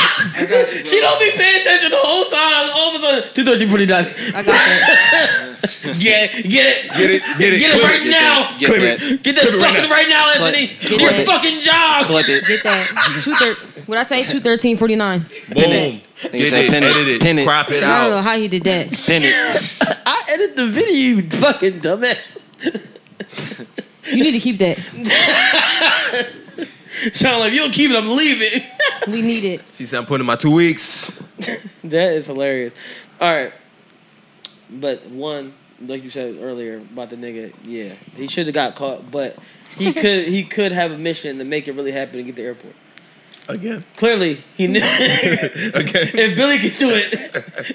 S1: She don't be paying attention the whole time. All of a sudden, two thirty forty nine.
S8: I got that.
S1: Get it, get it,
S7: Get it, get it,
S1: get it
S7: clip
S1: right
S7: it,
S1: now.
S6: Get that. Get
S1: Get that
S7: Clip it right
S1: fucking right now,
S6: Clip-
S1: Anthony.
S8: clip
S1: Do your
S8: it.
S1: fucking
S6: that.
S1: job.
S6: Clip it.
S8: Get that. Two thir- what I say? 213, 49.
S7: Boom.
S6: He said pin it. Pin it.
S7: Crop it
S8: I don't know
S7: out.
S8: how he did that.
S6: Pin it.
S1: I edit the video, you fucking dumbass.
S8: You need to keep that.
S1: Sean, like, if you don't keep it, I'm leaving.
S8: We need it.
S7: She said, "I'm putting in my two weeks."
S1: That is hilarious. All right. But one, like you said earlier about the nigga. Yeah, he should have got caught, but he could he could have a mission to make it really happen and get the airport.
S7: Again.
S1: Clearly, he knew. okay. If Billy could do it,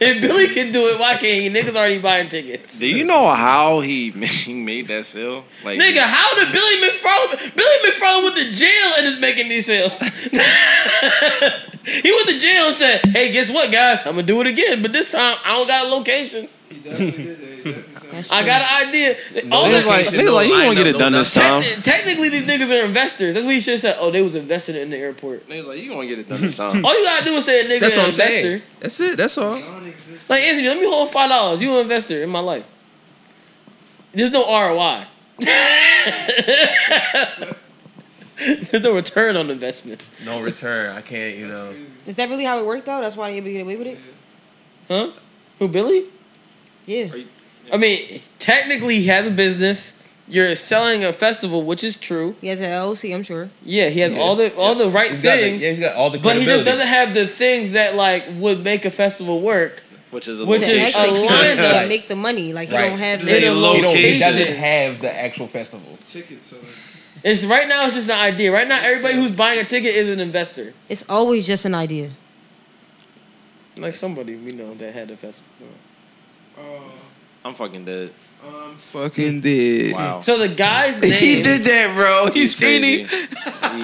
S1: if Billy can do it, why can't he? Niggas already buying tickets.
S6: Do you know how he he made that sale? Like
S1: Nigga, how did Billy McFarland? Billy McFarland went to jail and is making these sales. he went to jail and said, "Hey, guess what, guys? I'm gonna do it again, but this time I don't got a location." I got an idea.
S6: No location, no
S1: you
S6: lineup,
S1: wanna
S6: no nothing."
S1: Techni- technically, these niggas are investors. That's what you should have said. Oh, they was invested in the airport.
S6: Niggas like, you gonna get it done this time.
S1: All you gotta do is say a nigga
S6: That's
S1: an
S6: what I'm
S1: investor.
S6: saying. That's it. That's all.
S1: Like Anthony, let me hold five dollars. You an investor in my life. There's no ROI. There's no return on investment.
S7: No return. I can't. You know.
S8: Is that really how it worked though? That's why they able to get away with it.
S1: Huh? Who Billy?
S8: Yeah.
S1: I mean, technically he has a business. You're selling a festival, which is true.
S8: He has an LLC, I'm sure.
S1: Yeah, he has all the all the right
S7: He's got the-
S1: things.
S7: yeah, he's got all the
S1: But he just
S7: credibility.
S1: doesn't have the things that like would make a festival work.
S6: Which is
S1: a
S8: Which is actually line to make the money. Like he
S1: Right.
S8: don't have
S1: Just ain't
S8: that.
S1: low.
S7: He, don't, he
S1: Location.
S7: doesn't have the actual festival.
S3: Tickets.
S1: It's right now. It's just an idea. Right now, everybody who's buying a ticket is an investor.
S8: It's always just an idea.
S1: Like somebody we know that had a festival.
S11: Uh,
S6: I'm fucking dead.
S3: I'm fucking dead.
S6: Wow.
S1: So the guy's name.
S3: He did that, bro. He's seen
S6: crazy.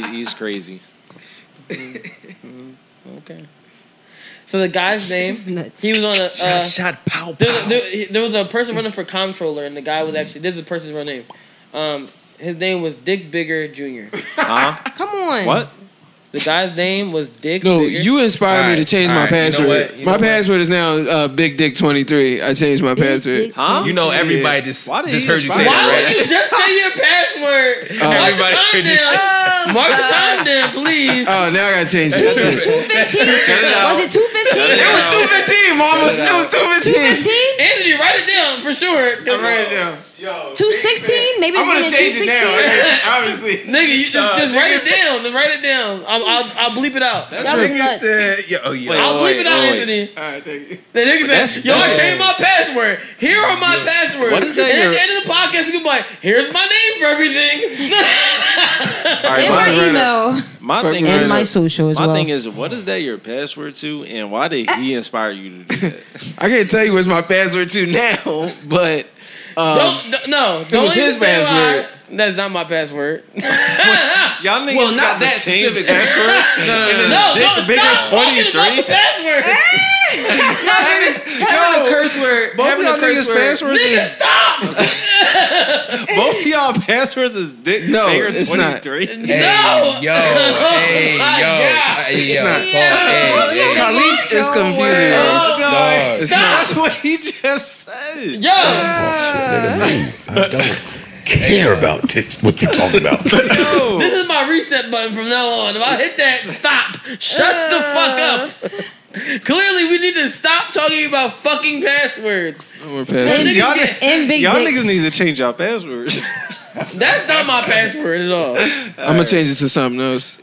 S6: He- he's crazy.
S1: Okay. So the guy's name. He was on a. Uh,
S6: Shot, shot, pow,
S1: There, was a- there- there was a person running for comptroller, and the guy was actually this is the person's real name. Um, his name was Dick Bigger Jr.
S6: Huh?
S8: Come on.
S6: What?
S1: The guy's name was Dick.
S11: No,
S1: Bigger.
S11: you inspired me to change my password. my password is now uh, Big Dick Twenty Three. I changed my password.
S7: Huh? You know everybody just,
S11: did he
S7: just heard you
S11: inspire
S7: say
S11: you?
S1: Why
S7: that, right?
S1: would you just say your password?
S11: Oh.
S1: Mark
S11: Everybody
S1: the time
S11: heard you
S1: down. Mark the time down, please.
S11: Oh, now I gotta change this. shit.
S8: Was it two fifteen?
S11: It was two fifteen, Mama. It was two fifteen.
S1: Anthony, write it down for sure. I'm writing it down.
S8: Two sixteen? Maybe
S11: I'm gonna
S8: it's
S11: change it now.
S8: 216.
S11: Obviously.
S1: Nigga, you just, just write it down. Just write it down. I'll, I'll, I'll bleep it out.
S8: That's Y'all was nigga nuts.
S7: said, yo, oh, yeah.
S1: I'll
S6: Wait,
S1: bleep it
S6: wait,
S1: out,
S6: wait.
S1: Anthony.
S11: All right, thank you.
S1: The nigga
S6: That's-
S1: said, y'all
S6: that's-
S1: changed my password. Here are my passwords.
S6: What is that
S1: And at
S6: you're-
S1: the end of the podcast, you can be like, here's my name for everything.
S6: All right,
S8: In my email.
S6: My
S8: Fuck
S6: thing
S8: my
S6: is
S8: email. my social as
S6: my
S8: well.
S6: thing is, what is that your password to, and why did he inspire you to do that?
S11: I can't tell you what's my password to now, but um,
S1: Don't, don't- no,
S11: it
S1: don't
S11: was
S1: even
S11: his
S1: say
S11: password.
S1: why. That's not my password.
S6: Y'all niggas
S11: Well, not
S6: got the
S11: that
S6: same
S11: specific
S6: password.
S11: No, no, no, no.
S1: No,
S11: Dick
S1: no,
S11: the Bigger
S1: stop talking about
S11: 23?
S1: the password.
S11: having a curse word,
S6: Both
S11: having
S6: y'all
S11: a curse
S6: niggas'
S11: word.
S6: passwords
S1: Nigga,
S6: is
S1: stop!
S6: both y'all passwords is dick.
S11: No,
S6: Bigger
S11: it's not.
S6: 23?
S1: No!
S7: Yo, hey, yo,
S1: my God.
S7: hey, yo.
S11: It's not.
S7: Paul, hey, hey.
S11: Khalif is confusing.
S7: Oh,
S11: us.
S7: no.
S11: It's
S1: Stop.
S11: not.
S6: That's what he just said.
S1: Yo!
S10: I don't care about tits, what you talking about.
S1: This is my reset button from now on. If I hit that, stop. Shut the fuck
S6: Uh.
S1: up. Clearly, we need to stop talking about fucking passwords.
S11: More
S1: Those
S11: passwords.
S1: niggas
S6: Y'all,
S1: get-
S8: And big
S6: y'all
S8: dicks.
S6: niggas need to change y'all passwords.
S1: that's not my password at all.
S11: I'm gonna change it to something else.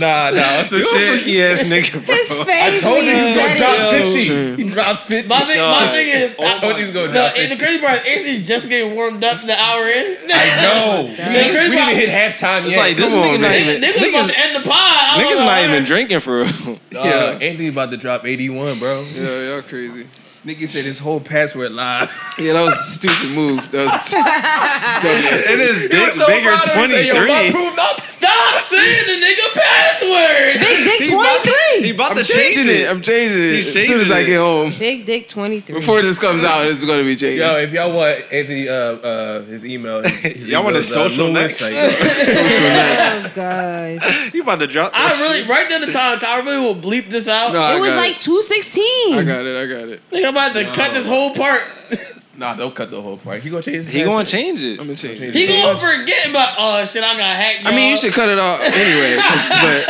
S7: Nah, nah, some
S6: You a
S7: shit.
S6: freaky ass nigga, bro.
S8: His face when he
S7: he
S8: said it.
S7: was gonna drop
S11: Sure.
S7: 50. He dropped 50.
S1: My thing, my thing is,
S7: I told you he's going to
S1: no.
S7: drop
S1: And the
S7: 50.
S1: crazy part is, Anthony's just getting warmed up the hour in.
S7: I know. We didn't we didn't hit halftime
S6: It's
S7: yet.
S6: like this
S11: come
S6: nigga
S11: on,
S6: not
S11: man.
S6: even
S1: Niggas, about to end the pod. I don't
S6: niggas
S1: know.
S6: not even drinking for real.
S7: Uh, Anthony about to drop 81, bro.
S11: Yo, y'all crazy.
S7: Nigga said his whole password live.
S11: Yeah, that was a stupid move. That was
S6: It is
S7: He was
S6: dick
S7: so
S6: bigger
S7: proud of himself.
S6: twenty
S7: Yo, my
S6: three.
S7: proof- my-
S1: Stop saying the nigga password.
S8: Big dick twenty
S6: He
S8: three.
S11: I'm
S6: about to change
S11: changing it. I'm changing it
S6: He's
S11: as soon as I
S6: changing
S11: get home.
S8: Big dick twenty three.
S11: Before this comes out, it's gonna be changed.
S7: Yo, if y'all want Anthony, uh, uh, his email. His, his
S6: Y'all want
S7: email
S6: the
S7: is, uh,
S6: social
S7: Lewis,
S6: next?
S7: like,
S8: Oh gosh.
S6: You about to drop?
S1: I
S6: that
S1: really,
S6: shit.
S1: right down the time, I really will bleep this out.
S11: No, Oh, I
S8: It was
S11: got
S8: like two
S11: I
S8: sixteen.
S11: got it. I got it.
S1: Nigga, I'm about to cut this whole part.
S7: nah, they'll cut the whole part. He gonna change. His
S6: He gonna
S7: password.
S6: change it.
S11: I'm gonna change it.
S1: He gonna forget about oh shit, I got hacked.
S11: I mean, you
S1: dog.
S11: should cut it out anyway. But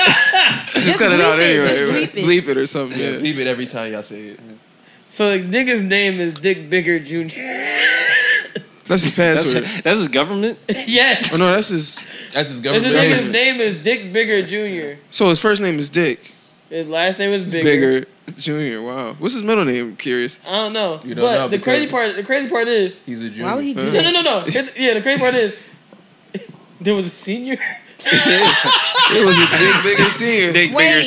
S11: just,
S8: Just
S11: cut it out
S8: bleep it,
S11: anyway.
S8: just
S11: bleep, it.
S8: bleep it.
S11: or something.
S7: Yeah,
S11: Yeah.
S7: leave it every time y'all say it.
S1: So the nigga's name is Dick Bigger Jr.
S11: That's his
S6: That's
S11: password.
S6: that's his government.
S1: yes.
S11: oh no, that's his.
S7: That's his
S1: This
S7: government.
S1: nigga's name is Dick Bigger Jr.
S11: So his first name is Dick.
S1: His last name is Bigger.
S11: Bigger. Junior, wow. What's his middle name? I'm curious.
S1: I don't know.
S11: You don't
S1: but
S11: know
S1: the crazy
S11: because-
S1: part, the crazy part is
S7: he's a
S11: junior. Why would he do
S1: No,
S11: that?
S1: no, no, no. Here's- Yeah, the crazy part is there was a senior.
S11: It was a dick bigger senior.
S6: Dick
S1: And like,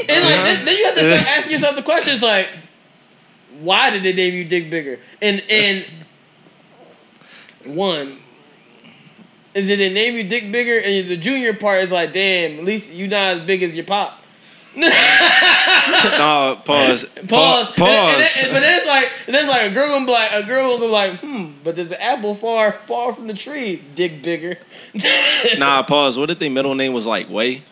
S6: Uh-huh.
S1: then, then you have to start asking yourself the questions like, why did they name you Dick Bigger? And and one, and then they name you Dick Bigger, and the junior part is like, damn, at least you not as big as your pop.
S6: no,
S1: Pause.
S6: pause. Pa-
S1: And- and
S6: Pause.
S1: then- but then it's like, and then it's like a girl gonna be like, a girl gonna be like, hmm. But does the apple far far from the tree? Dick bigger.
S6: nah, pause. What if their middle name was like Way?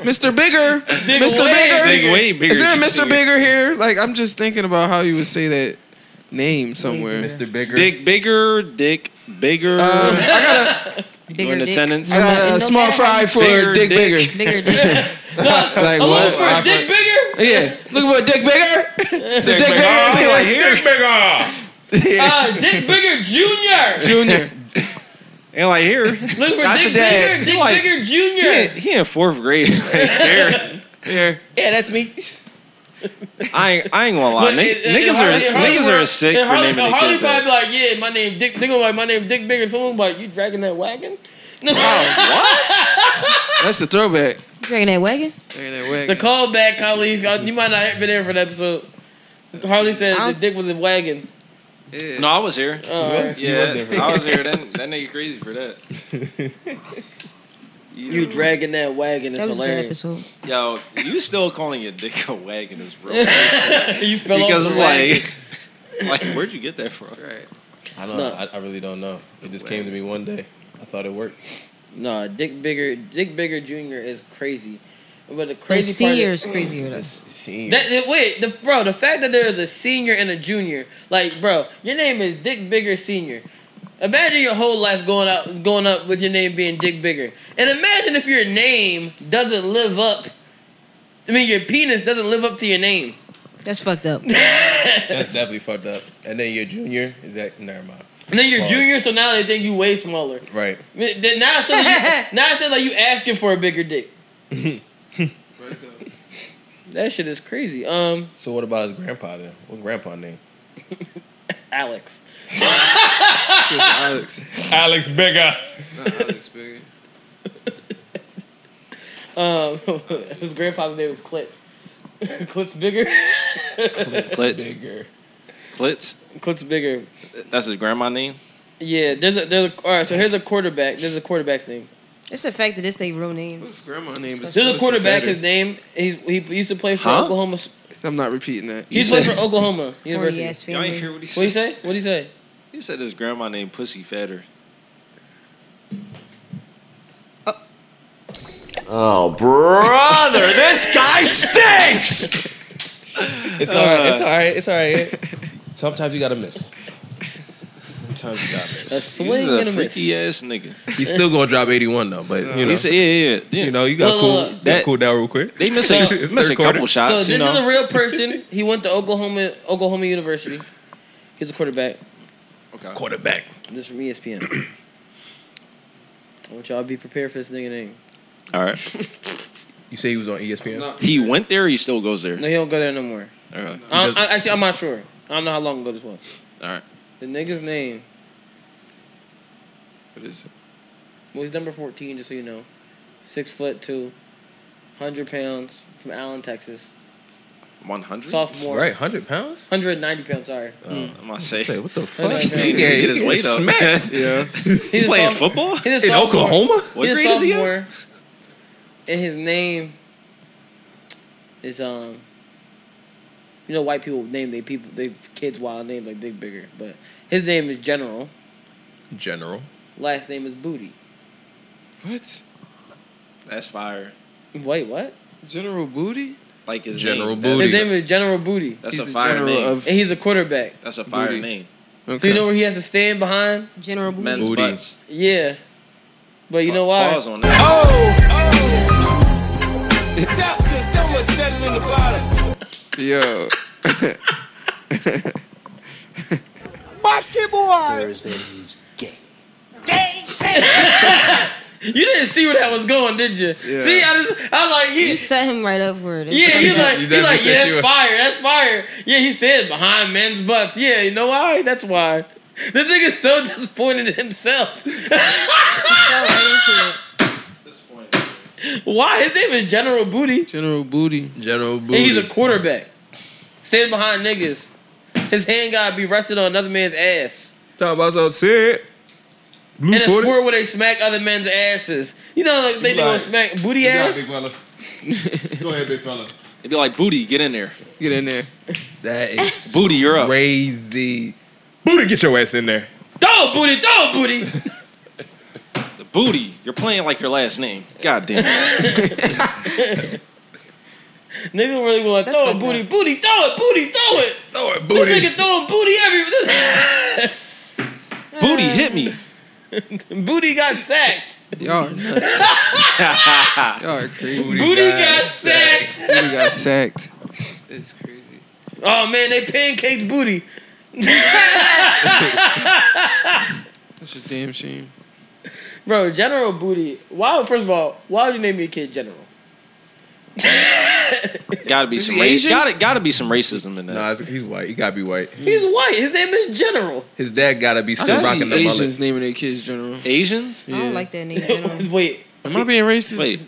S11: Mr. Bigger.
S6: Dick
S11: Mr.
S6: way-
S11: Bigger.
S6: Dick way bigger
S11: Is there a
S6: than
S11: Mr.
S6: Junior.
S11: Bigger here? Like, I'm just thinking about how you would say that name somewhere. Mr.
S7: Bigger.
S6: Dick bigger, Dick bigger. I got a
S11: Bigger
S6: in
S11: dick.
S6: attendance.
S11: I got a No small matter fry how- for a dick
S9: bigger.
S11: like,
S6: I'm
S11: what?
S6: looking for a dick
S1: bigger?
S11: Yeah. Looking for a dick bigger? It's a dick bigger?
S6: Say like here.
S1: Uh, Dick Bigger Junior.
S11: Junior.
S6: And like here. Look
S1: Look for Dick Bigger. Dick Bigger Junior.
S6: He, in- he in fourth grade. Like, here.
S11: Here.
S1: Yeah, that's me.
S6: I ain't, I ain't gonna lie.
S1: But
S6: Nig-
S1: in- in- in
S6: Uh, niggas
S1: Harley-
S6: are niggas
S1: Harley-
S6: are sick
S1: in
S6: for
S1: Harley,
S6: naming their
S1: Harley
S6: kids
S1: probably
S6: that.
S1: be like, yeah, my name Dick. They gonna be like, my name Dick Bigger. Someone be like, you dragging that wagon?
S11: That's a throwback.
S9: Dragging that wagon?
S1: The callback, Khalif. Y'all, you might not have been there for the episode. Harley said the dick was a wagon.
S6: No, I was here.
S1: Oh, You was- you
S6: yeah,
S1: was there for
S6: I was
S1: that.
S6: here. That, that nigga crazy for that.
S1: You dragging that wagon is
S6: That was a good
S1: hilarious.
S6: Yo, you still calling your dick a wagon is real.
S1: You fell off
S6: because
S1: the
S6: it's like, like where'd you get that from? Right.
S7: I don't.
S1: No.
S7: I, I really don't know. It just came to me one day. I thought it worked.
S1: No, Dick Bigger, Dick Bigger Junior is crazy, but the
S9: The
S1: crazy part
S9: senior
S1: is
S9: is crazier though.
S1: That, that- wait, the, bro, the fact that there is a senior and a junior, like, bro, your name is Dick Bigger Senior. Imagine your whole life going out, going up with your name being Dick Bigger, and imagine if your name doesn't live up. I mean, your penis doesn't live up to your name.
S9: That's fucked up.
S7: That's definitely fucked up. And then your junior is that. Never mind.
S1: And then you're
S7: Pause.
S1: junior, so now they think you way smaller.
S7: Right.
S1: I mean, then Now it sounds like you, now it sounds like you asking for a bigger dick. that shit is crazy. Um.
S7: So what about his grandpa then? What grandpa name?
S1: Alex.
S11: Alex.
S7: Alex Bigger.
S11: Alex Bigger.
S1: Um, his grandfather's name was Klitz. Klitz bigger.
S6: Klitz. Bigger. Klitz.
S1: Klitz bigger.
S6: That's his grandma name.
S1: Yeah, there's a there's a all right. So here's a quarterback. There's a quarterback's name.
S9: It's the fact that this they real name.
S11: What's grandma name?
S1: There's a quarterback. His name. He's he, he used to play for
S11: Huh?
S1: Oklahoma.
S11: I'm not repeating that.
S1: He played for Oklahoma University.
S6: Y'all ain't hear what he said.
S1: What he say? What he say?
S6: He said his grandma named Pussy Fatter.
S10: Oh, brother, this guy stinks.
S7: It's all right. It's all right. It's all right. Sometimes you gotta miss. Sometimes you gotta miss.
S1: A swing
S7: He's
S1: and a miss.
S7: freaky
S6: Ass nigga.
S7: He's still gonna drop 81 though, but you know.
S6: He said, yeah, yeah, yeah.
S7: You know, you got
S1: Look,
S7: cool.
S1: look,
S7: you gotta cool down real quick.
S6: They miss a-
S7: It's
S6: miss a
S7: third quarter.
S6: couple shots.
S1: So this
S6: you
S1: is
S6: know.
S1: a real person. He went to Oklahoma Oklahoma University. He's a quarterback.
S6: Okay.
S7: Quarterback.
S1: This is from E ESPN. I want y'all to be prepared for this nigga name.
S6: All right.
S7: You say he was on E ESPN? No.
S6: He went there. or He still goes there.
S1: No, he don't go there no more.
S6: All right.
S1: I, I, actually, I'm not sure. I don't know how long ago this was.
S6: All right.
S1: The nigga's name.
S11: What is it?
S1: Well, he's number 14, just so you know. Six foot two, 100 pounds from Allen, Texas.
S6: 100.
S1: Sophomore.
S7: Right, 100 pounds?
S1: 190 pounds, sorry.
S11: Uh,
S1: Mm.
S6: Oh, I'm gonna say.
S7: Say, what the
S1: I
S7: fuck?
S1: know,
S7: He
S1: I know.
S7: can get his weight up.
S6: smacked.
S7: yeah.
S1: He's a
S6: playing
S1: sophomore.
S6: football?
S1: He's a
S7: In
S1: sophomore.
S7: Oklahoma?
S6: What
S1: he's a
S6: grade is he in?
S1: sophomore. And his name is, um, you know, white people name they people, they kids wild names like Dick Bigger. But his name is General.
S7: General.
S1: Last name is Booty.
S11: What?
S6: That's fire.
S1: Wait, what?
S11: General Booty?
S6: Like his
S7: General
S6: name.
S7: Booty.
S1: His name is General Booty.
S6: That's
S11: He's
S6: a
S11: the
S6: fire
S11: general
S6: name.
S11: of-
S1: and he's a quarterback.
S6: That's a fire
S11: Booty.
S6: name.
S1: So you know where he has to stand behind?
S9: General
S6: Men's
S7: Booty.
S6: butts.
S1: Yeah. But you know why?
S6: Pause on that.
S13: Top, there's so much metal in the bottom.
S11: Yo.
S13: Watch your boy.
S19: Thursday he's gay.
S1: You didn't see where that was going, did you?
S8: Yeah.
S1: See, I just, I was like, he,
S8: You set him right up for it.
S1: yeah, he's like, he's like, yeah,
S8: you
S1: that's fire, that's fire. Yeah, he stands behind men's butts. Yeah, you know why? That's why. This nigga's so disappointed in himself. Why? His name is General Booty.
S11: General Booty.
S7: General
S1: And he's a quarterback. Stands behind niggas. His hand gotta be rested on another man's ass.
S7: Talk about so sick.
S1: In a sport where they smack other men's asses. You know, like, they
S6: You
S1: do
S6: lying.
S1: smack booty
S6: You lying,
S1: ass.
S6: big fella.
S1: Go ahead, big fella.
S6: It'd be like booty, get in there.
S11: Get in there.
S7: That is
S6: booty. You're up.
S7: Crazy. Booty, get your ass in there.
S1: Throw booty, throw booty. the
S6: booty. You're playing like your last name. God damn it.
S1: Nigga really going to throw it, booty, booty, throw it, booty, throw it. Throw it,
S6: booty.
S1: This nigga throwing booty everywhere.
S6: booty hit me.
S1: booty got sacked.
S11: Y'all are nuts. Y'all are crazy.
S1: Booty, got sacked.
S11: Booty got sacked. It's crazy.
S1: Oh man, they pancaked booty.
S11: That's a damn shame.
S1: Bro, General Booty. Why? First of all, why would you name your kid General?
S6: Gotta be
S1: Is
S6: some
S1: he
S6: race.
S1: Asian?
S6: Gotta gotta be some racism in that.
S7: Nah, it's- he's white. He gotta be white.
S1: He's white. His name is General.
S7: His dad gotta be still
S11: I see
S7: rocking the mullet.
S11: Asians naming their kids general.
S6: Asians?
S8: I don't like that name. General.
S1: Wait.
S11: Am I being racist?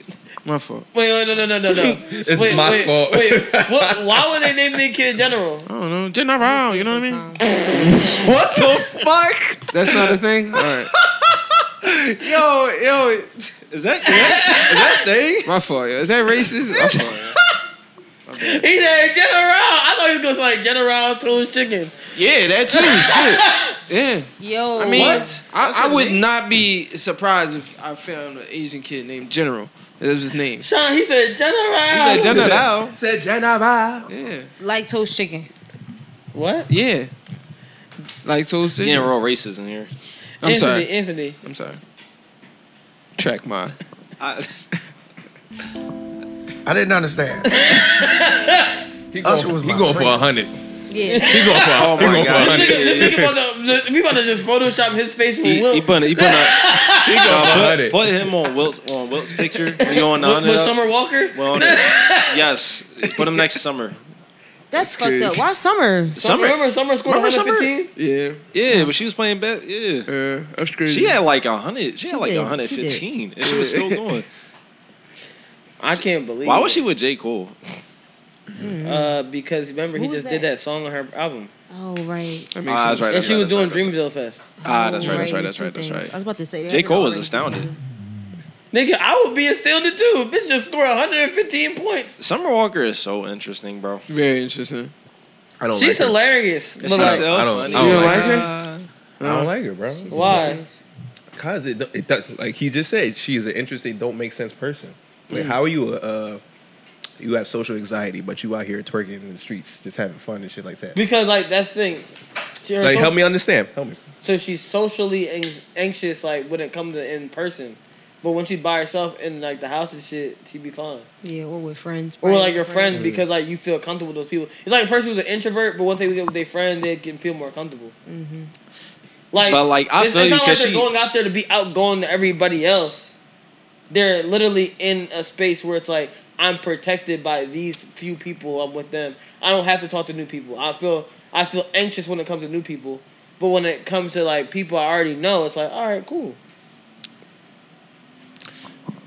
S11: My fault.
S1: Wait, wait, no, no, no, no, no.
S11: It's
S1: wait,
S11: my
S1: wait,
S11: fault.
S1: Wait, what, why would they name their kid General?
S11: I don't know. General, you know what I mean? what the fuck? That's not a thing? All right. yo, yo. Is that, is that staying? My fault, yo. Is that racist? My fault,
S1: He said General. I thought he was gonna say like General Toast Chicken.
S11: Yeah, that too. Shit. Yeah.
S8: Yo,
S11: I mean,
S8: What? That's
S11: I, I
S8: her
S11: would
S8: name?
S11: not be surprised if I found an Asian kid named General. That was his name.
S1: Sean, he said General.
S11: He said General.
S7: said General.
S11: Yeah.
S8: Like toast chicken.
S1: What?
S11: Yeah. Like Toast City.
S6: Getting real racist in here.
S11: I'm
S6: Anthony,
S11: sorry.
S1: Anthony.
S11: I'm sorry. Track my.
S6: I,
S19: I didn't understand.
S7: He
S19: Usher
S7: going,
S19: was
S7: he
S19: my
S7: going for
S19: friend.
S7: a hundred.
S8: Yeah.
S7: He going for
S6: Oh
S7: he
S6: my
S7: going for a
S6: God.
S7: hundred.
S1: This nigga about to, we about to just Photoshop his face with
S6: He,
S1: Will.
S6: he put he put a,
S7: he
S1: going for
S6: uh, put,
S1: hundred.
S6: put him on Wilt's on Wilt's picture. You on the
S1: with,
S6: hundred
S1: with
S6: up?
S1: Summer Walker.
S6: Well, on it. yes, put him next to summer.
S8: That's fucked
S6: crazy.
S8: up. Why summer?
S6: Summer.
S1: Remember Summer scored
S6: Remember Summer?
S1: 115.
S11: Yeah. uh,
S6: Yeah, but she was playing bad. Yeah,
S11: that's
S6: She had like a hundred.
S1: She
S6: She, had like
S1: did,
S6: a hundred
S1: she did.
S6: fifteen, and she was still going.
S1: I can't believe.
S6: Why
S1: it.
S6: was she with J Cole?
S1: Uh, because remember he
S8: Who was
S1: just did
S8: that?
S1: that song on her album.
S8: Oh right.
S6: That makes Ah, that's sense. right,
S1: and
S6: that's
S1: she
S6: right,
S1: was
S6: that's
S1: doing
S6: right, that's
S1: Dreamville Fest.
S6: Ah, that's right, that's
S8: Oh,
S6: right,
S8: right,
S6: that's right, that's
S8: two
S6: right.
S8: things. I was about to say, they
S6: J
S8: have it
S6: Cole was
S8: already.
S6: astounded.
S1: Nigga, I would be astounded too. Bitch just scored 115 points.
S6: Summer Walker is so interesting, bro.
S11: Very interesting.
S7: I don't.
S1: She's
S6: like her.
S1: hilarious.
S6: Yeah,
S1: But
S6: she's
S1: like,
S6: so
S7: I don't. I
S6: funny.
S7: don't
S6: You don't
S7: like
S6: like
S7: her. I
S11: Uh,
S7: don't like her, bro.
S1: why?
S7: Cause it, it don't- like he just said, she's an interesting, don't make sense person. Like,
S1: Mm.
S7: how are you? A, uh, you have social anxiety, but you out here twerking in the streets, just having fun and shit like that.
S1: Because like that's the thing. She- her
S7: Like,
S1: so-
S7: help me understand. Help me.
S1: So she's socially anx- anxious, like wouldn't come to in person. But when she's by herself in like the house and shit, she'd be fine.
S8: Yeah, or with friends.
S1: Or
S8: probably
S1: like
S8: with
S1: your friends because like you feel comfortable with those people. It's like a person who's an introvert, but once they get with their friend, they can feel more comfortable.
S8: Mhm.
S1: Like,
S6: But, like, I
S1: it's,
S6: feel
S1: it's
S6: you
S1: not like
S6: 'cause
S1: they're
S6: she-
S1: going out there to be outgoing to everybody else. They're literally in a space where it's like I'm protected by these few people. I'm with them. I don't have to talk to new people. I feel I feel anxious when it comes to new people, but when it comes to like people I already know, it's like all right, cool.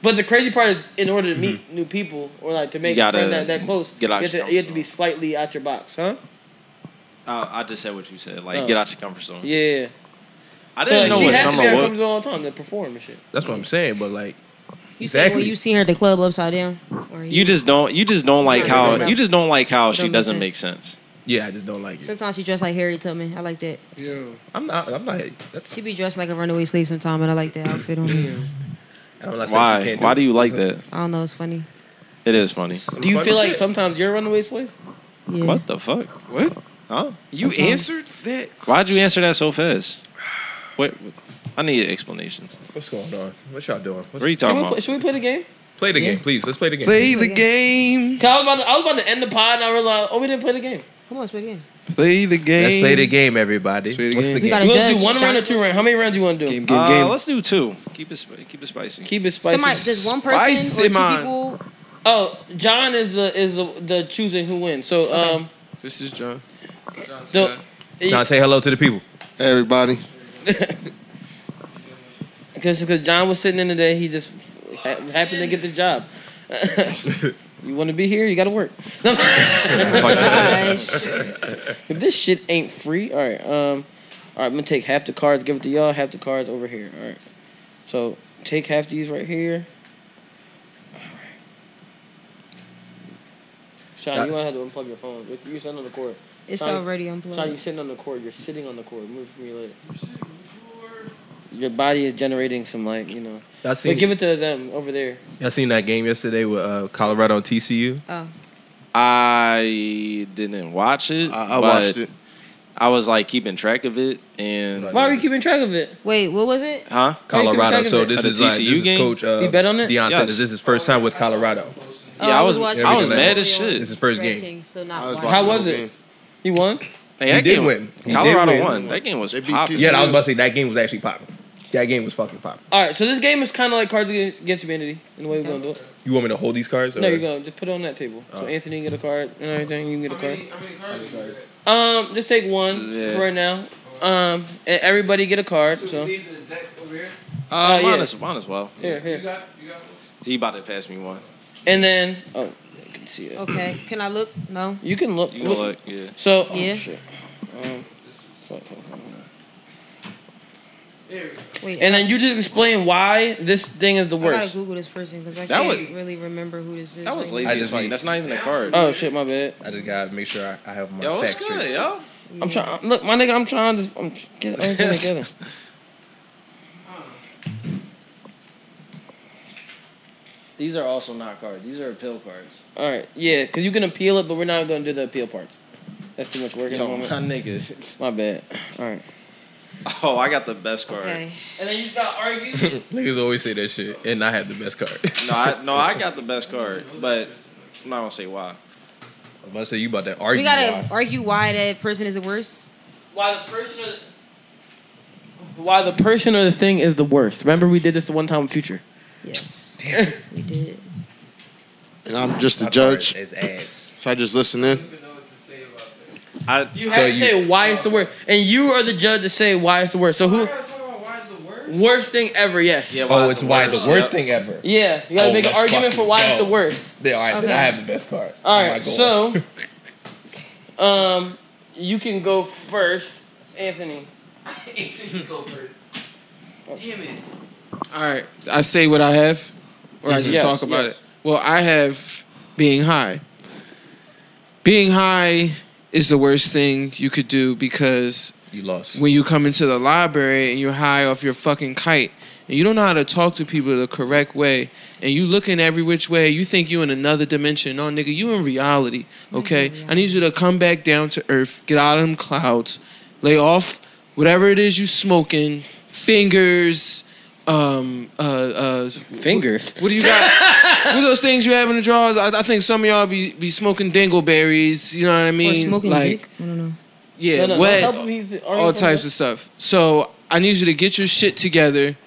S1: But the crazy part is, in order to meet new people or like to make
S6: Mm-hmm. gotta
S1: a friend that, that close,
S6: get out
S1: you, have
S6: your Mm-hmm.
S1: to, you have to be slightly out your box, huh?
S6: Uh, I, I just said what you said. Like,
S1: Oh.
S6: get out your comfort zone.
S1: Yeah.
S6: I didn't know
S1: she
S6: what
S1: has to be
S6: summer
S1: out of
S6: was.
S1: comfort zone all the time to perform and shit.
S7: That's what I'm saying. But like,
S8: You say when you see her at the club upside down. Or
S6: You just don't. You just don't like
S8: Right,
S6: how.
S8: right, right.
S6: You just don't like how she
S8: Don't make
S6: doesn't
S8: sense.
S6: make sense.
S7: Yeah, I just don't like
S8: Sometimes she dressed like Harriet Tubman. I like that.
S11: Yo,
S7: I'm not. I'm not. That's.
S8: She be dressed like a runaway slave sometime, and I like that outfit on her.
S7: I don't like
S6: Why? Why do you like that?
S8: I don't know. It's funny.
S6: It is funny.
S1: Do you feel like sometimes you're a runaway slave?
S8: Yeah.
S6: What the fuck?
S11: What?
S6: Huh?
S11: You answered that?
S6: Why'd you answer that so fast? Wait, I need explanations.
S7: What's going on? What y'all doing? What's,
S6: What are you
S1: Should
S6: talking
S1: we, play,
S6: about?
S1: should we play the game?
S7: Play the game, please. Let's play the game.
S11: game.
S1: Cause I was about to, I was about to end the pod and I realized, oh, we didn't play the game.
S8: Come on, spit again.
S7: Play the game. Let's play the game, everybody. What's the
S1: We
S7: game?
S1: gotta We'll do judge, one round or two rounds. How many rounds do you want to do? Game,
S7: game, game.
S6: Uh, Let's do two. Keep it sp- keep it spicy.
S1: Keep it spicy.
S6: Somebody- does one person or Spicy, two man. people-
S1: Oh, John is the is the, the choosing who wins. So um,
S11: this is John.
S1: The,
S7: Now say hello to the people.
S12: Hey, everybody.
S1: Because John was sitting in today, he just ha- happened to get the job. you want to be here? You got to work.
S13: Nice.
S1: If this shit ain't free, all right. Um, all right. I'm gonna take half the cards, give it to y'all. Half the cards over here. All right. So take half these right here. All right. Sean, you want to have to unplug your phone. If You're sitting on the cord.
S8: It's
S1: Sean,
S8: already unplugged.
S1: Sean, you're sitting on the cord. You're sitting on the cord. Move from your leg. Your body is generating some like you know.
S7: Y'all seen-
S1: But give it to them over there.
S7: Y'all seen that game yesterday with uh, Colorado and TCU?
S1: Oh.
S6: I didn't watch it.
S1: I- I
S6: but
S1: watched it.
S6: I was like keeping track of it and
S1: Why are we keeping track of it?
S8: Wait, what was it?
S6: huh?
S7: Colorado. So this
S6: The
S7: is like, this
S6: TCU
S7: is
S6: game?
S7: coach. Uh,
S1: We bet on it?
S7: Deion
S6: Yes.
S7: Sanders. This is his first time with Colorado.
S6: Yeah,
S8: Oh,
S6: I was I was mad as shit.
S7: This is his first game.
S8: So not
S1: How was it? He won.
S6: Hey, that
S7: He did
S6: game-
S7: win. He did
S6: Colorado
S7: win.
S6: won. That game was
S7: They beat
S6: popping.
S7: Yeah, I was about to say that game was actually popping. That game was fucking popping.
S1: All right. So this game is kind of like Cards Against Humanity in the way we're gonna do it.
S7: You want me to hold these cards? Or?
S1: No, you're gonna just put it on that table. So
S7: Oh.
S1: Anthony can get a card and everything. You can get a card. Um, just take one
S6: Yeah.
S1: for right now. Um, and everybody get a card. So.
S6: Uh,
S1: Uh,
S6: mine,
S1: yeah.
S6: is, mine as well.
S1: Here, here.
S6: He about to pass me one.
S1: And then, oh, I can see it.
S8: Okay, can I look? No.
S1: You can look.
S6: You can look, yeah.
S1: So, oh,
S8: Yeah.
S1: shit. Um, fuck, fuck, fuck.
S8: Wait,
S1: and then you just explain why this thing is the
S8: I gotta
S1: worst.
S8: Google this person because I
S1: That
S8: can't
S1: was-
S8: really remember who this is.
S6: That was
S8: right
S6: lazy
S8: now.
S6: as fuck. That's not even a card.
S1: Oh shit, my bad.
S7: I just gotta make sure I, I have my
S6: Yo,
S7: facts
S6: what's
S7: straight.
S6: good, yo?
S1: I'm trying. Look, my nigga, I'm trying to. I'm tr- get everything together.
S6: These are also not cards. These are appeal cards.
S1: All right, yeah, because you can appeal it, but we're not gonna do the appeal parts. That's too much work at the
S6: Yo,
S1: moment.
S6: my niggas.
S1: My bad. All right.
S6: Oh, I got the best card.
S1: And then you start arguing.
S7: Niggas always say that shit, and I have the best card.
S6: No, I, no, I got the best card, but I'm not gonna say why.
S7: I'm about to say you about to argue.
S8: we gotta
S7: why.
S8: argue why that person is the worst.
S1: Why the person or the, why the person or the thing is the worst. Remember, we did this the one time with Future.
S8: Yes.
S1: Damn.
S8: we did.
S12: And I'm just the judge.
S7: His ass.
S12: So I just listen in.
S6: I,
S1: You have to say why it's the worst, and you are the judge to say why it's the worst. So who? Worst thing ever, yes.
S7: Yeah, why Oh, it's it's the why the worst. worst thing ever.
S1: Yeah, you gotta
S7: Oh,
S1: make an
S7: let's
S1: argument for
S7: fucking
S1: why it's
S7: go.
S1: the worst.
S7: Yeah, all right, then
S1: Okay.
S7: I have the best card.
S1: All
S7: My
S1: right,
S7: goal.
S1: so um, you can go first, Anthony. Anthony, go first. Damn it.
S11: All right. I say what I have, or I
S12: Mm-hmm.
S11: just
S1: Yes,
S11: talk about
S1: yes.
S11: it. Well, I have being high. Being high is the worst thing you could do because
S7: you lost
S11: when you come into the library and you're high off your fucking kite and you don't know how to talk to people the correct way and you looking every which way you think you in another dimension no nigga you in reality
S8: Mm-hmm,
S11: okay i need you to come back down to earth get out of them clouds lay off whatever it is you smoking fingers um uh uh
S1: fingers
S11: what do you got what are those things you have in the drawers i, I think some of y'all be, be smoking dingleberries you know what i mean
S8: smoking
S11: like
S8: dick? I don't know.
S11: yeah
S1: No, no, no,
S11: wet
S1: help me, he's arguing
S11: all
S1: for
S11: types
S1: me.
S11: of stuff. So I need you to get your shit together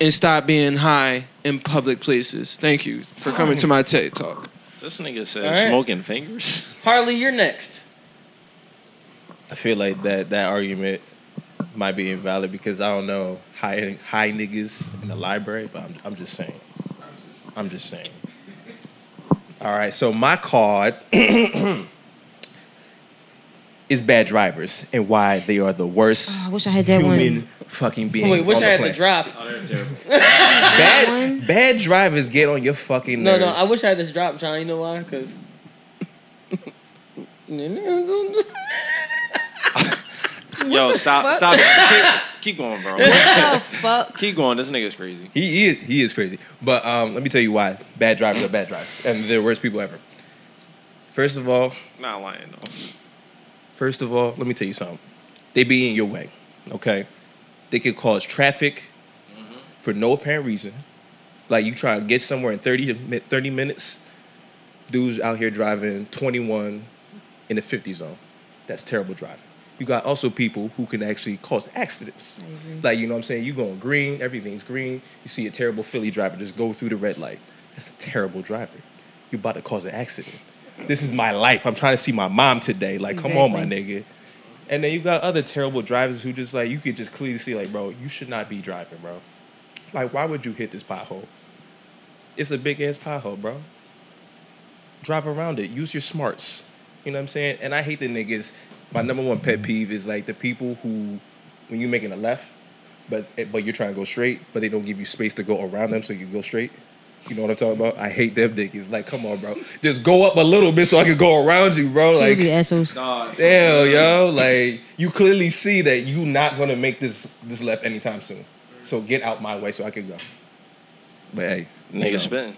S11: and stop being high in public places. Thank you for coming to my TED talk.
S6: This nigga said
S11: All right.
S6: smoking fingers.
S1: Harley, you're next.
S7: I feel like that that argument might be invalid because I don't know high high niggas in the library, but I'm I'm just saying. I'm just saying. All right, so my card is bad drivers and why they are the worst.
S8: I wish I had that one.
S7: human fucking beings.
S1: Uh, Wait, wish
S7: on
S1: I
S7: the
S1: had the
S7: planet.
S1: drop.
S7: Bad, bad drivers get on your fucking
S1: No,
S7: nerves.
S1: no, I wish I had this drop, John. You know why? Because.
S6: Yo, stop,
S1: fuck?
S6: stop. it. Keep, keep going, bro.
S8: fuck?
S6: Keep going. This nigga's crazy.
S7: He, he is he is crazy. But um, let me tell you why bad drivers are bad drivers, and they're the worst people ever. First of all,
S6: Not lying though.
S7: First of all, let me tell you something. They be in your way, okay? They could cause traffic for no apparent reason. Like you try to get somewhere in 30, to mi- 30 minutes, dudes out here driving 21, in the 50 zone. That's terrible driving. You got also people who can actually cause accidents. Like, you know what I'm saying? you going green, everything's green. You see a terrible Philly driver just go through the red light. That's a terrible driver. You're about to cause an accident. This is my life. I'm trying to see my mom today. Like, come on, my nigga. And then you got other terrible drivers who just like, you could just clearly see, like, bro, you should not be driving, bro. Like, why would you hit this pothole? It's a big ass pothole, bro. Drive around it. Use your smarts. You know what I'm saying? And I hate the niggas. My number one pet peeve is like the people who, when you're making a left, but but you're trying to go straight, but they don't give you space to go around them, so you go straight. You know what I'm talking about? I hate them niggas. Like, come on, bro. Just go up a little bit so I can go around you, bro. Like,
S8: you assholes.
S7: Damn, yo. Like you clearly see that you not gonna make this this left anytime soon. So get out my way so I can go. But hey, you know,
S6: Nigga spitting.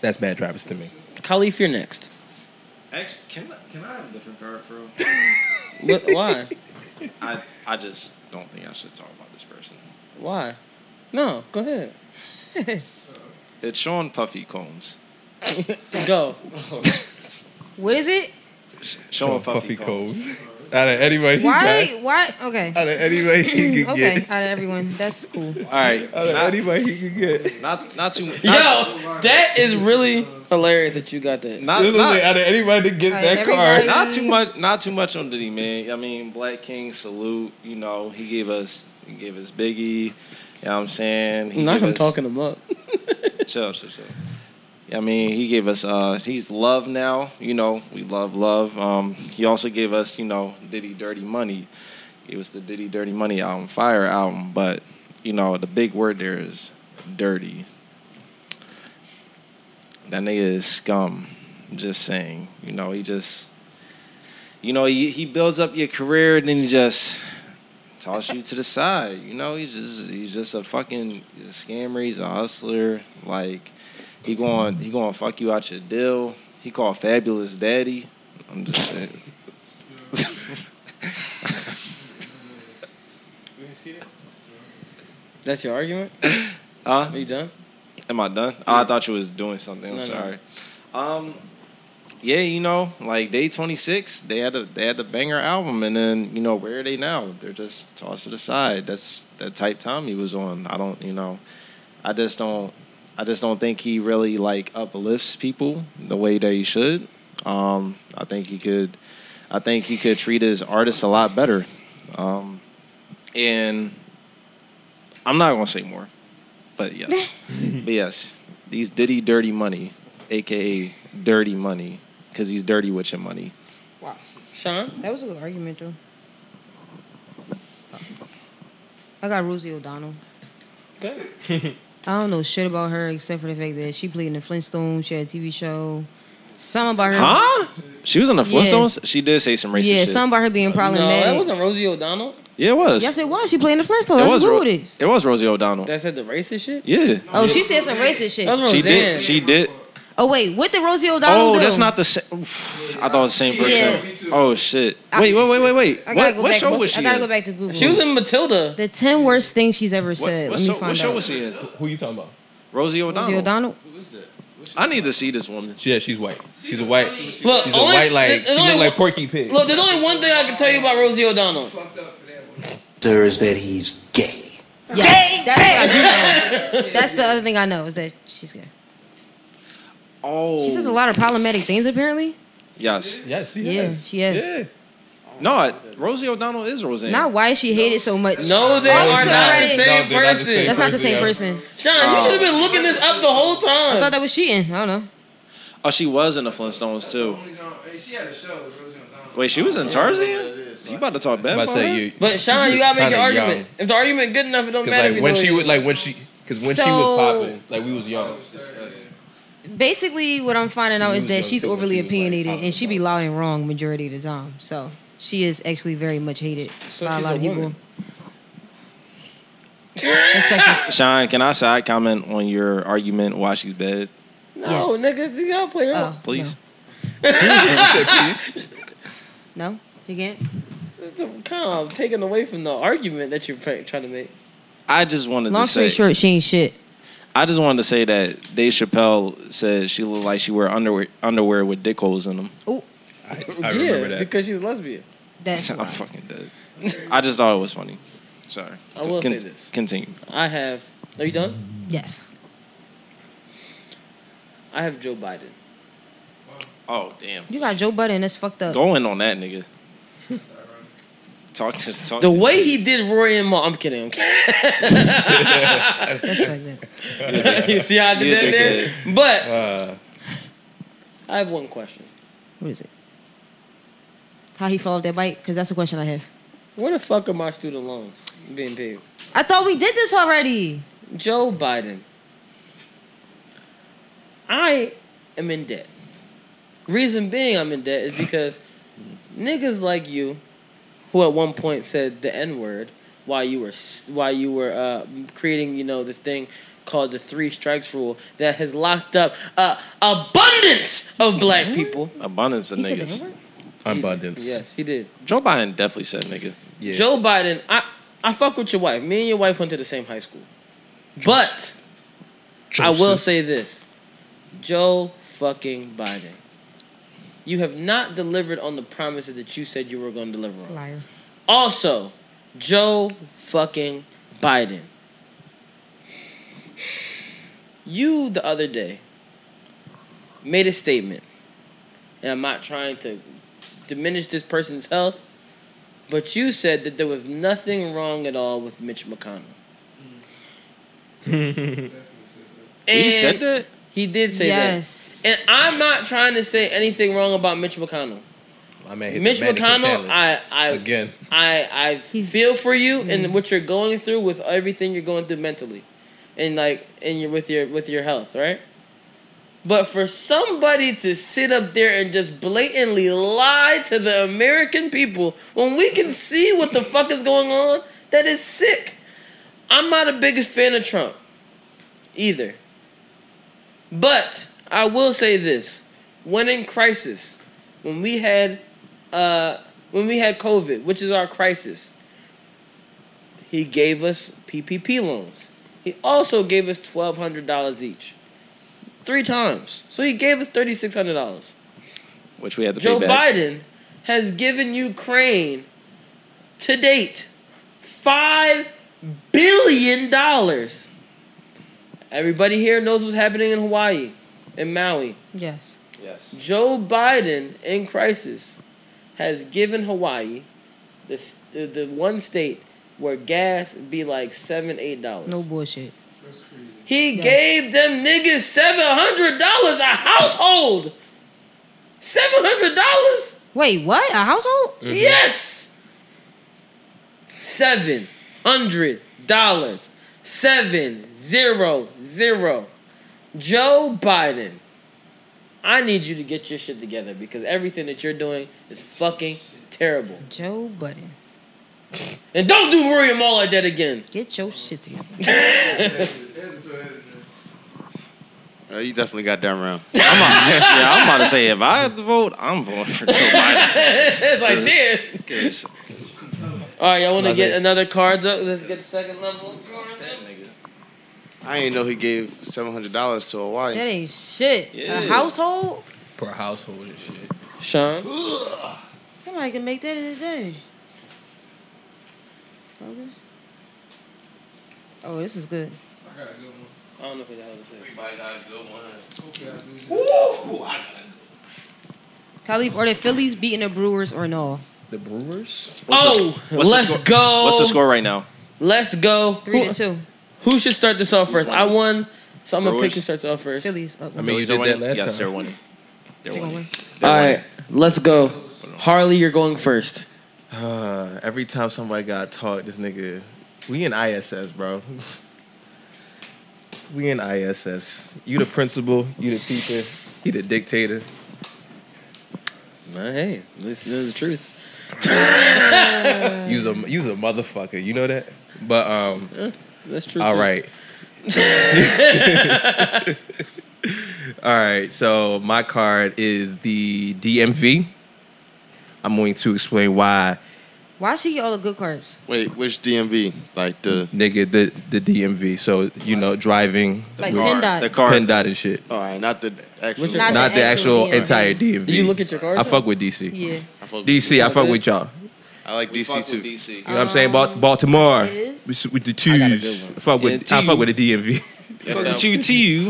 S7: That's bad drivers to me.
S1: Khalif, you're next.
S6: Actually, can I, can I have a different card, bro?
S1: What, why?
S6: I I just don't think I should talk about this person.
S1: Why? No, go ahead.
S6: It's Sean Puffy Combs.
S1: go.
S9: What is it?
S6: Sean Puffy, Combs.
S7: Out of anybody, he
S9: Why?
S7: got.
S9: Why? Okay.
S7: Out of anybody he could
S9: okay.
S7: get.
S9: Out of everyone, that's cool.
S6: All right,
S7: Out of anybody he could get.
S6: Not not too. Not,
S1: Yo, that is really hilarious that you got that.
S6: Not, not,
S7: anybody to get
S1: Like, that everybody- card.
S6: Not too much. Not too much on Diddy, man. I mean, Black King salute. You know, he gave us he gave us Biggie. You know what I'm saying? He
S1: Not
S6: gave
S1: him
S6: us-
S1: talking him up.
S6: Chill, chill, chill. I mean, he gave us uh he's love now, you know, we love love. Um he also gave us, you know, Diddy Dirty Money. It was the Diddy Dirty Money album, Fire album, but you know, the big word there is dirty. That nigga is scum. I'm just saying. You know, he just you know, he, he builds up your career and then he just toss you to the side. You know, he's just he's just a fucking he's a scammer. He's a hustler. Like he going he going to fuck you out your deal. He called fabulous daddy. I'm just saying.
S1: That's your argument?
S6: Huh?
S1: Are you done?
S6: Am I done? Oh, I thought you was doing something. I'm
S1: No, no.
S6: sorry. Um, yeah, you know, like day 26, they had a they had the banger album, and then you know where are they now? They're just tossed to the side. That's that type time he was on. I don't, you know, I just don't, I just don't think he really like uplifts people the way that he should. Um, I think he could, I think he could treat his artists a lot better. Um, and I'm not gonna say more, but yes, but yes, these Diddy Dirty Money, aka Dirty Money, because he's dirty with your money.
S9: Wow.
S1: Sean?
S9: That was a good argument, though. I got Rosie O'Donnell.
S1: Good.
S9: I don't know shit about her except for the fact that she played in the Flintstones. She had a TV show. Some about her.
S6: Huh? She was on the
S9: Yeah.
S6: Flintstones. She did say some racist
S9: yeah,
S6: shit.
S9: some about her being
S1: No,
S9: problematic.
S1: that wasn't Rosie O'Donnell.
S6: yeah, it was.
S9: Yes, it was. She played in the Flintstones.
S6: it
S9: Let's
S6: was.
S9: Google
S6: Ro-
S9: it.
S6: it was Rosie O'Donnell.
S1: That said the racist shit?
S6: yeah.
S9: Oh, she said some racist shit.
S1: That was
S6: She
S1: Roseanne.
S6: did. She did.
S9: Oh wait, what did Rosie O'Donnell
S6: Oh,
S9: do?
S6: that's not the same. I thought it was the same person. Oh shit! Wait, wait, wait, wait, wait.
S9: I gotta
S6: What,
S9: go
S6: what
S9: back.
S6: show was she?
S9: I gotta
S6: in?
S9: go back to Google.
S1: She was in Matilda.
S9: the ten worst things she's ever said. Let
S6: What
S9: me
S6: show,
S9: find
S6: what show
S9: out.
S6: was she in? Who
S7: you talking about?
S6: Rosie O'Donnell.
S9: Rosie O'Donnell.
S6: I need to see this woman.
S7: Yeah, she's white. She's a white.
S1: Look,
S7: she's a
S1: only-
S7: white like.
S1: there's
S7: She
S1: only
S7: look like
S1: one-
S7: Porky Pig.
S1: Look, there's only one thing I can tell you about Rosie O'Donnell.
S14: There is that he's gay.
S9: Yes, that's what I do know. That's the other thing I know is that she's gay.
S6: Oh.
S9: She says a lot of problematic things apparently.
S6: Yes.
S7: Yes, she
S9: Yeah, is. she is.
S7: Yeah.
S6: No, I- Rosie O'Donnell is Roseanne.
S9: Not why she hated so much.
S1: No, they
S9: Oh,
S1: are
S9: it's
S1: not the
S9: already-
S1: same
S7: they're not the
S1: person.
S7: same
S9: That's not the same person.
S7: person,
S1: Sean, you should have been looking this up the whole time.
S9: I thought that was cheating. I don't know.
S6: Oh, she was in the Flintstones too. Wait, she was in Tarzan. You about to talk bad
S7: I'm
S6: about,
S7: about to say
S6: her?
S7: you.
S1: But Sean, you gotta make your
S7: Kinda
S1: argument.
S7: young.
S1: If the argument good enough, it don't
S7: Cause
S1: matter. if
S7: like
S1: you
S7: when
S1: know
S7: she
S1: it.
S7: was like when she because when she
S9: So-
S7: was popping like we was young.
S9: Basically, what I'm finding out is that she's overly opinionated
S7: talking
S9: and she be loud and wrong majority of the time. So she is actually very much hated
S1: So
S9: by a
S1: she's
S9: lot
S1: a
S9: of people.
S1: woman.
S6: Sean, can I side comment on your argument why she's bad?
S1: No, nigga, you gotta play her.
S9: Oh.
S6: Please.
S9: No, you can't.
S1: It's kind of taken away from the argument that you're trying to make.
S6: I just wanted
S9: Long
S6: to say.
S9: story short, she ain't shit.
S6: I just wanted to say that Dave Chappelle said she looked like she wear underwear underwear with dick holes in them.
S9: Ooh.
S7: I, I
S1: yeah,
S7: remember that.
S1: because she's a lesbian.
S9: That's
S6: I'm fucking dead. I just thought it was funny. Sorry.
S1: I will
S6: Con-
S1: say this.
S6: Continue.
S1: I have. Are you done?
S9: Yes.
S1: I have Joe Biden.
S6: Oh damn.
S9: You got Joe Budden. That's fucked up.
S6: Going on that nigga. talk to talk.
S1: The
S6: to
S1: way he did Roy and Ma, I'm kidding. I'm kidding.
S9: That's fucked up.
S1: you see how I did
S6: You
S1: that there?
S6: dickhead.
S1: But
S7: Uh,
S1: I have one question.
S9: What is it? How he followed that bike? Because that's a question I have.
S1: Where the fuck are my student loans being paid?
S9: I thought we did this already.
S1: Joe Biden. I am in debt. Reason being I'm in debt is because niggas like you, who at one point said the N word while you were s- while you were uh, creating you know this thing called the three strikes rule that has locked up uh, abundance of black people.
S6: Abundance of
S1: He said
S6: niggas.
S1: the
S7: Abundance.
S1: Yes, he did.
S6: Joe Biden definitely said nigga. Yeah.
S1: Joe Biden, I I fuck with your wife. Me and your wife went to the same high school, but I will
S6: Joseph.
S1: say this: Joe fucking Biden, you have not delivered on the promises that you said you were going to deliver on.
S9: Liar.
S1: Also, Joe fucking Biden. You the other day made a statement, and I'm not trying to diminish this person's health, but you said that there was nothing wrong at all with Mitch McConnell.
S6: He said
S1: that? He did say
S9: yes.
S1: that. And I'm not trying to say anything wrong about Mitch McConnell.
S7: I mean, hit the
S1: Mitch
S7: mannequin
S1: McConnell,
S7: challenge.
S1: I, I
S7: again.
S1: I I feel for you and what you're going through with everything you're going through mentally, and like and your with your with your health, right? But for somebody to sit up there and just blatantly lie to the American people when we can see what the fuck is going on, that is sick. I'm not a biggest fan of Trump either. But I will say this: when in crisis, when we had, uh, when we had COVID, which is our crisis, he gave us PPP loans. He also gave us twelve hundred dollars each, three times. So he gave us thirty six hundred dollars.
S6: Which we had to
S1: Joe
S6: pay back.
S1: Biden has given Ukraine to date five billion dollars. Everybody here knows what's happening in Hawaii, in Maui.
S9: Yes.
S6: Yes.
S1: Joe Biden in crisis has given Hawaii the s- the, the one state where gas be like seven eight dollars.
S9: No bullshit.
S1: He gave them niggas seven hundred dollars a household. Seven hundred dollars.
S9: Wait, what? A household?
S1: Mm.
S6: Mm-hmm.
S9: Mhm.
S1: Yes. Seven hundred dollars. Seven zero zero. Joe Biden, I need you to get your shit together because everything that you're doing is fucking terrible.
S9: Joe Budden.
S1: And don't do William all like that again.
S9: Get your shit together.
S12: Uh, you definitely got that round.
S6: I'm about, yeah, I'm about to say if I had to vote, I'm voting for Joe Biden.
S1: It's like, damn.
S6: 'Cause-
S1: All right, y'all want to
S12: Love
S1: get
S12: it.
S1: another card up? Let's get the second level.
S12: I didn't know he gave seven hundred dollars to a
S9: That
S12: wife.
S9: ain't shit. A
S12: Yeah.
S9: household?
S7: per household and shit.
S1: Sean,
S9: Somebody can make that in a day. Okay. Oh, this is good.
S3: I got a good one.
S1: I don't know if it has a
S6: Everybody got a good one.
S3: Hopefully I do.
S6: Ooh, I got
S9: Khalif, are the Phillies beating the Brewers or no?
S7: The Brewers?
S1: Oh, let's
S6: the score?
S1: go.
S6: What's the score right now?
S1: Let's go.
S9: Three
S1: who,
S9: to two.
S1: Who should start this off first? I won, so I'm gonna pick
S6: Brewers?
S1: who starts off first.
S9: Phillies. Up.
S6: I mean, you did that last yes, they're winning. They're
S9: They gonna
S6: winning.
S9: win.
S1: All right, let's go. Harley, you're going first.
S7: Uh, every time somebody got taught, this nigga, we in ISS, bro. we in ISS. You the principal, you the teacher, you the dictator.
S1: hey, this is the truth.
S7: You's a you's a motherfucker. You know that. But um,
S1: That's true.
S7: All
S1: too.
S7: right. All right. So my card is the DMV. I'm going to explain why
S8: Why she get all the good cards?
S11: Wait, which DMV? Like the
S7: nigga the the DMV. So you know, driving
S8: Like
S7: with-
S8: PennDOT.
S11: The card.
S7: PennDOT and shit.
S11: All right, Oh, not the actual.
S7: Not, the actual entire DMV.
S11: Did you look at your card,
S7: I
S11: though?
S7: fuck with DC.
S11: Yeah. I
S7: I
S11: fuck with
S7: fuck DC. I
S11: DC.
S7: fuck with y'all.
S11: I like DC too. DC.
S7: You know what I'm saying? Bal- Baltimore. With, with the twos.
S11: one.
S7: I fuck with,
S11: Yeah,
S7: I fuck
S11: two.
S7: with the DMV.
S11: That's
S7: Fuck
S11: not-
S7: with you,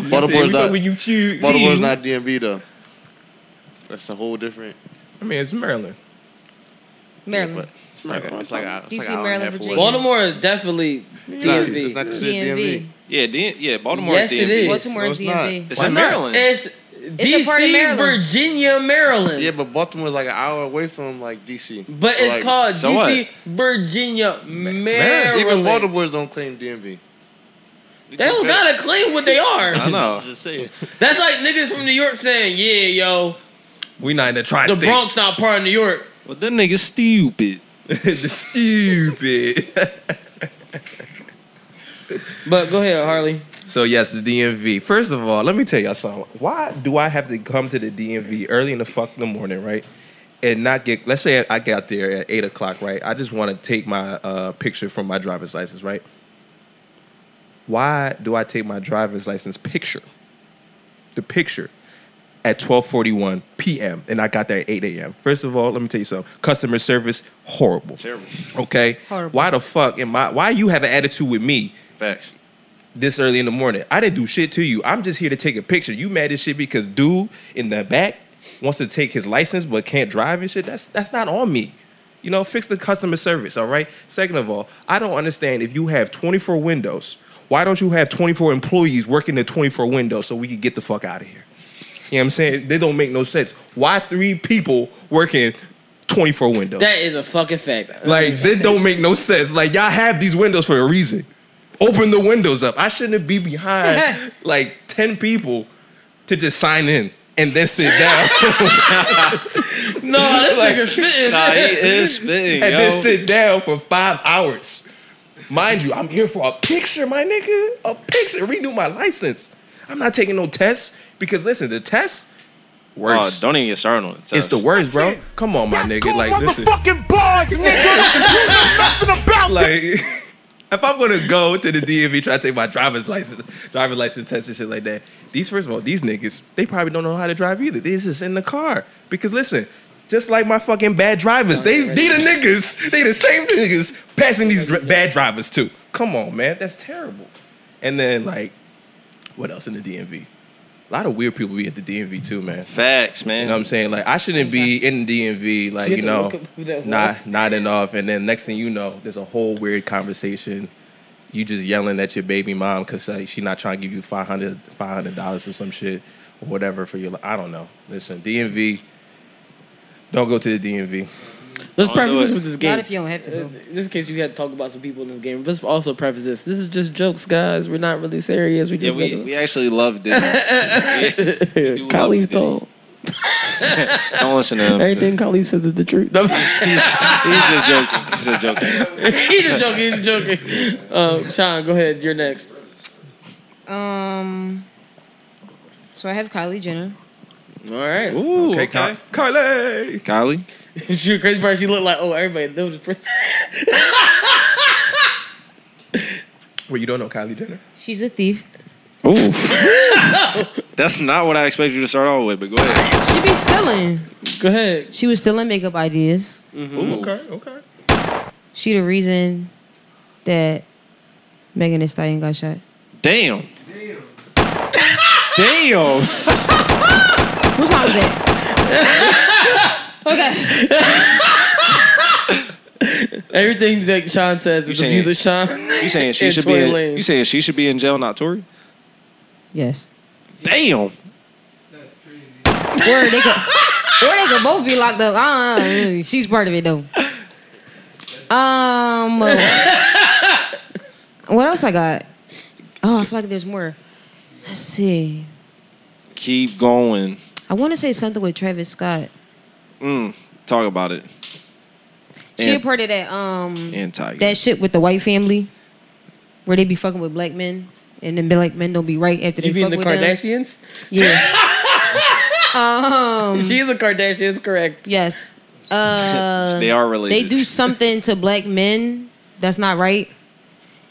S7: too.
S11: Baltimore's
S7: We fuck
S11: not.
S7: with you, too.
S11: Baltimore's
S7: Too.
S11: not DMV though. That's a whole different.
S7: I mean, it's Maryland.
S8: Maryland.
S11: It's like a, it's like a, it's like
S8: DC,
S11: an hour and a
S8: Maryland,
S11: half away.
S8: Virginia.
S1: Baltimore is definitely
S11: It's not-
S1: DMV.
S11: it's not considered DMV.
S6: Yeah, D- yeah. Baltimore
S1: yes,
S6: is DMV.
S1: it is.
S8: Baltimore No, is it's not. DMV.
S6: It's
S11: Why
S6: in
S11: not?
S6: Maryland.
S1: It's
S8: It's a part of
S1: DC,
S8: Maryland.
S1: Virginia, Maryland.
S11: Yeah, but Baltimore's like an hour away from like DC.
S1: But
S11: So,
S1: it's
S11: like-
S1: called DC, Virginia, Maryland.
S11: Even Baltimore's don't claim DMV.
S1: They don't gotta claim what they are.
S11: I know. Just say it.
S1: That's like niggas from New York saying, "Yeah, yo,
S7: We not in the tri
S1: the Bronx not part of New York."
S6: Well, them niggas stupid.
S7: the stupid.
S1: but go ahead, Harley.
S7: So yes, the DMV. First of all, let me tell y'all something. Why do I have to come to the DMV early in the fuck in the morning, right? And not get. Let's say I got there at eight o'clock, right? I just want to take my uh, picture from my driver's license, right? Why do I take my driver's license picture? The picture at twelve forty one p.m. and I got there at eight a.m. First of all, let me tell you something. Customer service horrible.
S6: Terrible.
S7: Okay.
S6: Horrible.
S7: Why the fuck am I? Why you have an attitude with me?
S6: Facts.
S7: This early in the morning, I didn't do shit to you. I'm just here to take a picture. You mad as shit because dude in the back wants to take his license but can't drive and shit. That's that's not on me. You know, fix the customer service. All right. Second of all, I don't understand if you have 24 windows. Why don't you have 24 employees working the 24 windows so we can get the fuck out of here? You know what I'm saying? They don't make no sense. Why three people working 24 windows?
S1: That is a fucking fact.
S7: Like this don't make no sense. Like y'all have these windows for a reason. Open the windows up. I shouldn't be behind like ten people to just sign in and then sit down.
S1: no, this nigga spitting.
S6: Nah, he is spitting,
S7: And then
S6: yo.
S7: sit down for five hours. Mind you, I'm here for a picture, my nigga. A picture. Renew my license. I'm not taking no tests because listen, the tests
S6: Worse. Oh, don't even get started on it.
S7: it's the worst, bro. Come on, my nigga. Like this is
S10: Motherfucking bars, nigga. You know nothing about
S7: like if I'm gonna go to the DMV try to take my driver's license, driver's license test and shit like that, these first of all, these niggas, they probably don't know how to drive either. They just in the car because listen. Just like my fucking bad drivers, they they the niggas, they the same niggas passing these dr- bad drivers too. Come on, man, that's terrible. And then like, what else in the DMV? A lot of weird people be at the DMV too, man.
S6: Facts, man.
S7: You know what I'm saying? Like, I shouldn't be in the DMV, like
S6: You had
S7: you
S6: to
S7: know,
S6: look up who that
S7: not
S6: was.
S7: nodding off, and then next thing you know, there's a whole weird conversation. You just yelling at your baby mom because like, she not trying to give you 500 dollars or some shit or whatever for your. li- I don't know. Listen, DMV. Don't go to the DMV.
S1: Let's preface this with this game.
S8: Not if you don't have to go.
S1: Uh, This case, you had to talk about some people in this game. Let's also preface this. This is just jokes, guys. We're not really serious. We
S6: Yeah,
S1: just
S6: we, we actually love Diddy.
S1: we, Khalif told
S6: Don't listen to him.
S1: everything Khalif says is the truth.
S6: He's just joking. He's just joking.
S1: he's just joking. He's joking. Um, Sean, go ahead. You're next.
S8: Um. So I have Kylie Jenner.
S1: All right.
S7: Ooh, okay, Ky- Kylie.
S6: Kylie.
S1: she a crazy part. She looked like oh everybody knows this person.
S7: Well, you don't know Kylie Jenner.
S8: She's a thief.
S6: That's not what I expected you to start off with, but go ahead.
S8: She be stealing.
S1: Go ahead.
S8: She was stealing makeup ideas.
S6: Ooh, okay,
S7: okay.
S8: She the reason that Megan Thee Stallion got shot.
S6: Damn. Damn.
S8: Whose time is it?
S1: Everything that Sean says is the views of Sean.
S6: You saying she
S1: and
S6: should
S1: Tory
S6: be? In,
S1: Lanez.
S6: you saying she should be in jail, not Tory?
S8: Yes.
S6: Damn.
S8: Word, they could, or they could both be locked up. I don't know. She's part of it though. Um, what else I got? Oh, I feel like there's more. Let's see.
S6: Keep going.
S8: I want to say something with Travis Scott.
S6: Mm, talk about it.
S8: She a
S6: And-
S8: part of that um
S6: and Tiger.
S8: that shit with the white family, where they be fucking with black men, and then black men don't be right after they
S1: You mean
S8: fuck
S1: the
S8: with them.
S1: Kardashians?
S8: Yeah. um.
S1: She's the Kardashians, correct?
S8: Yes.
S9: Uh,
S6: They are related.
S9: They do something to black men that's not right.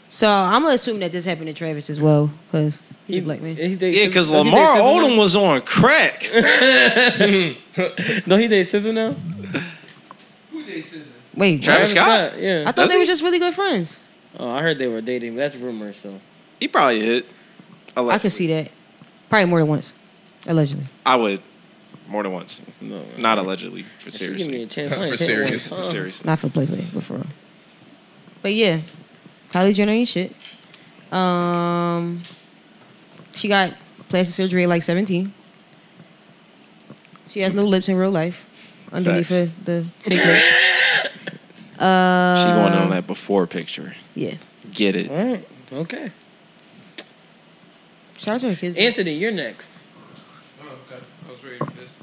S9: So I'm gonna assume that this happened to Travis as well, because he's a black man.
S6: Yeah, because
S1: oh,
S6: Lamar Odom was on crack.
S1: no, he did Scissor now.
S9: Wait,
S6: Travis Scott?
S1: Yeah,
S9: I thought they were just really good friends.
S1: Oh, I heard they were dating. but That's rumor. So
S6: he probably hit.
S9: I could see that. Probably more than once, allegedly.
S6: I would more than once. No, not allegedly for serious.
S1: give me a chance, I ain't
S6: for
S1: hit
S6: serious.
S1: one
S6: For
S1: time.
S6: serious.
S9: Not for play play, but for real. But yeah, Kylie Jenner ain't shit. Um, she got plastic surgery at like 17. She has no lips in real life. Underneath
S6: Facts.
S9: her, the fake lips. Uh,
S6: she going on that before picture.
S9: Yeah.
S6: Get it.
S1: All right. Okay.
S9: Shout out to her kids.
S1: Anthony, you're next.
S11: I was ready for this.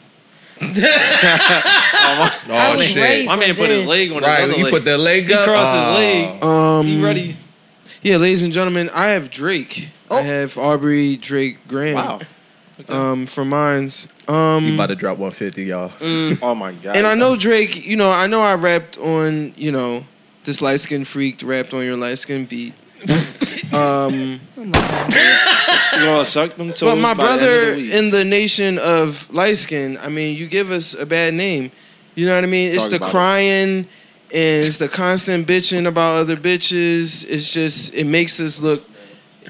S7: Oh,
S6: I was ready My for man put his this. leg on his
S11: Right,
S6: other
S11: he
S6: leg.
S11: put that leg
S6: He
S11: up.
S6: crossed his leg.
S11: Um,
S6: He ready. Oh.
S11: Yeah, ladies and gentlemen, I have Drake. I have Aubrey Drake Graham. Wow. Um, for mines. Um,
S7: He about to drop 150, y'all.
S1: Mm.
S6: oh my god.
S11: and I know Drake, you know, I know I rapped on, you know, this light skin freaked rapped on your light skin beat. um,
S6: you gonna suck them toes
S11: but my
S6: by the end of
S11: brother
S6: the week.
S11: in the nation of light skin, I mean, you give us a bad name. You know what I mean? It's
S6: Talk
S11: the
S6: about it.
S11: crying and it's the constant bitching about other bitches. It's just it makes us look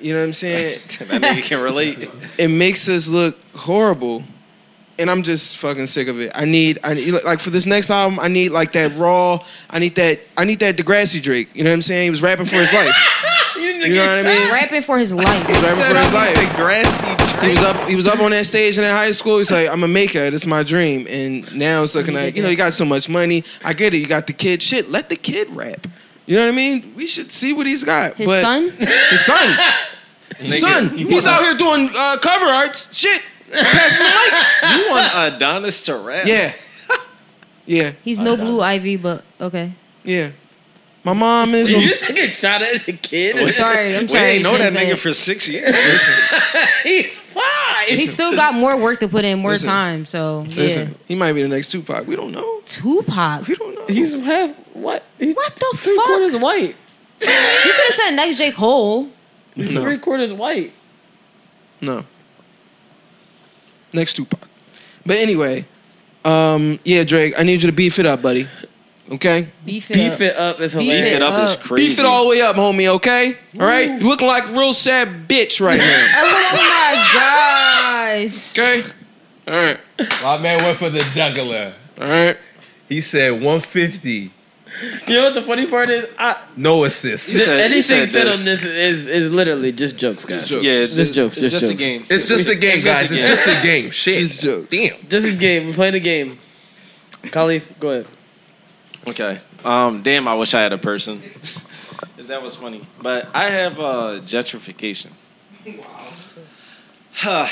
S11: you know what I'm saying?
S6: that nigga can relate.
S11: it makes us look horrible. And I'm just fucking sick of it. I need, I need, like for this next album, I need like that raw. I need that, I need that Degrassi Drake. You know what I'm saying? He was rapping for his life. You know what I mean?
S9: Rapping for his life.
S11: He was rapping for his life.
S6: Degrassi
S11: He was up. He was up on that stage in that high school. He's like, "I'm a maker. This is my dream." And now it's looking like, you know, you got so much money. I get it. You got the kid. Shit, let the kid rap. You know what I mean? We should see what he's got.
S9: His
S11: But-
S9: son?
S11: His son. His son. He's out here doing uh, cover arts. Shit. Pass me the mic.
S6: You want Adonis to rap?
S11: Yeah. Yeah.
S9: He's no blue ivy, but okay.
S11: Yeah. My mom is.
S1: you taking a shot at the kid?
S9: I'm sorry, I'm
S6: we
S9: sorry,
S6: ain't know that
S9: shouldn't say
S6: nigga
S9: it.
S6: for six years.
S1: He's fine.
S9: He still got more work to put in, more time. So yeah.
S11: Listen, he might be the next Tupac. We don't know.
S9: Tupac. We
S11: don't know.
S1: He's half what? He's
S9: what the
S1: three
S9: fuck?
S1: quarters white.
S9: You could have said next J Cole.
S11: No.
S1: Three quarters white.
S11: No. Next Tupac. But anyway, um, yeah, Drake, I need you to beef it up, buddy. Okay?
S9: Beef it
S1: Beef it up is hilarious.
S11: Beef it all the way up, homie, okay? All right? You looking like a real sad bitch right now.
S9: Oh my gosh.
S11: Okay. All right.
S7: My man went for the juggler.
S11: All right.
S7: He said 150,
S1: You know what the funny part is? I,
S7: no assists.
S1: anything said, on this is, is literally just jokes, guys.
S7: jokes.
S1: Yeah,
S7: Yeah,
S1: just,
S7: it's-
S1: jokes.
S7: it's
S1: Just,
S7: just a
S1: jokes.
S7: game. It's just a game, guys. It's just a game. Shit. Just
S11: jokes.
S1: Damn. Just a game. We're playing a game. Khalif, go ahead.
S6: Okay. Um, damn, I wish I had a person. 'Cause that was funny. But I have uh, gentrification. Huh,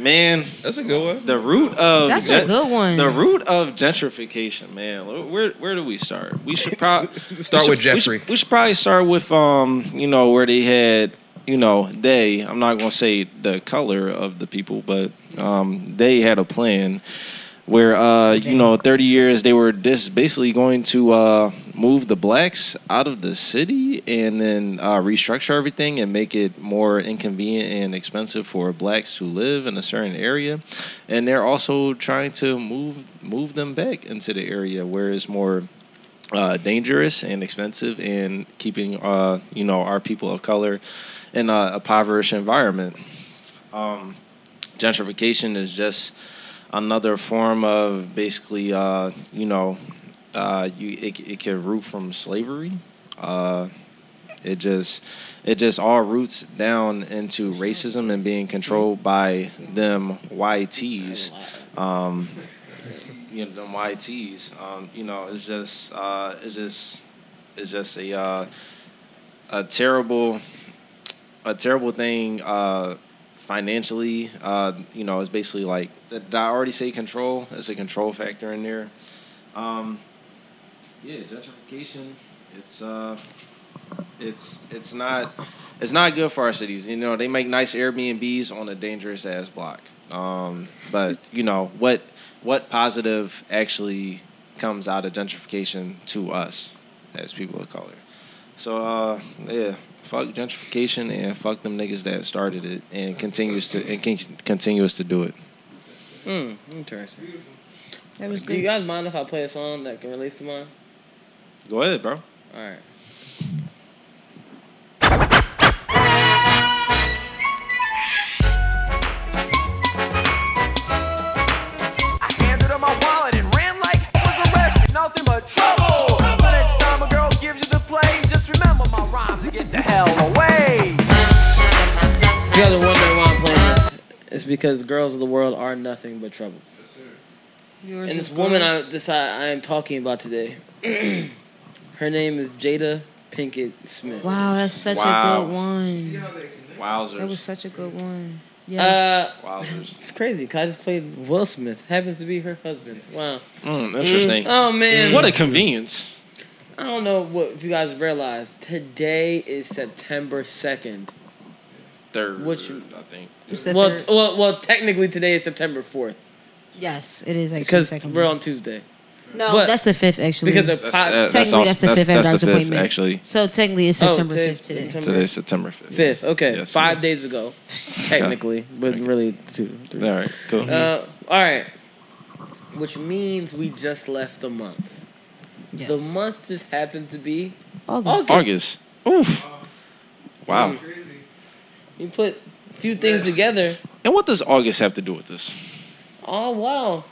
S6: man.
S7: That's a good one.
S6: The root of
S9: That's a good one.
S6: The root of gentrification, man. Where where do we start? We should probably
S7: Start with Jeffrey.
S6: We should, we should probably start with um, you know, where they had, you know, they. I'm not gonna say the color of the people, but um, they had a plan where uh, you know, 30 years they were just basically going to uh, move the blacks out of the city and then uh, restructure everything and make it more inconvenient and expensive for blacks to live in a certain area. And they're also trying to move move them back into the area where it's more uh, dangerous and expensive and keeping uh, you know our people of color in a impoverished environment. Um, gentrification is just another form of basically uh, you know uh, you it, it can root from slavery. Uh, it just it just all roots down into racism and being controlled by them YTs. Um, you know, them YTs. Um, you know, it's just uh, it's just it's just a uh, a terrible a terrible thing uh, financially. Uh, you know, it's basically like did I already say control? It's a control factor in there. Um, yeah, gentrification. It's uh, it's it's not it's not good for our cities. You know, they make nice Airbnbs on a dangerous ass block. Um, but you know what what positive actually comes out of gentrification to us as people of color. So uh, yeah, fuck gentrification and fuck them niggas that started it and continues to and con- continues to do it.
S1: Hmm, interesting.
S9: That was
S1: Do
S9: good.
S1: you guys mind if I play a song that can relate to mine?
S6: Go ahead, bro.
S1: All right.
S13: handed her my wallet and ran like I was arrested. Nothing but trouble. So next time a girl gives you the play, just remember my rhymes and get the hell away.
S1: If you guys are wondering why I'm playing this, it's because the girls of the world are nothing but trouble.
S9: Yours
S1: And
S9: is
S1: this woman I
S9: good.
S1: decide I am talking about today, her name is Jada Pinkett Smith.
S9: Wow, that's such a good one.
S6: Wowzers.
S9: That was such a good one.
S1: Uh,
S9: Yes.
S1: It's crazy. 'cause I just played Will Smith. Happens to be her husband. Wow.
S6: Mm, interesting.
S1: Mm. Oh man.
S6: what a convenience.
S1: I don't know what if you guys realize today is September second.
S6: Third,
S1: Which
S6: I think.
S9: It's the
S1: well,
S9: third.
S1: well, well, technically today is September fourth
S9: yes, it is actually
S1: because
S9: the 2nd
S1: we're on Tuesday.
S9: No,
S1: But-
S9: that's the fifth actually.
S1: Because the That's- pot- that- that's
S9: technically
S1: also-
S9: that's the
S1: that's-
S9: fifth at
S1: that's the
S9: doctor's
S1: fifth,
S9: appointment.
S6: actually.
S9: So technically it's September
S1: Oh, today-
S9: fifth today.
S6: Today's September 5th.
S1: Fifth. Okay,
S6: Yes.
S1: five days ago, technically, but really two. Three.
S6: All right, cool.
S1: Uh, all right. Which means we just left the month. The month just happened to be August.
S6: August. Mm. Oof. Wow.
S1: You put a few things together.
S6: And what does August have to do with this?
S1: Oh wow.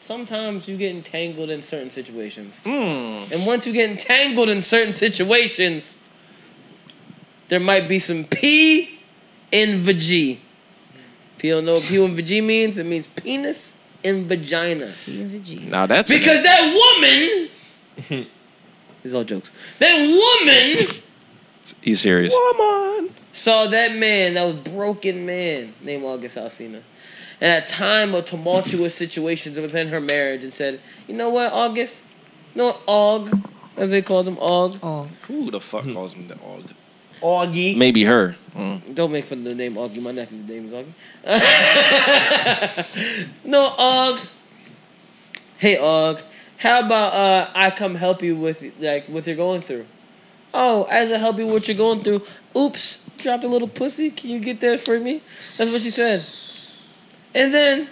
S1: Sometimes you get entangled in certain situations.
S6: Hmm.
S1: And once you get entangled in certain situations, there might be some P in vag. If you don't know what P in vag means, it means penis and vagina.
S6: Now that's
S1: because that woman It's all jokes. That woman
S6: He's serious.
S1: Woman. Saw that man, that was broken man named August Alsina. And at time of tumultuous situations within her marriage and said, You know what, August? You know what, Og, as they called him, Og.
S9: Og.
S6: Who the fuck calls him the Og?
S1: Augie.
S6: Maybe her. Hmm. Mm.
S1: Don't make fun of the name Augie. My nephew's name is Augie. no, Og. Hey, Og. How about uh, I come help you with like what you're going through? Oh, as I help you with what you're going through. Oops, dropped a little pussy. Can you get that for me? That's what she said. And then,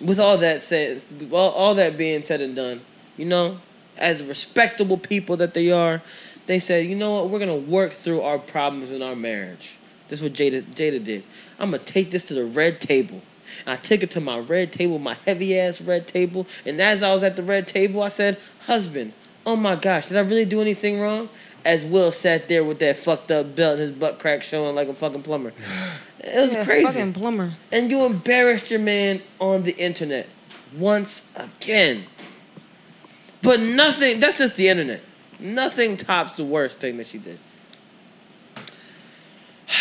S1: with all that said, well, all that being said and done, you know, as respectable people that they are, they said, you know what, we're gonna work through our problems in our marriage. This is what Jada Jada did. I'm gonna take this to the red table. And I took it to my red table, my heavy ass red table. And as I was at the red table, I said, husband, oh my gosh, did I really do anything wrong? As Will sat there with that fucked up belt and his butt crack showing like a fucking plumber. It was
S9: Yeah,
S1: crazy.
S9: fucking plumber.
S1: And you embarrassed your man on the internet once again. But nothing, that's just the internet. Nothing tops the worst thing that she did.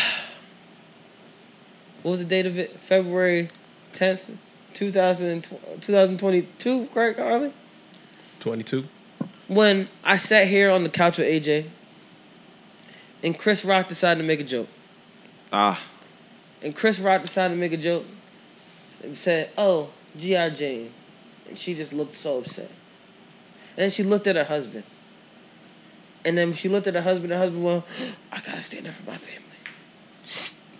S1: What was the date of it? February 10th, 2020 2022, correct, Harley?
S7: 22.
S1: When I sat here on the couch with AJ and Chris Rock decided to make a joke.
S6: Ah.
S1: And Chris Rock decided to make a joke and said, Oh, G.I. Jane. And she just looked so upset. And then she looked at her husband. And then she looked at her husband. Her husband went, I gotta stand up for my family.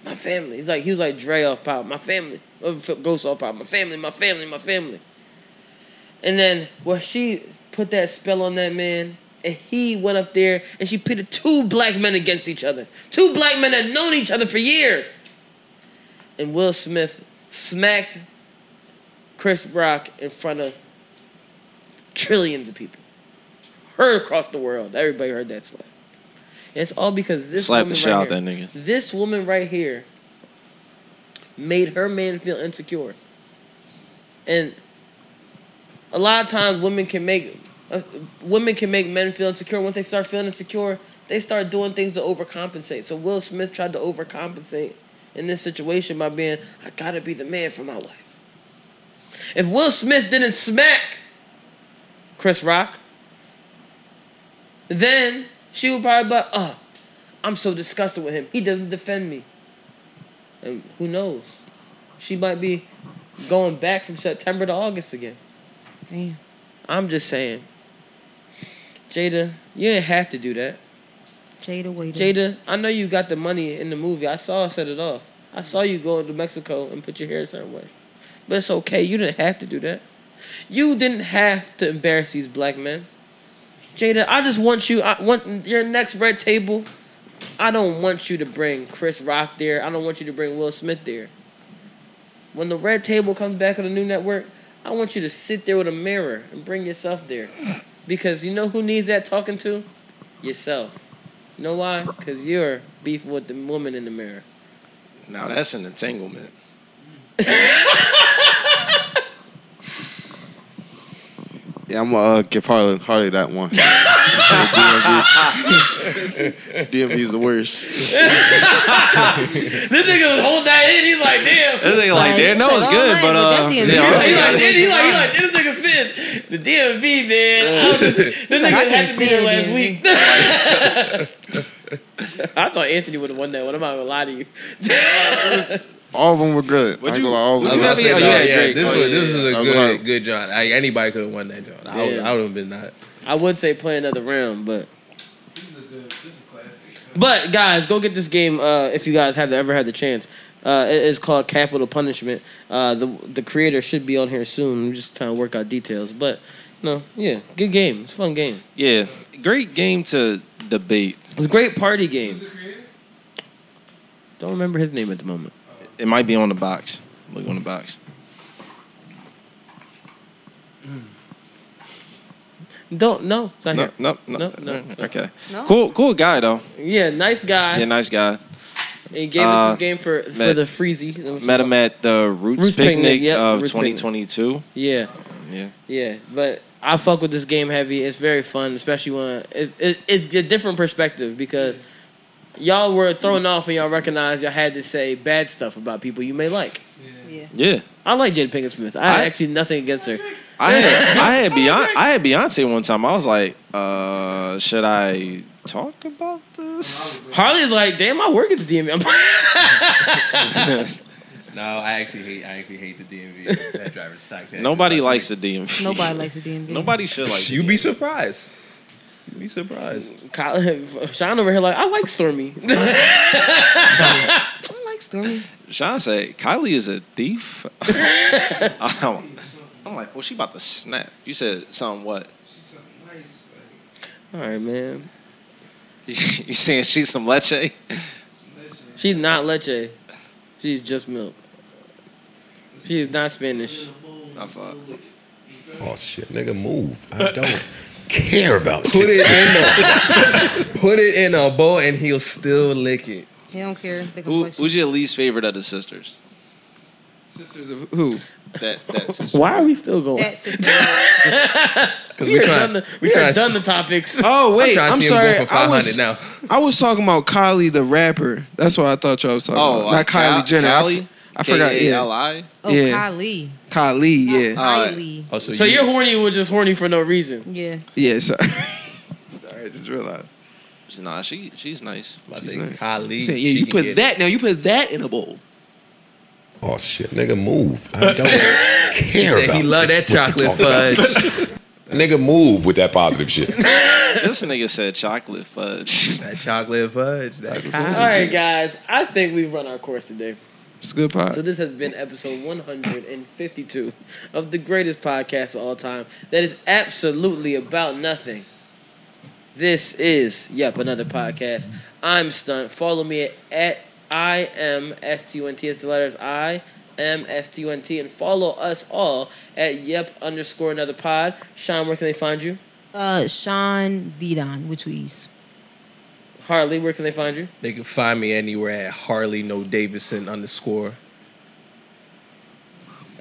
S1: My family. He's like, he was like Dre off power. My family. Or Ghost off power. My family, my family, my family. And then, well, she put that spell on that man, and he went up there and she pitted two black men against each other. Two black men that known each other for years. And Will Smith smacked Chris Rock in front of trillions of people. Heard across the world. Everybody heard that slap. And it's all because this
S6: Slap the
S1: woman
S6: shit
S1: right
S6: out
S1: here-
S6: that nigga.
S1: This woman right here made her man feel insecure. And a lot of times women can make uh, women can make men feel insecure. Once they start feeling insecure, they start doing things to overcompensate. So Will Smith tried to overcompensate in this situation by being, I gotta be the man for my wife. If Will Smith didn't smack Chris Rock, then she would probably be like, oh, I'm so disgusted with him. He doesn't defend me. And who knows? She might be going back from September to August again.
S9: Damn.
S1: I'm just saying. Jada, you didn't have to do that.
S9: Jada waited.
S1: Jada, I know you got the money in the movie. I saw her set it off. I saw you go to Mexico and put your hair a certain way. But it's okay. You didn't have to do that. You didn't have to embarrass these black men. Jada, I just want you. I want your next red table. I don't want you to bring Chris Rock there. I don't want you to bring Will Smith there. When the red table comes back on the new network, I want you to sit there with a mirror and bring yourself there. Because you know who needs that talking to? Yourself. You know why? Because you're beefing with the woman in the mirror.
S6: Now that's an entanglement.
S12: Yeah, I'm gonna uh, give Harley Harley that one. DMV is the worst.
S1: this nigga was holding that in. He's like, damn.
S6: This nigga like, damn, that was good, but uh,
S1: He's
S6: yeah,
S1: like, he's like,
S6: alright.
S1: this, he's like, he's like, this nigga spin the DMV man. I was just- this nigga had to be there last week. I thought Anthony would have won that one. I'm not gonna lie to you.
S12: All of them were good. I ain't gonna lie, all of them. were
S7: oh,
S12: good.
S7: this was this was a
S12: I'm
S7: good
S12: like,
S7: good John. I, anybody could have won that John. I would,
S1: Yeah.
S7: I would have been not.
S1: I would say play another round, but But guys, go get this game uh, if you guys have ever had the chance. Uh, it is called Capital Punishment. Uh, the the creator should be on here soon. I'm just trying to work out details, but no, yeah, good game. It's a fun game.
S6: yeah, great game to debate.
S1: It was a great party game. Don't remember his name at the moment.
S6: It might be on the box. Look on the box.
S1: Don't no, it's not
S6: No,
S1: here.
S6: no, no,
S1: No, no, no.
S6: Okay,
S1: No.
S6: cool, cool guy though.
S1: Yeah, nice guy.
S6: Yeah, nice guy.
S1: And he gave us
S6: Uh,
S1: his game for for
S6: met-
S1: the freezy.
S6: Met him at the Roots,
S1: Roots
S6: Picnic,
S1: Picnic, yep,
S6: of
S1: Roots Picnic.
S6: 2022.
S1: Yeah.
S6: Yeah.
S1: Yeah, but I fuck with this game heavy. It's very fun, especially when it, it, it's a different perspective because y'all were thrown off and y'all recognized y'all had to say bad stuff about people you may like.
S6: Yeah.
S1: I like Jada Pinkett Smith. I, had
S6: I-
S1: actually nothing against her.
S6: I had I had Beyonce I had Beyonce one time. I was like, uh, should I talk about this?
S1: Harley's like, damn, I work at the DMV. I'm-
S7: No, I actually hate I actually hate the DMV. That driver's sucked.
S6: Nobody likes the DMV.
S9: Nobody likes the DMV.
S6: Nobody should like.
S7: You'd be surprised. You'd be surprised.
S1: Colin, Sean over here like, I like Stormy.
S9: I like Stormy.
S6: Sean said Kylie is a thief. I'm, I'm like, well, she about to snap. You said something what?
S1: All right, man.
S6: you saying she's some leche?
S1: She's not leche. She's just milk. She is not Spanish.
S6: I fuck.
S10: Oh shit, nigga, move. I don't care about
S7: Put it
S10: tits.
S7: in a put it in a bowl and he'll still lick it.
S9: He don't care. The
S6: Who,
S9: complexion.
S6: who's your least favorite of the sisters?
S11: Sisters of who?
S6: That that's
S1: Why are we still going?
S9: That sister.
S1: we, are done the, we, are done the topics.
S11: Oh wait,
S1: trying
S11: I'm,
S1: to see him
S11: sorry.
S1: go for
S11: I was
S1: 500 now.
S11: I was talking about Kylie the rapper. That's what I thought y'all was talking
S6: Oh,
S11: about.
S6: uh,
S11: Not Kylie
S6: Ky-
S11: Jenner. I
S6: Kylie?
S11: f- I forgot.
S6: K-A-L-I?
S11: Yeah.
S9: Oh,
S11: yeah.
S9: Kylie.
S11: Kylie. Yeah.
S9: Kylie.
S7: Oh, so,
S1: So you're horny was just horny for no reason.
S9: Yeah.
S11: Yeah. Sorry. sorry. I just realized.
S6: Nah, she she's nice.
S7: I say Kylie.
S11: Say, yeah, you put that now. You put that in a bowl.
S10: Oh shit, nigga, move. I don't care
S7: He said
S10: about
S7: he love that
S10: what you
S7: chocolate
S10: talking about. nigga, move with that positive shit.
S6: this nigga said chocolate fudge.
S7: That chocolate fudge. That
S1: All right, guys. I think we've run our course today.
S11: It's a good part.
S1: So this has been episode 152 of the greatest podcast of all time. That is absolutely about nothing. This is yep another podcast. I'm stunt. Follow me at, at I am S T U N T. It's the letters I am S T U N T, and follow us all at yep underscore another pod. Sean, where can they find you?
S9: Uh, Sean Vidon with two E's.
S1: Harley, where can they find you?
S7: They can find me anywhere at Harley No Davidson underscore.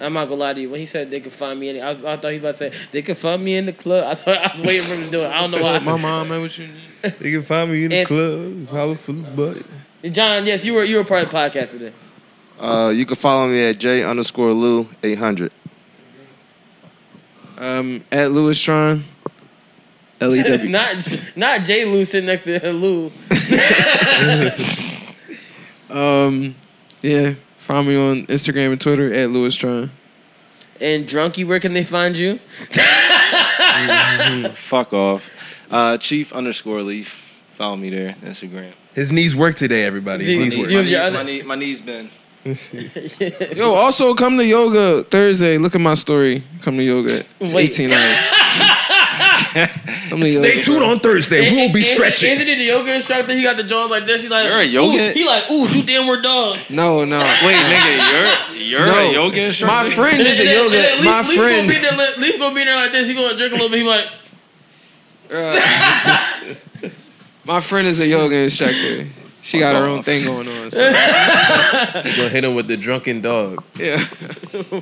S1: I'm not gonna lie to you. When he said they could find me in, the, I, was, I thought he was about to say they could find me in the club. I thought I was waiting for him to do it. I don't know why.
S11: My mom, man, what you need?
S7: They can find me in the
S1: And-
S7: club, holler for the butt.
S1: John, yes, you were you were part of the podcast today.
S12: Uh, you can follow me at J underscore Lou eight hundred.
S11: Um, at Lewistron. L E W.
S1: not not J Lou sitting next to Lou.
S11: Um, yeah. Find me on Instagram and Twitter at Lewistron.
S1: And Drunky, where can they find you?
S6: Fuck off. Uh, Chief underscore Leaf. Follow me there. Instagram.
S7: His knees work today, everybody. His
S6: My
S7: knees
S6: knee-
S7: work.
S6: my, knee, my, knee, my knee's been.
S11: Yo, also come to yoga Thursday. Look at my story. Come to yoga. It's
S1: Wait.
S11: 18 hours. Come to yoga.
S1: Stay tuned
S7: on Thursday.
S1: And- and- Anthony, the yoga instructor, he got the jaws like this. He like,
S11: You're a
S1: "Ooh,"
S11: yoga-
S1: He like, ooh, you damn, we're dog.
S11: No, no.
S6: Wait, nigga, you're you're
S11: No.
S6: a yoga instructor.
S11: My friend is a yoga. my
S1: Leaf Gonna
S11: friend.
S1: be there, li- Leaf gonna be there like this. He gonna drink a little bit. He like,
S11: my friend is a yoga instructor. She got her own thing going on. So.
S7: You gonna hit him with the drunken dog.
S11: Yeah.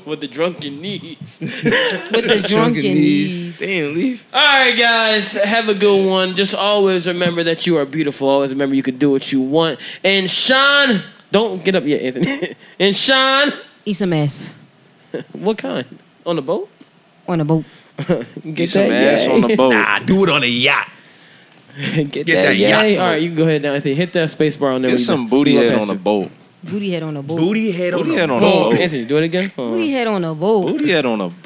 S1: with the drunken knees. with
S9: the drunken knees.
S11: Damn, leave.
S1: All right, guys, have a good one. Just always remember that you are beautiful. Always remember you can do what you want. And Sean, don't get up yet, Anthony. and Sean,
S9: eat some ass.
S1: what kind? On the boat?
S9: On a boat.
S1: Get that yay.
S7: Nah, do it on a yacht.
S1: Get,
S7: that
S1: that,
S7: yacht
S1: yay.
S7: on.
S1: All right, you can go ahead now. Anthony, hit that space bar on there. when
S6: Get
S1: you-
S6: some
S1: when
S6: booty
S1: you
S6: head
S1: pass
S6: on a
S1: it.
S6: boat.
S9: Booty head on a boat.
S7: Booty head
S6: Booty head on a
S1: Oh,
S6: boat.
S1: Anthony, do it again. Hold on.
S9: Booty head on a boat.
S6: Booty head on a